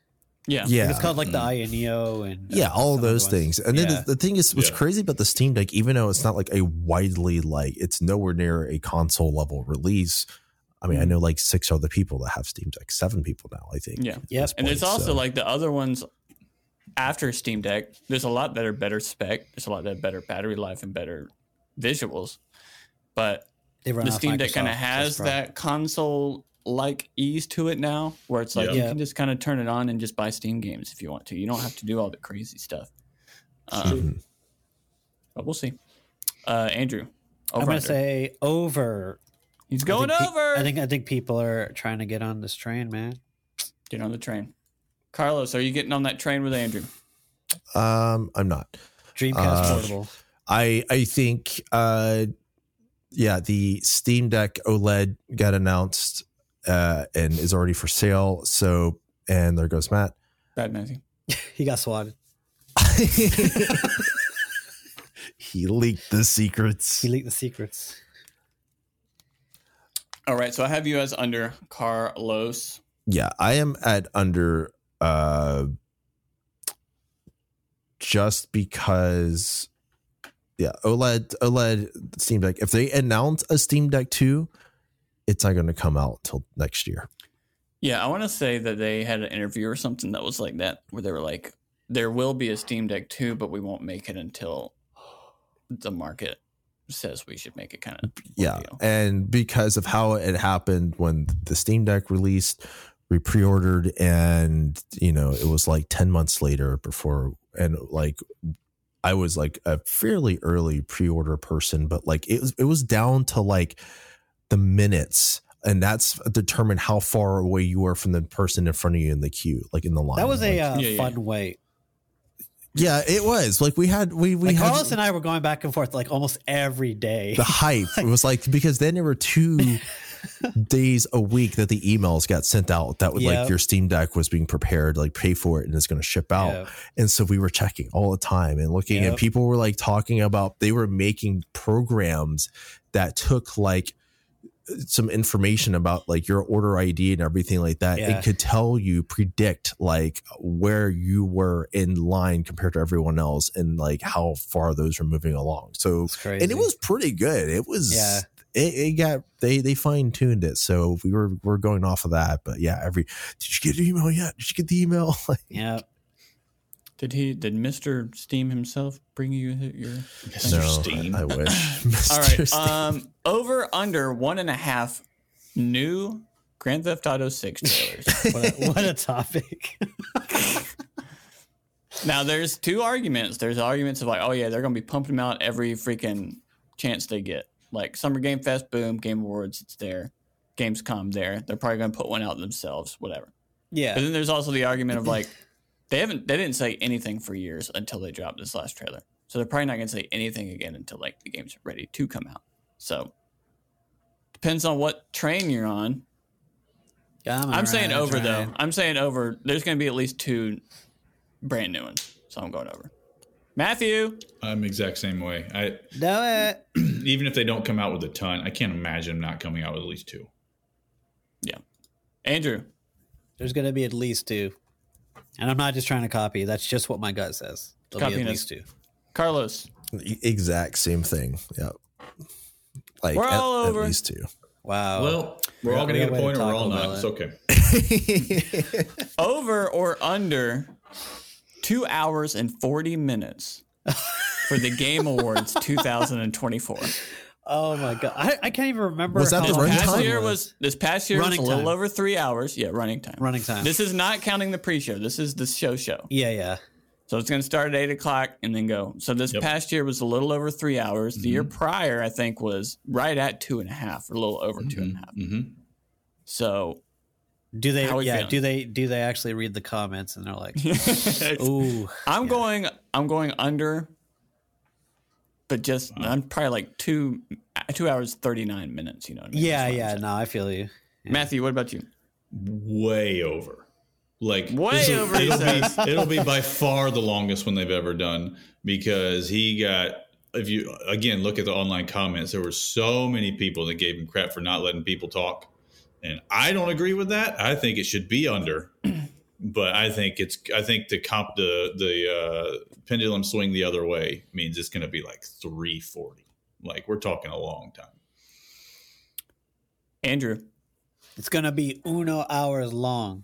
Speaker 2: Yeah.
Speaker 3: yeah.
Speaker 5: It's called like
Speaker 4: Mm-hmm.
Speaker 5: the INEO and uh,
Speaker 3: yeah, all
Speaker 5: some
Speaker 3: of
Speaker 5: other
Speaker 3: those
Speaker 5: ones.
Speaker 3: things. And then
Speaker 5: Yeah.
Speaker 3: the, the thing is what's
Speaker 4: Yeah.
Speaker 3: crazy about the Steam Deck, even though it's not like a widely like it's nowhere near a console level release. I mean, I know like six other people that have Steam Deck, seven people now, I think.
Speaker 2: Yeah.
Speaker 3: at
Speaker 5: Yep.
Speaker 3: this
Speaker 2: And
Speaker 3: point,
Speaker 2: there's also
Speaker 3: so-
Speaker 2: like the other ones after Steam Deck. There's a lot that are better spec. There's a lot that are better battery life and better visuals. But
Speaker 5: They run
Speaker 2: the
Speaker 5: off
Speaker 2: Steam Deck kind
Speaker 5: Microsoft.
Speaker 2: of has
Speaker 5: That's probably-
Speaker 2: that console like ease to it now, where it's like
Speaker 4: Yeah.
Speaker 2: you
Speaker 5: Yeah.
Speaker 2: can just kind of turn it on and just buy Steam games if you want to. You don't have to do all the crazy stuff. Um,
Speaker 3: Mhm.
Speaker 2: but we'll see. Uh, Andrew, over
Speaker 5: I'm gonna
Speaker 2: under.
Speaker 5: say over.
Speaker 2: he's
Speaker 5: I
Speaker 2: going
Speaker 5: think pe-
Speaker 2: over.
Speaker 5: I think I think people are trying to get on this train, man.
Speaker 2: Get on the train. Carlos, are you getting on that train with Andrew?
Speaker 3: um I'm not.
Speaker 5: Dreamcast
Speaker 3: Uh,
Speaker 5: portable.
Speaker 3: I I think uh yeah, the Steam Deck OLED got announced uh and is already for sale. So and there goes Matt.
Speaker 2: Bad Matthew.
Speaker 5: He got swatted.
Speaker 3: he leaked the secrets.
Speaker 5: He leaked the secrets.
Speaker 2: All right, so I have you as under Carlos.
Speaker 3: Yeah, I am at under uh just because yeah, E OLED OLED Steam Deck. If they announce a Steam Deck 2, it's not going to come out till next year.
Speaker 2: Yeah, I want to say that they had an interview or something that was like that, where they were like, "There will be a Steam Deck too, but we won't make it until the market says we should make it." Kind of.
Speaker 3: yeah and because of how it happened when the steam deck released we pre-ordered and you know it was like 10 months later before and like i was like a fairly early pre-order person but like it was it was down to like the minutes and that's determined how far away you were from the person in front of you in the queue like in the line
Speaker 5: That was a
Speaker 3: Like-
Speaker 5: uh,
Speaker 2: Yeah, yeah,
Speaker 5: fun
Speaker 2: yeah.
Speaker 5: wait.
Speaker 3: yeah it was like we had we we
Speaker 5: Like
Speaker 3: had
Speaker 5: Carlos and I were going back and forth like almost every day.
Speaker 3: the hype it was like because then there were two days a week that the emails got sent out that would
Speaker 5: Yep.
Speaker 3: like your Steam Deck was being prepared, like pay for it and it's going to ship out.
Speaker 5: Yeah.
Speaker 3: And so we were checking all the time and looking, and
Speaker 5: Yep.
Speaker 3: people were like talking about they were making programs that took like some information about like your order ID and everything like that.
Speaker 5: Yeah.
Speaker 3: It could tell you predict like where you were in line compared to everyone else and like how far those were moving along. So
Speaker 5: It's crazy.
Speaker 3: and it was pretty good. It was
Speaker 5: Yeah.
Speaker 3: It, it got they they fine tuned it, so we were we're going off of that. But yeah, every did you get an email yet? Did you get the email? Like,
Speaker 5: yeah.
Speaker 2: Did he? Did Mister Steam himself bring you your?
Speaker 4: Mr.
Speaker 3: no,
Speaker 4: Steam.
Speaker 3: I, I wish. Mr.
Speaker 2: All right.
Speaker 3: Steam.
Speaker 2: Um, over under one and a half new Grand Theft Auto Six trailers.
Speaker 5: What a, what a topic.
Speaker 2: now there's two arguments. There's arguments of like, oh yeah, they're gonna be pumping them out every freaking chance they get. Like Summer Game Fest, boom, Game Awards, it's there. Gamescom, there. They're probably gonna put one out themselves, whatever. But
Speaker 5: yeah.
Speaker 2: then there's also the argument of like, they haven't, they didn't say anything for years until they dropped this last trailer. So they're probably not gonna say anything again until like the game's ready to come out. So depends on what train you're on. I'm saying over though. I'm saying over. There's going to be at least two brand new ones, so I'm going over. Matthew,
Speaker 4: I'm exact same way. I
Speaker 5: though. Do it.
Speaker 4: even if they don't come out with a ton, I can't imagine not coming out with at least two.
Speaker 2: Andrew,
Speaker 5: There's going to be at least two. And I'm not just trying to copy. That's just what my gut says. There'll be
Speaker 2: Copying
Speaker 5: at
Speaker 2: us.
Speaker 5: least two.
Speaker 2: Carlos.
Speaker 3: E- exact same thing. Yep. Like
Speaker 2: We're
Speaker 3: at,
Speaker 2: all
Speaker 3: at
Speaker 2: over.
Speaker 3: least two. Oh.
Speaker 5: Wow.
Speaker 4: well, we're
Speaker 5: Yeah,
Speaker 4: all gonna get
Speaker 5: no
Speaker 4: a
Speaker 5: way
Speaker 4: point,
Speaker 5: to
Speaker 4: or we're
Speaker 5: talk
Speaker 4: all
Speaker 5: about
Speaker 4: not. It's
Speaker 5: it.
Speaker 4: okay.
Speaker 2: Over or under two hours and 40 minutes for the Game Awards 2024.
Speaker 5: oh my god, I, I can't even remember.
Speaker 3: Was that
Speaker 5: how
Speaker 3: the
Speaker 2: This
Speaker 5: long
Speaker 3: running
Speaker 5: it
Speaker 2: past
Speaker 3: time
Speaker 2: year was this past year
Speaker 5: Running
Speaker 2: was a little
Speaker 5: time.
Speaker 2: over three hours. Yeah, running time.
Speaker 5: running time?
Speaker 2: This is not counting the pre-show. This is the show show.
Speaker 5: yeah, yeah,
Speaker 2: So it's going to start at eight o'clock and then go. So this
Speaker 4: Yep. Mm-hmm.
Speaker 2: past year was a little over three hours. The year prior, I think, was right at two and a half, or a little over two and a half.
Speaker 4: Mm-hmm.
Speaker 2: So
Speaker 5: Do they?
Speaker 2: How we
Speaker 5: Yeah,
Speaker 2: feeling?
Speaker 5: do they? Do they actually read the comments and they're like,
Speaker 4: Oh,
Speaker 5: "Ooh,
Speaker 2: I'm
Speaker 5: Yeah.
Speaker 2: going. I'm going under. But just
Speaker 4: Uh-huh.
Speaker 2: I'm probably like two two hours thirty nine minutes. You know. What I mean?
Speaker 5: yeah,
Speaker 2: That's what I'm
Speaker 5: yeah."
Speaker 2: saying.
Speaker 5: No, I feel you.
Speaker 2: Matthew, what about you?
Speaker 4: Way over. Like
Speaker 2: Way
Speaker 4: this'll-
Speaker 2: over, he
Speaker 4: It'll
Speaker 2: says.
Speaker 4: be, it'll be by far the longest one they've ever done because he got. If you again look at the online comments, there were so many people that gave him crap for not letting people talk, and I don't agree with that. I think it should be under, but I think it's. I think the comp the the uh, pendulum swing the other way means it's going to be like three forty. Like we're talking a long time.
Speaker 2: Andrew.
Speaker 5: It's gonna be uno hours long.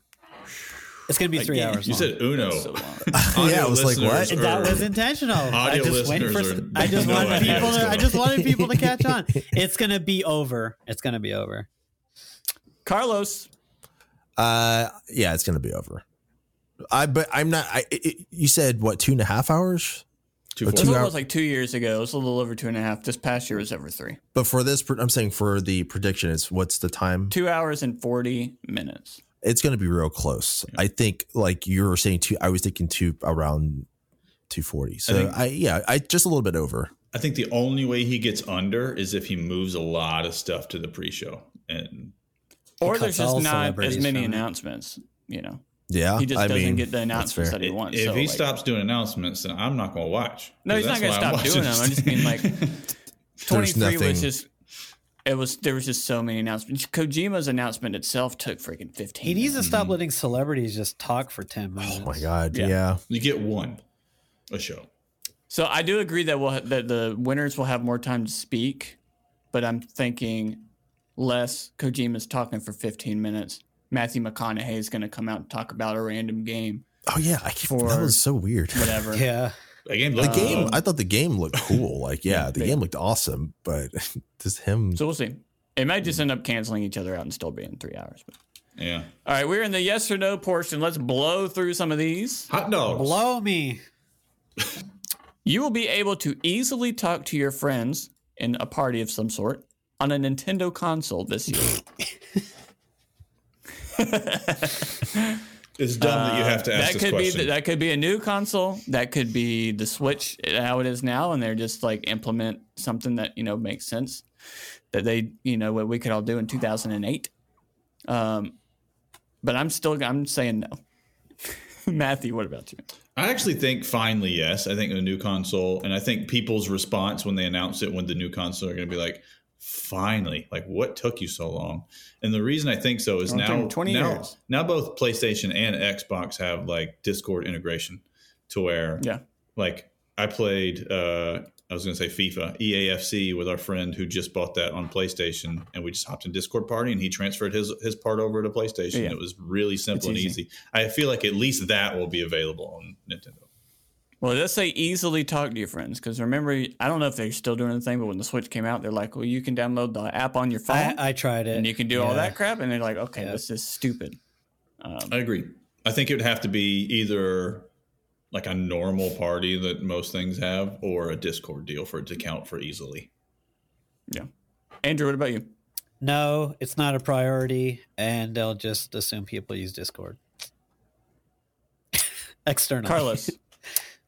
Speaker 5: It's gonna be three
Speaker 2: Again,
Speaker 5: hours.
Speaker 4: You
Speaker 5: long.
Speaker 4: said Uno.
Speaker 2: So long.
Speaker 3: Yeah, I was like, what?
Speaker 4: listeners
Speaker 5: that
Speaker 4: are-
Speaker 5: was intentional. I
Speaker 4: Audio
Speaker 5: just went for.
Speaker 4: listeners are-
Speaker 5: I just
Speaker 4: no
Speaker 5: wanted
Speaker 4: idea
Speaker 5: people.
Speaker 4: what's
Speaker 5: To, I
Speaker 4: going
Speaker 5: just wanted people to catch on. It's gonna be over. It's gonna be over.
Speaker 2: Carlos.
Speaker 3: Uh, yeah, it's gonna be over. I but I'm not. I it, it- you said what two and a half hours?
Speaker 4: Two
Speaker 2: This
Speaker 3: Two
Speaker 2: one
Speaker 3: hour-
Speaker 2: was like two years ago. It was a little over two and a half. This past year was over three.
Speaker 3: But for this, pr- I'm saying for the prediction, it's what's the time?
Speaker 2: Two hours and forty minutes.
Speaker 3: It's gonna be real close. I think like you were saying two. I was thinking two around two forty. So I,
Speaker 4: think-
Speaker 3: yeah, I just a little bit over.
Speaker 4: I think the only way he gets under is if he moves a lot of stuff to the pre-show, and
Speaker 2: or
Speaker 5: cuts
Speaker 2: there's
Speaker 5: all
Speaker 2: just not as
Speaker 5: celebrities
Speaker 2: many
Speaker 5: from it.
Speaker 2: announcements. You know,
Speaker 3: Yeah,
Speaker 2: he just
Speaker 3: I
Speaker 2: doesn't
Speaker 3: mean,
Speaker 2: get the announcements
Speaker 3: fair.
Speaker 2: that he wants.
Speaker 4: if
Speaker 2: so,
Speaker 4: he
Speaker 2: like-
Speaker 4: stops doing announcements, then I'm not going to watch.
Speaker 2: No, he's
Speaker 4: That's
Speaker 2: not gonna
Speaker 4: why I'm
Speaker 2: stop doing
Speaker 4: watching
Speaker 2: them. I just mean, like,
Speaker 3: there's
Speaker 2: 23 was
Speaker 3: nothing-
Speaker 2: just it was there was just so many announcements. Kojima's announcement itself took freaking fifteen.
Speaker 5: He needs
Speaker 2: minutes.
Speaker 5: to stop letting celebrities just talk for ten minutes.
Speaker 3: Oh my god.
Speaker 2: Yeah.
Speaker 3: yeah.
Speaker 4: you get one a show.
Speaker 2: So I do agree that we'll ha- that the winners will have more time to speak, but I'm thinking less Kojima's talking for fifteen minutes. Matthew McConaughey is going to come out and talk about a random game,
Speaker 3: Oh yeah, I keep, that
Speaker 2: For-
Speaker 3: was so weird.
Speaker 2: whatever.
Speaker 5: Yeah.
Speaker 4: The game,
Speaker 3: The
Speaker 4: looked
Speaker 3: game,
Speaker 4: good.
Speaker 3: I thought the game looked cool. Like, yeah, the
Speaker 2: Um, Yeah.
Speaker 3: game looked awesome, but just him.
Speaker 2: So we'll see. It might just end up canceling each other out and still being three hours. But.
Speaker 4: yeah,
Speaker 2: All right, we're in the yes or no portion. Let's blow through some of these.
Speaker 4: hot dogs.
Speaker 5: Blow me.
Speaker 2: You will be able to easily talk to your friends in a party of some sort on a Nintendo console this year.
Speaker 4: It's dumb that you have to ask
Speaker 2: Uh, that
Speaker 4: this
Speaker 2: could be
Speaker 4: question.
Speaker 2: th- that could be a new console. That could be the Switch how it is now, and they're just like implement something that you know makes sense. that they you know what we could all do in 2008. Um, but I'm still I'm saying no. Matthew, what about you?
Speaker 4: I actually think finally, yes. I think the new console, and I think people's response when they announce it, when the new console are going to be like, finally, like what took you so long? And the reason I think so is
Speaker 2: Well, it took
Speaker 4: now,
Speaker 2: 20
Speaker 4: now,
Speaker 2: years.
Speaker 4: now both PlayStation and Xbox have like Discord integration to where,
Speaker 2: Yeah.
Speaker 4: like I played, uh, I was going to say FIFA, E EAFC with our friend who just bought that on PlayStation, and we just hopped in Discord party, and he transferred his his part over to PlayStation.
Speaker 2: Yeah.
Speaker 4: It was really simple and
Speaker 2: easy.
Speaker 4: easy. I feel like at least that will be available on Nintendo.
Speaker 2: Well, let's say easily talk to your friends because remember, I don't know if they're still doing the thing, but when the Switch came out, they're like, well, you can download the app on your phone
Speaker 5: I, I tried it.
Speaker 2: and you can do all
Speaker 5: Yeah.
Speaker 2: that crap. And they're like, okay,
Speaker 5: Yeah.
Speaker 2: this is stupid. Um,
Speaker 4: I agree. I think it would have to be either like a normal party that most things have or a Discord deal for it to count for easily.
Speaker 2: Andrew, what about you?
Speaker 5: No, it's not a priority, and they'll just assume people use Discord. External.
Speaker 2: Carlos.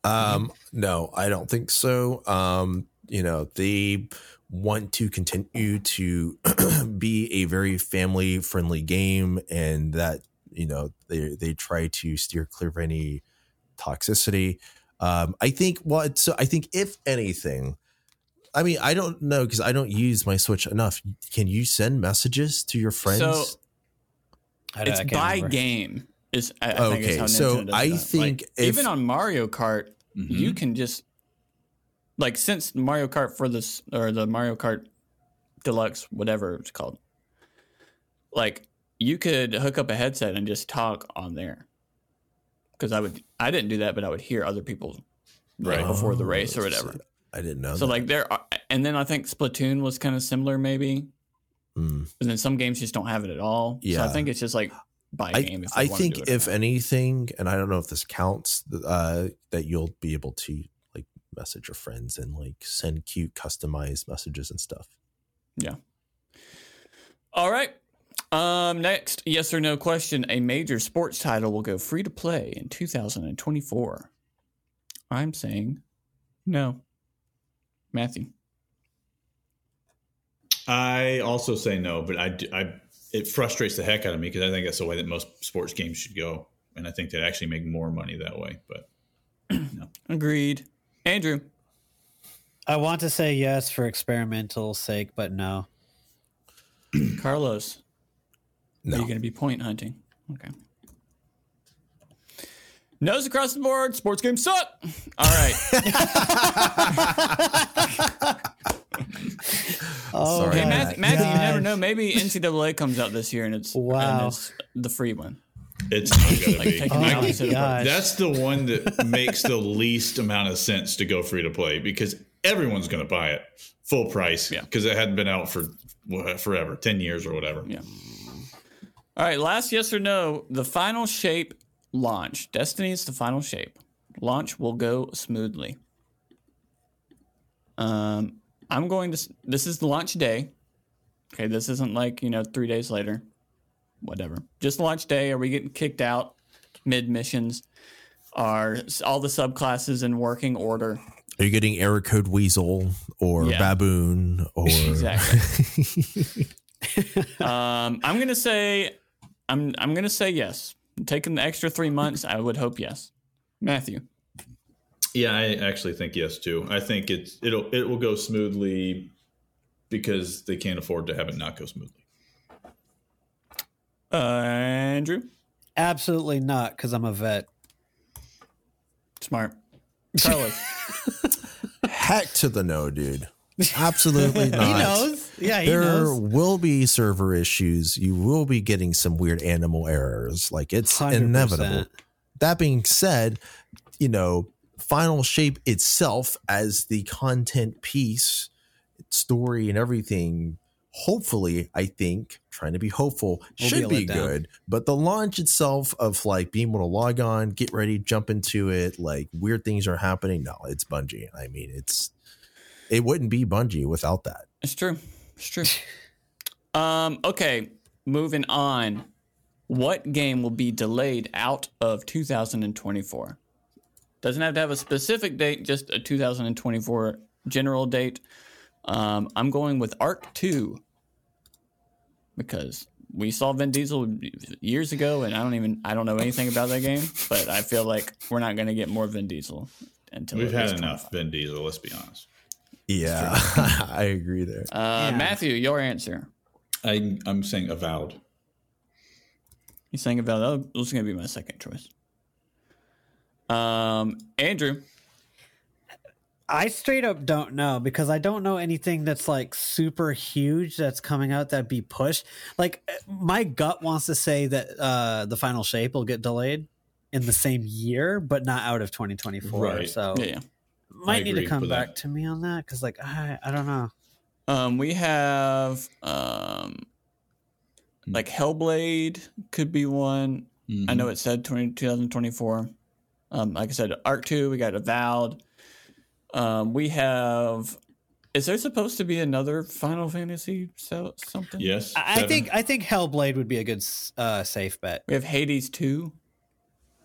Speaker 3: Um, no, I don't think so. Um, you know, they want to continue to be a very family friendly game and that, you know, they they try to steer clear of any toxicity. Um, I think what so I think if anything, I mean, I don't know because I don't use my Switch enough. Can you send messages to your friends?
Speaker 2: So
Speaker 5: I don't- I
Speaker 2: it's
Speaker 5: can't
Speaker 2: by
Speaker 5: remember.
Speaker 2: game. Is I, I think is
Speaker 3: Okay,
Speaker 2: how
Speaker 3: so
Speaker 2: Nintendo does
Speaker 3: I
Speaker 2: that.
Speaker 3: think
Speaker 2: Like,
Speaker 3: if-
Speaker 2: even on Mario Kart,
Speaker 4: Mm-hmm.
Speaker 2: you can just like since Mario Kart for this or the Mario Kart Deluxe, whatever it's called, like you could hook up a headset and just talk on there. Because I would, I didn't do that, but I would hear other people like,
Speaker 4: Right.
Speaker 2: before the
Speaker 3: Oh,
Speaker 2: race or
Speaker 3: so
Speaker 2: whatever.
Speaker 3: I didn't know.
Speaker 2: So
Speaker 3: that.
Speaker 2: like there, are, and then I think Splatoon was kind of similar, maybe.
Speaker 3: Mm.
Speaker 2: And then some games just don't have it at all. So I
Speaker 3: Yeah.
Speaker 2: think it's just like by
Speaker 3: I,
Speaker 2: game. If they
Speaker 3: I
Speaker 2: wanna do
Speaker 3: think
Speaker 2: it or
Speaker 3: if
Speaker 2: not.
Speaker 3: anything, and I don't know if this counts, uh, that you'll be able to like message your friends and like send cute customized messages and stuff.
Speaker 2: All right. Um, next, yes or no question. A major sports title will go free to play in 2024. I'm saying no. Matthew.
Speaker 4: I also say no, but I, do, I it frustrates the heck out of me because I think that's the way that most sports games should go, and I think they'd actually make more money that way. But
Speaker 2: Agreed. Andrew.
Speaker 5: I want to say yes for experimental sake, but no.
Speaker 2: Carlos. Are
Speaker 3: No.
Speaker 2: you going to be point hunting? Okay. Nose across the board. Sports games suck. All right.
Speaker 5: Oh,
Speaker 3: Sorry.
Speaker 2: hey,
Speaker 3: my
Speaker 2: Matthew, Matthew you never
Speaker 5: gosh.
Speaker 2: know. Maybe NCAA comes out this year and it's, and
Speaker 5: Wow.
Speaker 2: it's the free one.
Speaker 4: it's not gonna
Speaker 2: Like
Speaker 4: be.
Speaker 2: taking
Speaker 5: Oh
Speaker 2: it out
Speaker 5: my
Speaker 2: instead of-
Speaker 5: gosh.
Speaker 4: That's the one that makes the least amount of sense to go free to play because everyone's going to buy it full price
Speaker 2: Yeah.
Speaker 4: because it hadn't been out for wha- forever, 10 years or whatever.
Speaker 2: Yeah. All right, last yes or no. The final shape launch. Destiny's the final shape. Launch will go smoothly. Um, I'm going to. s- This is the launch day. Okay, this isn't like you know three days later. Whatever. Just launch day. Are we getting kicked out mid missions? Are s- all the subclasses in working order?
Speaker 3: Are you getting error code weasel or
Speaker 2: Yeah.
Speaker 3: baboon or
Speaker 2: Exactly. um, I'm gonna say, I'm I'm gonna say yes. Taking the extra three months, I would hope yes. Matthew,
Speaker 4: Yeah, I actually think yes too. I think it's it'll it will go smoothly because they can't afford to have it not go smoothly.
Speaker 2: uh, Andrew,
Speaker 5: Absolutely not, because I'm a vet.
Speaker 2: smart, Carlos.
Speaker 3: heck to the no, dude? Absolutely not.
Speaker 5: He knows. Yeah, he
Speaker 3: there
Speaker 5: knows.
Speaker 3: will be server issues. You will be getting some weird animal errors. Like it's
Speaker 5: 100%.
Speaker 3: inevitable. That being said, you know, Final Shape itself as the content piece, story, and everything. Hopefully, I think trying to be hopeful
Speaker 5: Will be
Speaker 3: should
Speaker 5: a
Speaker 3: be,
Speaker 5: letdown.
Speaker 3: good. But the launch itself of like being able to log on, get ready, jump into it, like weird things are happening. No, it's Bungie. I mean, it's it wouldn't be Bungie without that.
Speaker 2: It's true. It's true. Um, okay, moving on. What game will be delayed out of 2024? Doesn't have to have a specific date, just a 2024 general date. Um, I'm going with Arc 2 because we saw Vin Diesel years ago, and I don't even I don't know anything about that game, but I feel like we're not going to get more Vin Diesel until
Speaker 4: We've
Speaker 2: at
Speaker 4: had
Speaker 2: least
Speaker 4: enough Vin Diesel. Let's be honest.
Speaker 3: Yeah, I agree there.
Speaker 2: 25. Uh,
Speaker 5: Yeah.
Speaker 2: Matthew, your answer.
Speaker 4: I, I'm saying avowed.
Speaker 2: You sang about that. That was going to be my second choice. Um, Andrew,
Speaker 5: I straight up don't know because I don't know anything that's like super huge that's coming out that'd be pushed. Like my gut wants to say that uh the final shape will get delayed in the same year, but not out of 2024.
Speaker 4: Right.
Speaker 5: So
Speaker 2: yeah, yeah.
Speaker 5: might need to
Speaker 4: agree
Speaker 5: come
Speaker 4: with
Speaker 5: back
Speaker 4: that.
Speaker 5: to me on that because like I I don't know.
Speaker 2: Um, we have um, like Hellblade could be one.
Speaker 4: Mm-hmm.
Speaker 2: I know it said 20, 2024. Um, like I said, Arc 2, we got Avowed. Um, we have. Is there supposed to be another Final Fantasy so, something?
Speaker 4: Yes.
Speaker 5: I, I
Speaker 4: Seven?
Speaker 5: think I think Hellblade would be a good s- uh safe bet.
Speaker 2: We have Hades 2,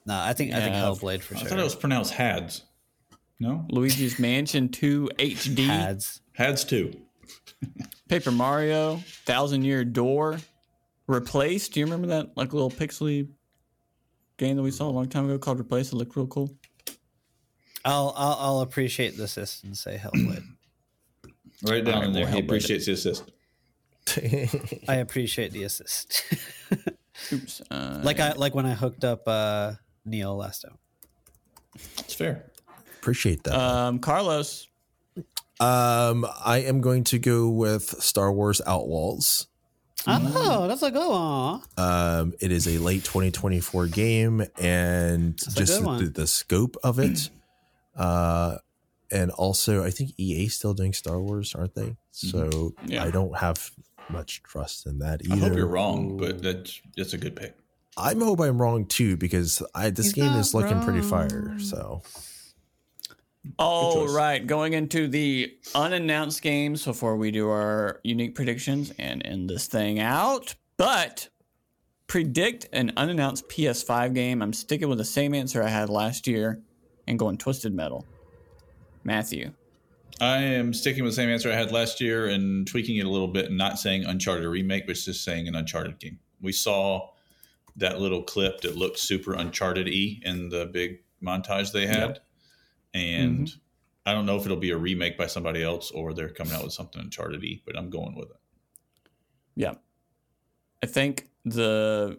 Speaker 5: No, I think I think
Speaker 2: Yeah,
Speaker 5: Hellblade for
Speaker 4: I
Speaker 5: sure.
Speaker 4: thought it was pronounced Hads. No?
Speaker 2: Luigi's Mansion 2 HD,
Speaker 5: Pads.
Speaker 4: Hads 2.
Speaker 2: Paper Mario, Thousand Year Door, Replace. Do you remember that like little pixely game that we saw a long time ago called Replace? It looked real cool.
Speaker 5: I'll, I'll I'll appreciate the assist and say Hellblade.
Speaker 4: Right down
Speaker 2: All right,
Speaker 4: in there.
Speaker 2: we'll
Speaker 4: He
Speaker 2: Hellblade it.
Speaker 4: appreciates the assist.
Speaker 5: I appreciate the assist.
Speaker 2: Oops. Uh,
Speaker 5: like I like when I hooked up uh Neil last time.
Speaker 4: It's fair.
Speaker 3: Appreciate that.
Speaker 5: Uh,
Speaker 2: um, Carlos.
Speaker 3: um, I am going to go with Star Wars Outlaws.
Speaker 4: Mm.
Speaker 5: Oh, that's a good one.
Speaker 3: Um, it is a late 2024 game, and
Speaker 5: a
Speaker 3: just
Speaker 5: good one.
Speaker 3: the, the scope of it. uh, and also, I think EA still doing Star Wars, aren't
Speaker 5: Mm-hmm.
Speaker 3: they? So
Speaker 2: Yeah.
Speaker 3: I don't have much trust in that either.
Speaker 4: I hope you're wrong, but that's that's a good pick.
Speaker 3: I hope I'm wrong too because I this
Speaker 5: He's
Speaker 3: game is
Speaker 5: not
Speaker 3: looking pretty fire.
Speaker 5: wrong.
Speaker 3: So
Speaker 2: All
Speaker 4: choice.
Speaker 2: right, going into the unannounced games before we do our unique predictions and end this thing out. But predict an unannounced PS5 game. I'm sticking with the same answer I had last year and going Twisted Metal. Matthew.
Speaker 4: I am sticking with the same answer I had last year and tweaking it a little bit and not saying Uncharted remake, but just saying an Uncharted game. We saw that little clip that looked super Uncharted y in the big montage they had. And
Speaker 2: Mm-hmm.
Speaker 4: I don't know if it'll be a remake by somebody else or they're coming out with something Uncharted y, but I'm going with it.
Speaker 2: Yeah. I think the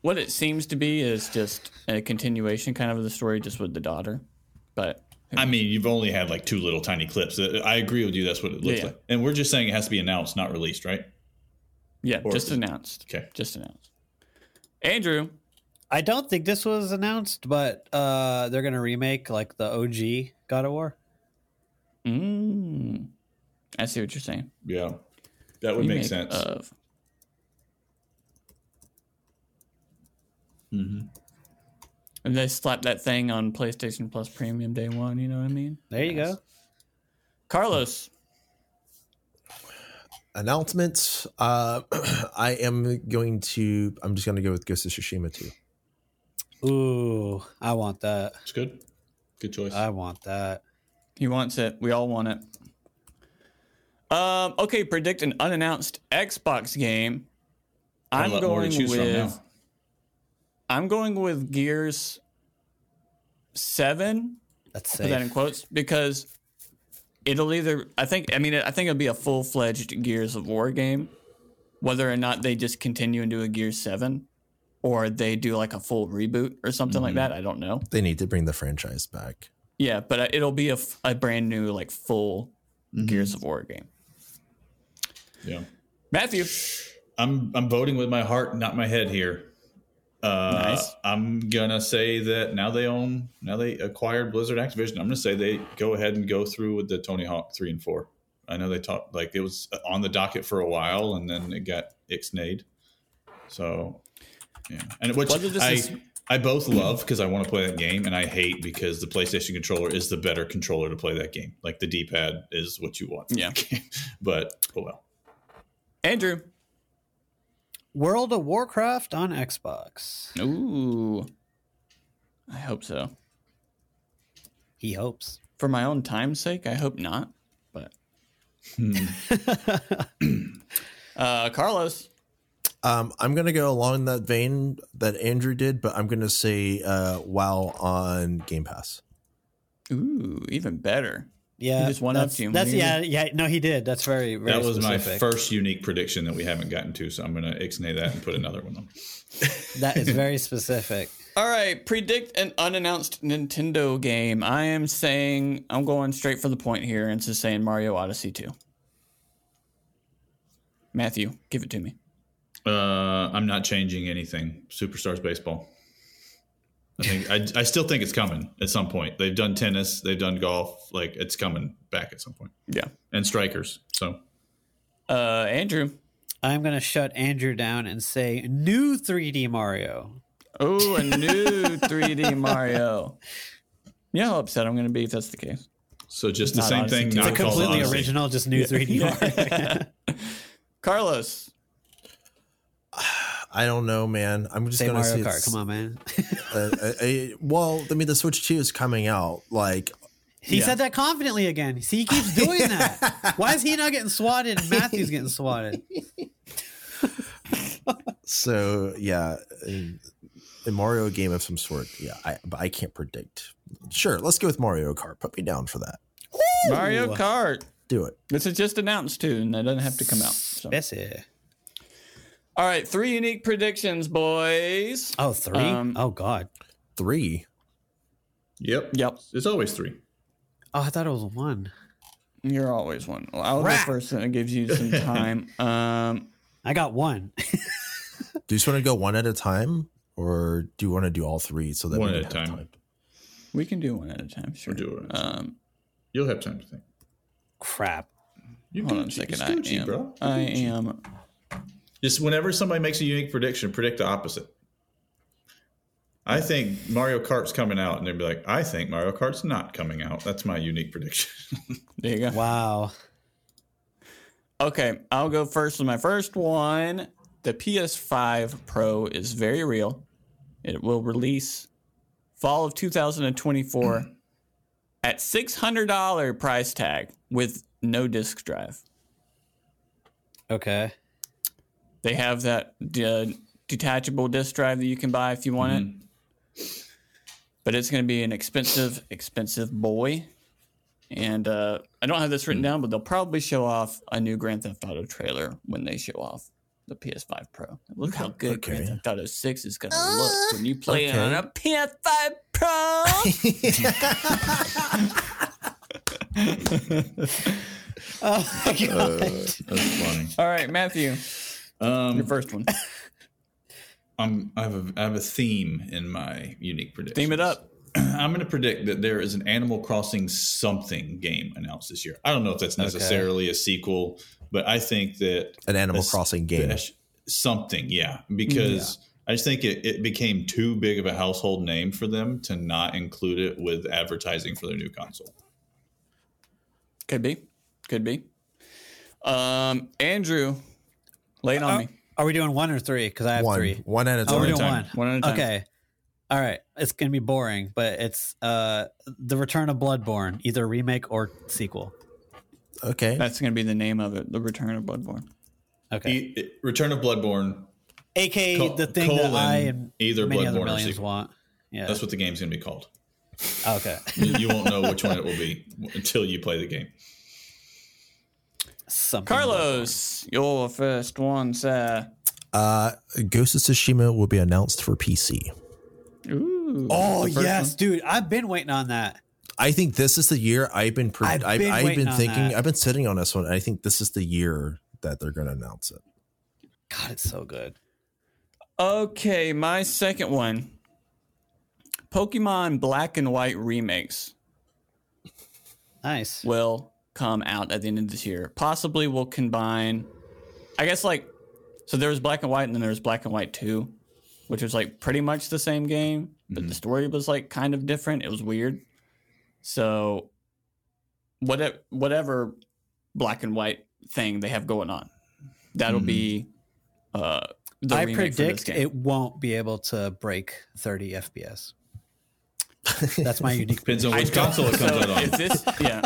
Speaker 2: what it seems to be is just a continuation kind of of the story just with the daughter. But
Speaker 4: I mean, you've only had like two little tiny clips. Uh, I agree with you. That's what it looks
Speaker 2: Yeah.
Speaker 4: like. And we're just saying it has to be announced, not released, right?
Speaker 2: yeah,
Speaker 4: Or-
Speaker 2: just announced.
Speaker 4: Okay.
Speaker 2: Just announced. Andrew.
Speaker 5: I don't think this was announced, but uh they're gonna remake like the OG God of War.
Speaker 2: Mm, I see what you're saying.
Speaker 4: Yeah. That would make
Speaker 2: Remake uh,
Speaker 4: sense.
Speaker 2: Of,
Speaker 4: mm-hmm.
Speaker 2: and they slapped that thing on PlayStation Plus Premium day one. You know what I mean?
Speaker 5: There you go.
Speaker 2: Carlos.
Speaker 3: announcements. Uh, I am going to. I'm just going to go with Ghost of Tsushima too.
Speaker 5: Ooh, I want that.
Speaker 4: It's good. Good choice.
Speaker 2: Uh,
Speaker 5: I want that.
Speaker 2: He wants it. We all want it. Um, okay, predict an unannounced Xbox game.
Speaker 4: Got a
Speaker 2: I'm
Speaker 4: lot more to
Speaker 2: going
Speaker 4: choose from
Speaker 2: with
Speaker 4: now.
Speaker 2: I'm going with Gears Seven.
Speaker 5: That's
Speaker 2: Put that in
Speaker 5: safe.
Speaker 2: quotes because it'll either I think I mean I think it'll be a full fledged Gears of War game, whether or not they just continue and do a Gears Seven, or they do like a full reboot or something like
Speaker 4: Mhm.
Speaker 2: that. I don't know.
Speaker 3: They need to bring the franchise back.
Speaker 2: Yeah, but uh, it'll be a, f- a brand new like full Gears of War game.
Speaker 4: Yeah.
Speaker 2: Matthew.
Speaker 4: I'm I'm voting with my heart, not my head here. Uh,
Speaker 2: Nice.
Speaker 4: I'm gonna say that now they own, now they acquired Blizzard Activision. I'm gonna say they go ahead and go through with the Tony Hawk three and four. I know they talked like it was on the docket for a while, and then it got ixnayed. So, yeah, and which
Speaker 2: Whether this
Speaker 4: I
Speaker 2: is-
Speaker 4: I both love because I want to play that game, and I hate because the PlayStation controller is the better controller to play that game. Like the D pad is what you want.
Speaker 2: Yeah.
Speaker 4: but oh well.
Speaker 2: Andrew.
Speaker 5: World of Warcraft on Xbox.
Speaker 2: Ooh. I hope so.
Speaker 5: He hopes.
Speaker 2: For my own time's sake, I hope not. But Uh, Carlos,
Speaker 3: Um, I'm going to go along that vein that Andrew did, but I'm going to say uh, WoW on Game Pass.
Speaker 2: ooh, even better.
Speaker 5: Yeah,
Speaker 2: He just one-upped
Speaker 5: that's,
Speaker 2: you.
Speaker 5: That's
Speaker 2: He-
Speaker 5: yeah, yeah. No, he did. That's very. very
Speaker 4: that was my
Speaker 5: specific.
Speaker 4: first unique prediction that we haven't gotten to, so I'm going to ixnay that and put another one on.
Speaker 5: That is very specific.
Speaker 2: All right, predict an unannounced Nintendo game. I am saying I'm going straight for the point here and just saying Mario Odyssey 2. Matthew, give it to me.
Speaker 4: Uh, I'm not changing anything. Superstars baseball. I think I, I still think it's coming at some point. They've done tennis, they've done golf. Like it's coming back at some point.
Speaker 2: Yeah.
Speaker 4: And strikers. So
Speaker 2: Uh, Andrew.
Speaker 5: I'm gonna shut Andrew down and say new 3D Mario.
Speaker 2: Oh, a new 3D Mario. You know how upset I'm going to be if that's the case.
Speaker 4: so just the
Speaker 2: Not
Speaker 4: same
Speaker 2: Odyssey.
Speaker 4: thing.
Speaker 2: It's
Speaker 4: not
Speaker 5: It's a
Speaker 4: called
Speaker 5: completely
Speaker 4: Odyssey.
Speaker 5: original, just new 3D Mario.
Speaker 2: Carlos.
Speaker 3: I don't know, man. I'm just
Speaker 5: Say
Speaker 3: going to say
Speaker 5: Mario Kart.
Speaker 3: it's-
Speaker 5: Come on, man.
Speaker 3: uh, uh, uh, well, I mean, the Switch 2 is coming out. Like,
Speaker 5: He
Speaker 4: Yeah.
Speaker 5: said that confidently again. See, he keeps doing that. Why is he not getting swatted? and Matthew's getting swatted.
Speaker 3: so yeah, a, a Mario game of some sort. Yeah, I, but I can't predict. Sure, let's go with Mario Kart. Put me down for that.
Speaker 2: Mario Kart.
Speaker 3: Do it.
Speaker 2: This is just announced too, and that doesn't have to come out. So.
Speaker 5: Bessie.
Speaker 2: All right, three unique predictions, boys.
Speaker 5: Oh, three.
Speaker 2: Um,
Speaker 5: oh God.
Speaker 3: Three.
Speaker 4: Yep.
Speaker 2: Yep,
Speaker 4: It's always three.
Speaker 5: Oh, I thought it was one.
Speaker 2: you're always one. Well, I'll
Speaker 5: Rat.
Speaker 2: go first, and it gives you some time. Um,
Speaker 5: I got one.
Speaker 3: Do you just want to go one at a time, or do you want to do all three so that
Speaker 4: One
Speaker 3: we
Speaker 4: at a
Speaker 3: have
Speaker 4: time.
Speaker 2: we can do one at a time. Sure.
Speaker 4: We'll do it.
Speaker 2: Um,
Speaker 4: You'll have time to think.
Speaker 5: Crap.
Speaker 4: You
Speaker 2: hold on a
Speaker 4: Gucci.
Speaker 2: second.
Speaker 4: It's
Speaker 2: I
Speaker 4: Gucci,
Speaker 2: am.
Speaker 4: bro.
Speaker 2: I
Speaker 4: Gucci.
Speaker 2: am.
Speaker 4: Just whenever somebody makes a unique prediction, predict the opposite. I think Mario Kart's coming out, and they'd be like, I think Mario Kart's not coming out. That's my unique prediction.
Speaker 2: There you go.
Speaker 5: Wow.
Speaker 2: Okay, I'll go first with my first one. The PS5 Pro is very real. It will release fall of 2024 at $600 price tag with no disk drive.
Speaker 5: Okay.
Speaker 2: They have that uh, detachable disk drive that you can buy if you want it.
Speaker 3: Mm-hmm.
Speaker 2: But it's going to be an expensive, expensive boy. And uh, I don't have this
Speaker 3: Mm.
Speaker 2: written down, but they'll probably show off a new Grand Theft Auto trailer when they show off the PS5 Pro. Look how good
Speaker 3: Okay.
Speaker 2: Grand Theft Auto 6 is going to look when you play it
Speaker 3: okay.
Speaker 2: on a PS5 Pro.
Speaker 5: Oh my God.
Speaker 4: Uh, that's funny.
Speaker 2: All right, Matthew, your
Speaker 4: Um,
Speaker 2: first one.
Speaker 4: I'm, I, have a, I have a theme in my unique prediction.
Speaker 2: Theme it up.
Speaker 4: I'm going to predict that there is an Animal Crossing something game announced this year. I don't know if that's necessarily a sequel, but I think that
Speaker 3: An Animal
Speaker 4: That's-
Speaker 3: Crossing game.
Speaker 4: Dash- something, yeah, because I just think it, it became too big of a household name for them to not include it with advertising for their new console.
Speaker 2: Could be. Could be. Um, Andrew, lay it
Speaker 3: Uh,
Speaker 2: on me.
Speaker 5: Are we doing one or three? Because I have
Speaker 3: One.
Speaker 5: three.
Speaker 3: One at a
Speaker 5: Oh,
Speaker 3: time.
Speaker 5: we're doing
Speaker 4: time.
Speaker 5: one.
Speaker 2: One at a time.
Speaker 5: Okay. All right. It's gonna be boring, but it's uh the return of Bloodborne, either remake or sequel.
Speaker 3: okay.
Speaker 2: That's going to be the name of it The Return of Bloodborne.
Speaker 5: Okay.
Speaker 4: E- it- Return of Bloodborne.
Speaker 5: AKA
Speaker 4: Col-
Speaker 5: E, the thing that
Speaker 4: colon,
Speaker 5: I and
Speaker 4: either
Speaker 5: many other
Speaker 4: Bloodborne or
Speaker 5: millions
Speaker 4: sequel.
Speaker 5: want. Yeah. Oh,
Speaker 4: That's what the game's going to be called.
Speaker 5: okay.
Speaker 4: You you won't know which one it will be until you play the game.
Speaker 5: Something
Speaker 2: Carlos, your first one, sir.
Speaker 3: Uh, Ghost of Tsushima will be announced for PC.
Speaker 2: Ooh.
Speaker 5: Oh
Speaker 2: The first
Speaker 5: yes, dude! I've been waiting on that.
Speaker 3: I think this is the year I've been. Pre- I've,
Speaker 5: I've
Speaker 3: I've
Speaker 5: been
Speaker 3: been,
Speaker 5: waiting on
Speaker 3: thinking.
Speaker 5: that.
Speaker 3: I've been sitting on this one. and I think this is the year that they're going to announce it.
Speaker 5: God, it's so good.
Speaker 2: one. Okay, my second one. Pokemon Black and White remakes
Speaker 5: Nice.
Speaker 2: will come out at the end of this year. Possibly will combine, I guess, like, so there was Black and White and then there was Black and White 2, which was like pretty much the same game, but the story was like kind of different. It was weird. So, whatever, whatever Black and White thing they have going on, that'll be uh, the
Speaker 5: I
Speaker 2: remake for this
Speaker 5: predict
Speaker 2: game.
Speaker 5: it won't be able to break 30 FPS. That's my unique.
Speaker 4: Depends on
Speaker 2: I
Speaker 4: which
Speaker 2: don't-
Speaker 4: console it comes
Speaker 2: so
Speaker 4: out on.
Speaker 2: Is this, yeah.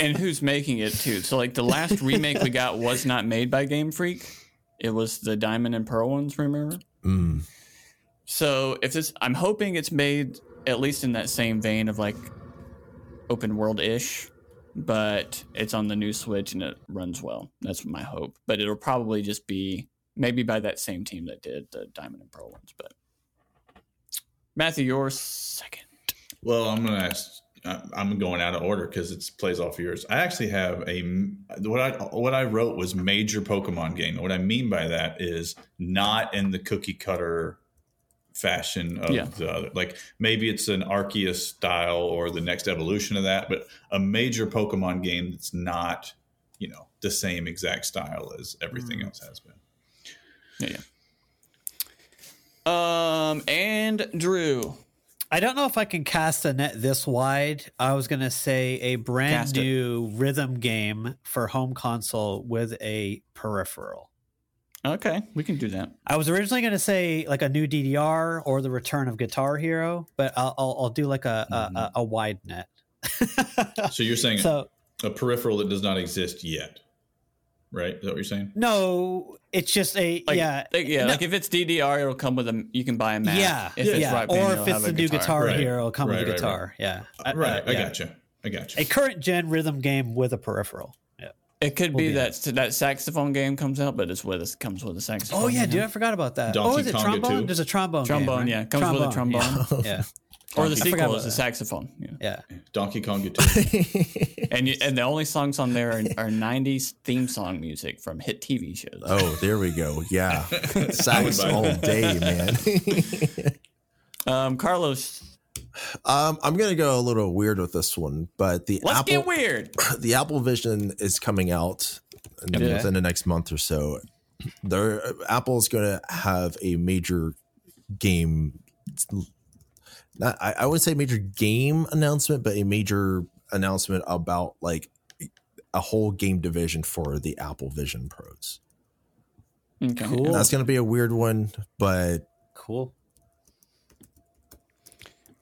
Speaker 2: And who's making it too? So like the last remake we got was not made by Game Freak. It was the Diamond and Pearl ones, remember?
Speaker 3: Mm.
Speaker 2: So if this I'm hoping it's made at least in that same vein of like open world ish, but it's on the new Switch and it runs well. That's my hope. But it'll probably just be maybe by that same team that did the Diamond and Pearl ones, but Matthew, your second.
Speaker 4: Well, I'm gonna ask. I- I'm going out of order because it plays off yours. I actually have a m- what I what I wrote was major Pokemon game. And what I mean by that is not in the cookie cutter fashion of
Speaker 2: Yeah.
Speaker 4: the other. Like maybe it's an Arceus style or the next evolution of that, but a major Pokemon game that's not you know the same exact style as everything else has been.
Speaker 2: Yeah, yeah. Um, and Drew.
Speaker 5: I don't know if I can cast a net this wide. I was gonna say a brand
Speaker 2: Cast it.
Speaker 5: new rhythm game for home console with a peripheral.
Speaker 2: Okay, we can do that.
Speaker 5: I was originally gonna say like a new DDR or the return of Guitar Hero, but I'll I'll, I'll do like a
Speaker 2: Mm-hmm.
Speaker 5: a, a, a wide net.
Speaker 4: So you're saying
Speaker 5: so
Speaker 4: a peripheral that does not exist yet, right? Is that what you're saying?
Speaker 5: no, it's just a
Speaker 2: Like,
Speaker 5: yeah.
Speaker 2: like, yeah.
Speaker 5: No.
Speaker 2: Like if it's DDR, it'll come with a. You can buy a map.
Speaker 5: yeah,
Speaker 2: if
Speaker 5: yeah.
Speaker 2: Rock Band, it'll
Speaker 5: or if it's
Speaker 2: have
Speaker 5: the new Guitar
Speaker 4: Right.
Speaker 5: Hero, come
Speaker 4: Right,
Speaker 5: with
Speaker 4: right,
Speaker 5: a
Speaker 4: right.
Speaker 5: guitar. Yeah, Uh,
Speaker 4: right. I
Speaker 5: uh, yeah.
Speaker 4: gotcha. I gotcha.
Speaker 5: A current gen rhythm game with a peripheral. Yeah.
Speaker 2: It could
Speaker 5: We'll
Speaker 2: be
Speaker 5: be
Speaker 2: that that saxophone game comes out, but it's with us comes with a saxophone.
Speaker 5: Oh yeah,
Speaker 2: game.
Speaker 5: dude, I forgot about that.
Speaker 4: Donkey
Speaker 5: oh, is it
Speaker 4: Konga
Speaker 5: trombone?
Speaker 4: 2?
Speaker 5: There's a trombone. game,
Speaker 2: Trombone,
Speaker 5: right?
Speaker 2: yeah, comes with a trombone.
Speaker 5: Yeah,
Speaker 2: Or the
Speaker 5: I forgot
Speaker 2: sequel
Speaker 5: about
Speaker 2: is a
Speaker 5: that.
Speaker 2: saxophone. Yeah.
Speaker 5: yeah.
Speaker 4: Donkey Kong Guitar.
Speaker 2: And you, and the only songs on there are, are '90s theme song music from hit TV shows.
Speaker 3: Oh, there we go. Yeah. Sax
Speaker 4: buy
Speaker 3: all day, man.
Speaker 2: Um, Carlos,
Speaker 3: um, I'm going to go a little weird with this one, but the
Speaker 2: let's
Speaker 3: Apple
Speaker 2: get weird.
Speaker 3: the Apple Vision is coming out in-
Speaker 5: Yeah.
Speaker 3: within the next month or so. There, Apple's going to have a major game. Not, I, I would say major game announcement, but a major announcement about like a whole game division for the Apple Vision Pros.
Speaker 2: Okay.
Speaker 5: Cool.
Speaker 3: That's going to be a weird one, but
Speaker 5: Cool.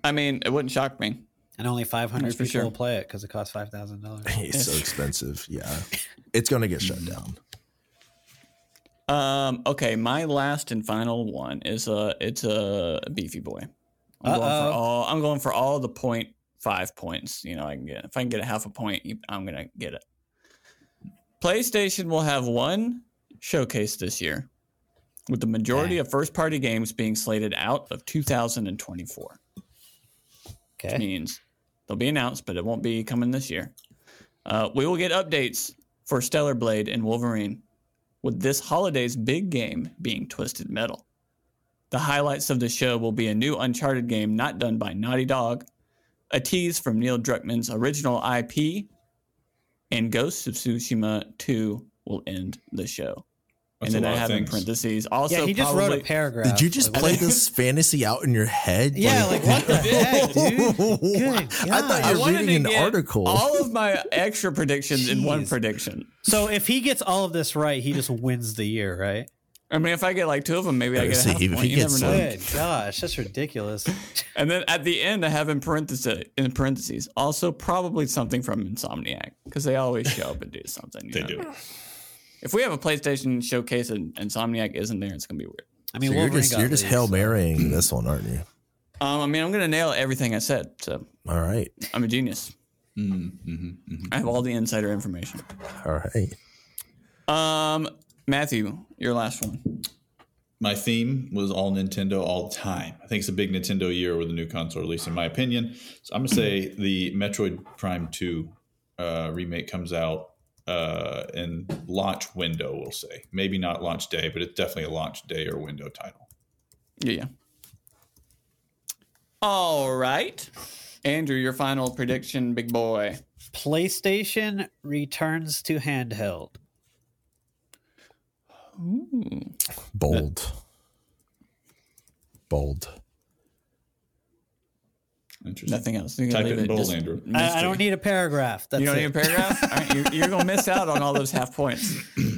Speaker 2: I mean, it wouldn't shock me.
Speaker 5: And only 500
Speaker 2: That's for
Speaker 5: people
Speaker 2: sure.
Speaker 5: will play it because it costs five thousand dollars.
Speaker 3: it's so expensive. Yeah, it's going to get shut down.
Speaker 2: Um, okay, my last and final one is a it's a beefy boy. I'm going
Speaker 5: Uh-oh.
Speaker 2: for all I'm going for all the point five points, you know, I can get. If I can get a half a point, you- I'm going to get it. PlayStation will have one showcase this year with the majority
Speaker 5: Dang.
Speaker 2: of first party games being slated out of 2024
Speaker 5: Okay.
Speaker 2: means they'll be announced, but it won't be coming this year. Uh, we will get updates for Stellar Blade and Wolverine, with this holiday's big game being Twisted Metal. The highlights of the show will be a new Uncharted game not done by Naughty Dog, a tease from Neil Druckmann's original IP, and Ghost of Tsushima 2 will end the show.
Speaker 4: That's a
Speaker 2: and then
Speaker 4: lot
Speaker 2: I
Speaker 4: of
Speaker 2: have in
Speaker 4: things.
Speaker 2: parentheses also
Speaker 5: Yeah, he just wrote
Speaker 2: probably-
Speaker 5: a paragraph.
Speaker 3: Did you just
Speaker 5: Like,
Speaker 3: play
Speaker 5: what-
Speaker 3: this fantasy out in your head?
Speaker 5: Yeah, like what the heck, dude?
Speaker 3: I
Speaker 5: Good
Speaker 3: thought
Speaker 5: God.
Speaker 3: you were
Speaker 2: wanted to
Speaker 3: reading an
Speaker 2: get
Speaker 3: article.
Speaker 2: All of my extra predictions in one
Speaker 3: Jeez.
Speaker 2: prediction.
Speaker 5: So if he gets all of this right, he just wins the year, right?
Speaker 2: I mean, if I get like two of them, maybe I
Speaker 3: Yeah,
Speaker 2: get
Speaker 3: see,
Speaker 2: a half
Speaker 3: if
Speaker 2: point.
Speaker 3: he
Speaker 2: You
Speaker 3: gets
Speaker 2: never know.
Speaker 3: some-
Speaker 5: Good gosh, that's ridiculous.
Speaker 2: And then at the end, I have in parentheses, in parentheses also probably something from Insomniac because they always show up and do something. you
Speaker 4: they
Speaker 2: know?
Speaker 4: do.
Speaker 2: If we have a PlayStation showcase and Insomniac isn't there, it's gonna be weird.
Speaker 5: I
Speaker 3: So
Speaker 5: mean,
Speaker 3: you're
Speaker 5: Wolverine
Speaker 3: just
Speaker 5: got
Speaker 3: you're just
Speaker 5: leaves,
Speaker 3: hail
Speaker 5: so-
Speaker 3: marrying this one, aren't you?
Speaker 2: Um, I mean, I'm gonna nail everything I said. So
Speaker 3: All right,
Speaker 2: I'm a genius.
Speaker 4: Mm-hmm,
Speaker 2: I have all the insider information.
Speaker 3: all right.
Speaker 2: Um, Matthew, your last one.
Speaker 4: My theme was all Nintendo all the time. I think it's a big Nintendo year with a new console release, in my opinion. So I'm gonna say the Metroid Prime Two uh, remake comes out uh, in launch window. We'll say maybe not launch day, but it's definitely a launch day or window title.
Speaker 2: Yeah. yeah. All right, Andrew, your final prediction, big boy.
Speaker 5: PlayStation returns to handheld.
Speaker 3: Bold, bold.
Speaker 4: Interesting.
Speaker 2: Nothing else. You can
Speaker 4: Type
Speaker 2: leave
Speaker 4: it in bold,
Speaker 2: just
Speaker 4: Andrew.
Speaker 5: I, I don't
Speaker 2: mystery.
Speaker 5: need a paragraph. That's
Speaker 2: Uh, You don't
Speaker 5: it.
Speaker 2: need a paragraph. All right, you're, you're gonna miss out on all those half points.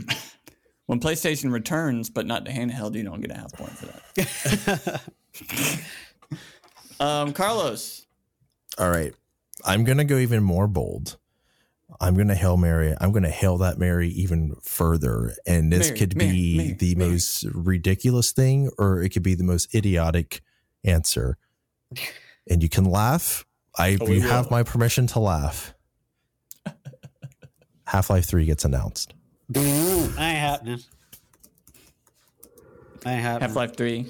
Speaker 2: When PlayStation returns, but not to handheld, you don't get a half point for that. um, Carlos,
Speaker 3: All right. I'm going to go even more bold. I'm going to Hail Mary. I'm going to hail that Mary even further. And this
Speaker 2: Mary,
Speaker 3: could
Speaker 2: Mary,
Speaker 3: be
Speaker 2: Mary,
Speaker 3: the
Speaker 2: Mary.
Speaker 3: most ridiculous thing, or it could be the most idiotic answer. And you can laugh. I,
Speaker 4: Oh, we
Speaker 3: you have
Speaker 4: will.
Speaker 3: my permission to laugh. Half Life 3 gets announced.
Speaker 5: ain't happening. Ain't happening.
Speaker 2: Half Life Three.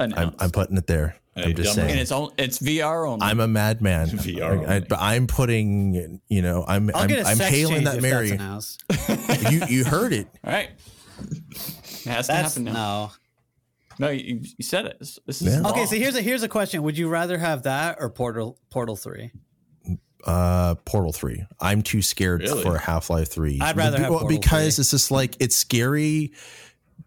Speaker 3: I'm,
Speaker 2: announced.
Speaker 3: I'm putting it there.
Speaker 4: Hey,
Speaker 3: I'm just
Speaker 4: dumb.
Speaker 2: and
Speaker 3: saying.
Speaker 2: it's all it's VR only.
Speaker 3: I'm a madman.
Speaker 4: VR
Speaker 3: I- I-
Speaker 4: only.
Speaker 3: but I'm putting, you know, I'm
Speaker 5: I'll
Speaker 3: I'm,
Speaker 5: get a
Speaker 3: I'm
Speaker 5: sex
Speaker 3: hailing
Speaker 5: change
Speaker 3: that
Speaker 5: if
Speaker 3: Mary.
Speaker 5: That's announced.
Speaker 3: you you heard it.
Speaker 2: all right. It has to
Speaker 5: That's
Speaker 2: happen now.
Speaker 5: no.
Speaker 2: No, you, you said it. This this is
Speaker 3: Yeah.
Speaker 2: law.
Speaker 5: Okay, so here's a here's a question. Would you rather have that or Portal Portal Three?
Speaker 3: Uh, Portal Three. I'm too scared
Speaker 4: Really?
Speaker 3: for Half Life Three.
Speaker 5: I'd rather have Portal
Speaker 3: because
Speaker 5: 3.
Speaker 3: it's just like it's scary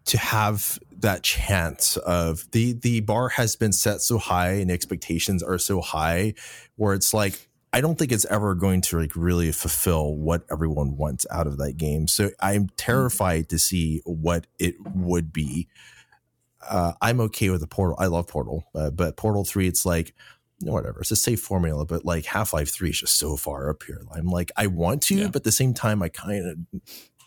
Speaker 3: to have that chance of the the bar has been set so high and expectations are so high where it's like I don't think it's ever going to like really fulfill what everyone wants out of that game. So
Speaker 5: Hmm.
Speaker 3: I'm terrified to see what it would be. Uh, I'm okay with the Portal. I love Portal, uh, but Portal Three, it's like whatever. It's a safe formula, but like Half Life Three is just so far up here. I'm like I want to,
Speaker 4: Yeah.
Speaker 3: but at the same time, I kind of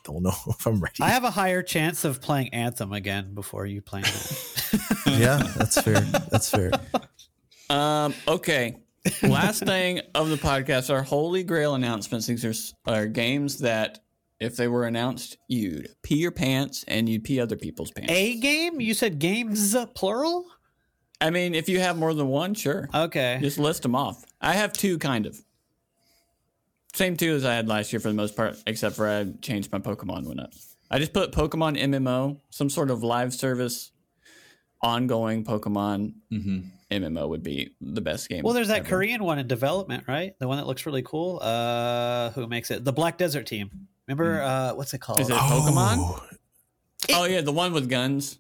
Speaker 3: don't know if I'm ready.
Speaker 5: I have a higher chance of playing Anthem again before you play that.
Speaker 3: yeah, that's fair. That's fair.
Speaker 2: Um, okay. Last thing of the podcast are holy grail announcements. These are, s- are games that, if they were announced, you'd pee your pants and you'd pee other people's pants.
Speaker 5: a game? You said games uh, plural?
Speaker 2: I mean, if you have more than one, sure.
Speaker 5: Okay.
Speaker 2: Just list them off. I have two, kind of. Same two as I had last year for the most part, except for I changed my Pokemon one up. I just put Pokemon MMO, some sort of live service, ongoing Pokemon
Speaker 4: hmm
Speaker 2: MMO would be the best game.
Speaker 5: Well, there's that
Speaker 2: ever.
Speaker 5: Korean one in development, right? The one that looks really cool. Uh, who makes it? The Black Desert team. Remember uh, what's it called?
Speaker 2: Hmm. Is it Pokemon? Oh yeah, the one with guns.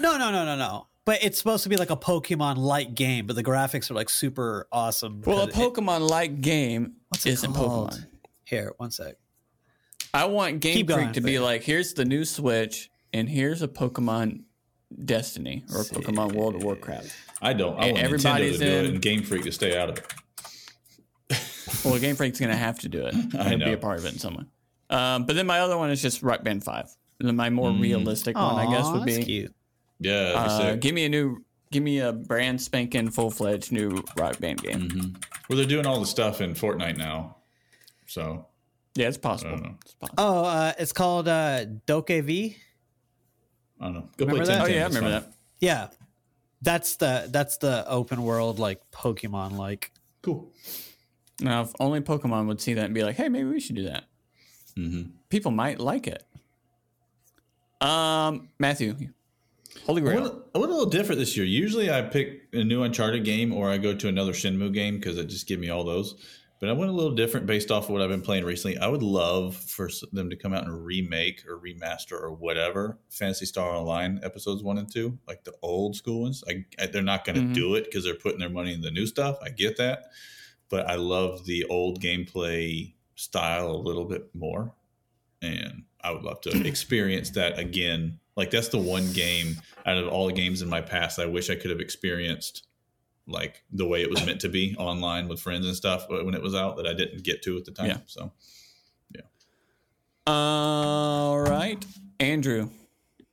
Speaker 5: No, no, no, no, no. But it's supposed to be like a Pokemon like game, but the graphics are like super awesome.
Speaker 2: Well, a
Speaker 5: because it-
Speaker 2: Pokemon like game
Speaker 5: What's it
Speaker 2: isn't
Speaker 5: called?
Speaker 2: Pokemon.
Speaker 5: Here, one sec.
Speaker 2: I want Game
Speaker 5: Keep
Speaker 2: Freak
Speaker 5: going,
Speaker 2: to be
Speaker 5: please.
Speaker 2: like, here's the new Switch, and here's a Pokemon Destiny or Pokemon World of Warcraft.
Speaker 4: I don't. I
Speaker 2: And
Speaker 4: want Nintendo
Speaker 2: everybody's
Speaker 4: to do it
Speaker 2: in-
Speaker 4: and Game Freak to stay out of it.
Speaker 2: Well, Game Freak's gonna have to do it.
Speaker 4: I
Speaker 2: It'll be
Speaker 4: know.
Speaker 2: a part of it in some way. Um, but then my other one is just Rock Band Five. And then my more
Speaker 4: Mm.
Speaker 2: realistic one, I guess,
Speaker 5: Aw,
Speaker 2: would
Speaker 5: that's
Speaker 2: be
Speaker 5: cute.
Speaker 4: Yeah. that'd be
Speaker 2: uh,
Speaker 4: sick.
Speaker 2: give me a new, give me a brand spanking full fledged new Rock Band game.
Speaker 4: Mhm. Well, they're doing all the stuff in Fortnite now, so
Speaker 2: Yeah, it's
Speaker 4: I
Speaker 2: possible.
Speaker 4: don't know.
Speaker 2: It's possible.
Speaker 5: Oh, uh, it's called uh, Doke V.
Speaker 4: I don't know. Go
Speaker 5: Remember
Speaker 4: play
Speaker 5: that?
Speaker 2: Oh
Speaker 4: Tintin.
Speaker 2: yeah, I
Speaker 4: it's
Speaker 2: remember
Speaker 4: fun.
Speaker 2: that.
Speaker 5: Yeah, that's the that's the open world like Pokemon like.
Speaker 4: Cool.
Speaker 2: Now, if only Pokemon would see that and be like, "Hey, maybe we should do that."
Speaker 4: hmm
Speaker 2: People might like it. Um, Matthew, Holy
Speaker 4: I
Speaker 2: Grail.
Speaker 4: went, I went a little different this year. Usually, I pick a new Uncharted game or I go to another Shinmu game because it just give me all those. But I went a little different based off of what I've been playing recently. I would love for s- them to come out and remake or remaster or whatever Fantasy Star Online episodes one and two, like the old school ones. I, I, they're not going to
Speaker 2: Mhm.
Speaker 4: do it because they're putting their money in the new stuff. I get that, but I love the old gameplay style a little bit more and I would love to experience that again. Like that's the one game out of all the games in my past I wish I could have experienced like the way it was meant to be online with friends and stuff uh, when it was out that I didn't get to at the time.
Speaker 2: Yeah.
Speaker 4: So
Speaker 2: All right, Andrew,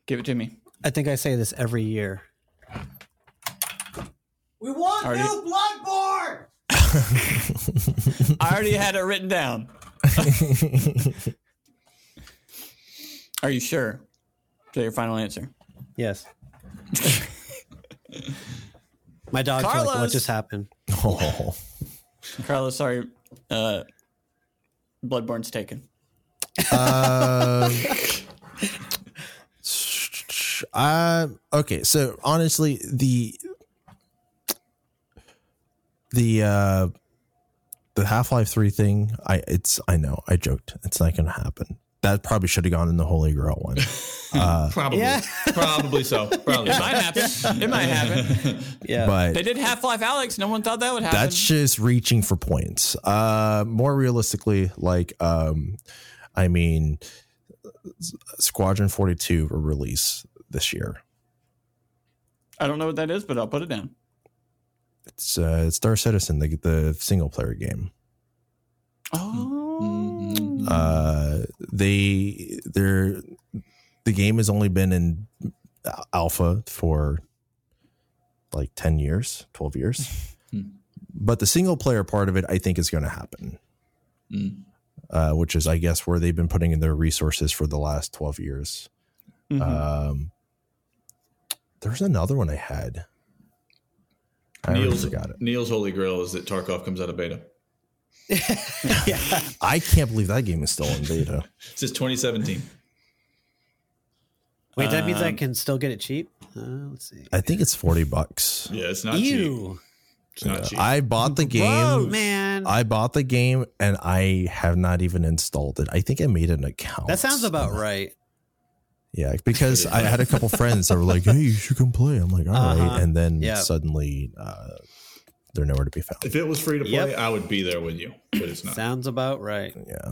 Speaker 2: give it to me.
Speaker 5: I think I say this every year.
Speaker 1: We want
Speaker 2: Already-
Speaker 1: new Bloodborne!
Speaker 2: I already had it written down. Are you sure? Is that your final answer?
Speaker 5: Yes. My dog's like, what
Speaker 2: Carlos!
Speaker 5: just happened?
Speaker 3: Oh,
Speaker 2: Carlos, sorry. Uh, Bloodborne's taken.
Speaker 3: Um, uh, okay, so honestly, the the uh, the Half Life Three thing, I it's I know I joked it's not gonna happen. That probably should have gone in the Holy Grail one. Uh,
Speaker 4: probably,
Speaker 5: Yeah.
Speaker 4: probably so. Probably.
Speaker 2: It might happen. It might happen.
Speaker 5: Yeah.
Speaker 3: but
Speaker 2: They did Half Life Alex. No one thought that would happen.
Speaker 3: that's just reaching for points uh more realistically like um i mean S- squadron 42 will release this year
Speaker 2: I don't know what that is, but I'll put it down.
Speaker 3: It's uh, it's Star Citizen, the the single player game.
Speaker 2: Oh.
Speaker 4: Mhm.
Speaker 3: Uh, they they're the game has only been in alpha for like ten years, twelve years.
Speaker 4: Hmm.
Speaker 3: but the single player part of it, I think, is going to happen.
Speaker 4: Mm.
Speaker 3: uh, which is, I guess, where they've been putting in their resources for the last 12 years.
Speaker 2: Mhm.
Speaker 4: Mm-hmm.
Speaker 3: Um, there's another one I had. I already
Speaker 4: Neil's,
Speaker 3: forgot it.
Speaker 4: Neil's holy grail is that Tarkov comes out of beta.
Speaker 5: yeah.
Speaker 3: I can't believe that game is still in beta.
Speaker 4: Since 2017.
Speaker 5: Wait, that means I
Speaker 2: Um,
Speaker 5: can still get it cheap. Uh, let's see.
Speaker 3: I think it's 40 bucks.
Speaker 4: Yeah, it's not cheap.
Speaker 5: Ew,
Speaker 4: It's not
Speaker 3: Yeah.
Speaker 4: cheap.
Speaker 3: I bought the game.
Speaker 5: man.
Speaker 3: I bought the game and I have not even installed it. I think I made an account.
Speaker 5: that sounds about right.
Speaker 3: Yeah, because I had a couple friends that were like, "Hey, you should come play." I'm like, "All right,"
Speaker 5: Uh-huh.
Speaker 3: and then
Speaker 5: Yeah.
Speaker 3: suddenly uh, they're nowhere to be found.
Speaker 4: if it was free to play,
Speaker 5: Yep.
Speaker 4: I would be there with you, but it's not.
Speaker 5: Sounds about right.
Speaker 3: Yeah,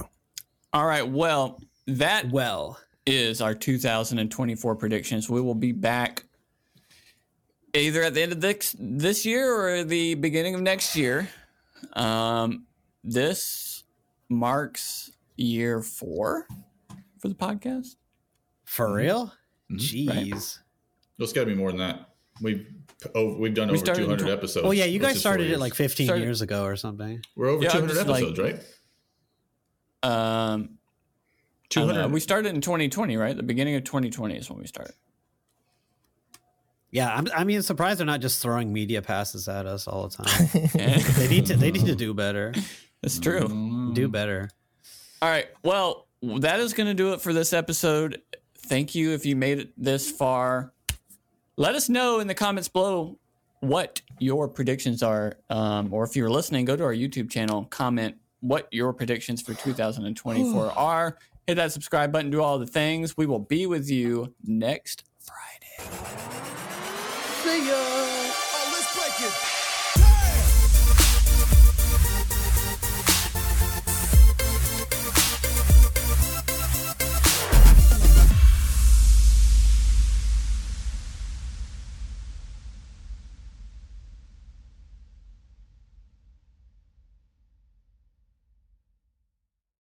Speaker 2: All right. Well, that
Speaker 5: Well,
Speaker 2: is our 2024 predictions. We will be back either at the end of this this year or the beginning of next year. Um, this marks year four for the podcast.
Speaker 5: for real?
Speaker 4: Mhm.
Speaker 5: Jeez.
Speaker 2: Right.
Speaker 4: It's got to be more than that. We've oh, we've done
Speaker 2: We
Speaker 4: over
Speaker 2: started in
Speaker 4: 200
Speaker 2: tw-
Speaker 4: episodes.
Speaker 5: Well, yeah, you
Speaker 4: which
Speaker 5: guys
Speaker 4: is
Speaker 5: started
Speaker 4: four
Speaker 5: it like
Speaker 4: years.
Speaker 5: 15
Speaker 2: Started-
Speaker 5: years ago or something.
Speaker 4: we're over
Speaker 2: Yeah, I'm
Speaker 4: 200
Speaker 2: just, like-
Speaker 4: episodes, right?
Speaker 2: Um, I don't know.
Speaker 4: 200.
Speaker 2: we started in 2020, right? The beginning of 2020 is when we started.
Speaker 5: Yeah, I'm, I mean, surprised they're not just throwing media passes at us all the time. they need to. They need to do better.
Speaker 2: It's true.
Speaker 5: Do better.
Speaker 2: All right. Well, that is going to do it for this episode. Thank you if you made it this far. Let us know in the comments below what your predictions are. Um, or if you're listening, go to our YouTube channel, comment what your predictions for 2024 are. Hit that subscribe button, do all the things. We will be with you next Friday.
Speaker 1: Oh, let's break it.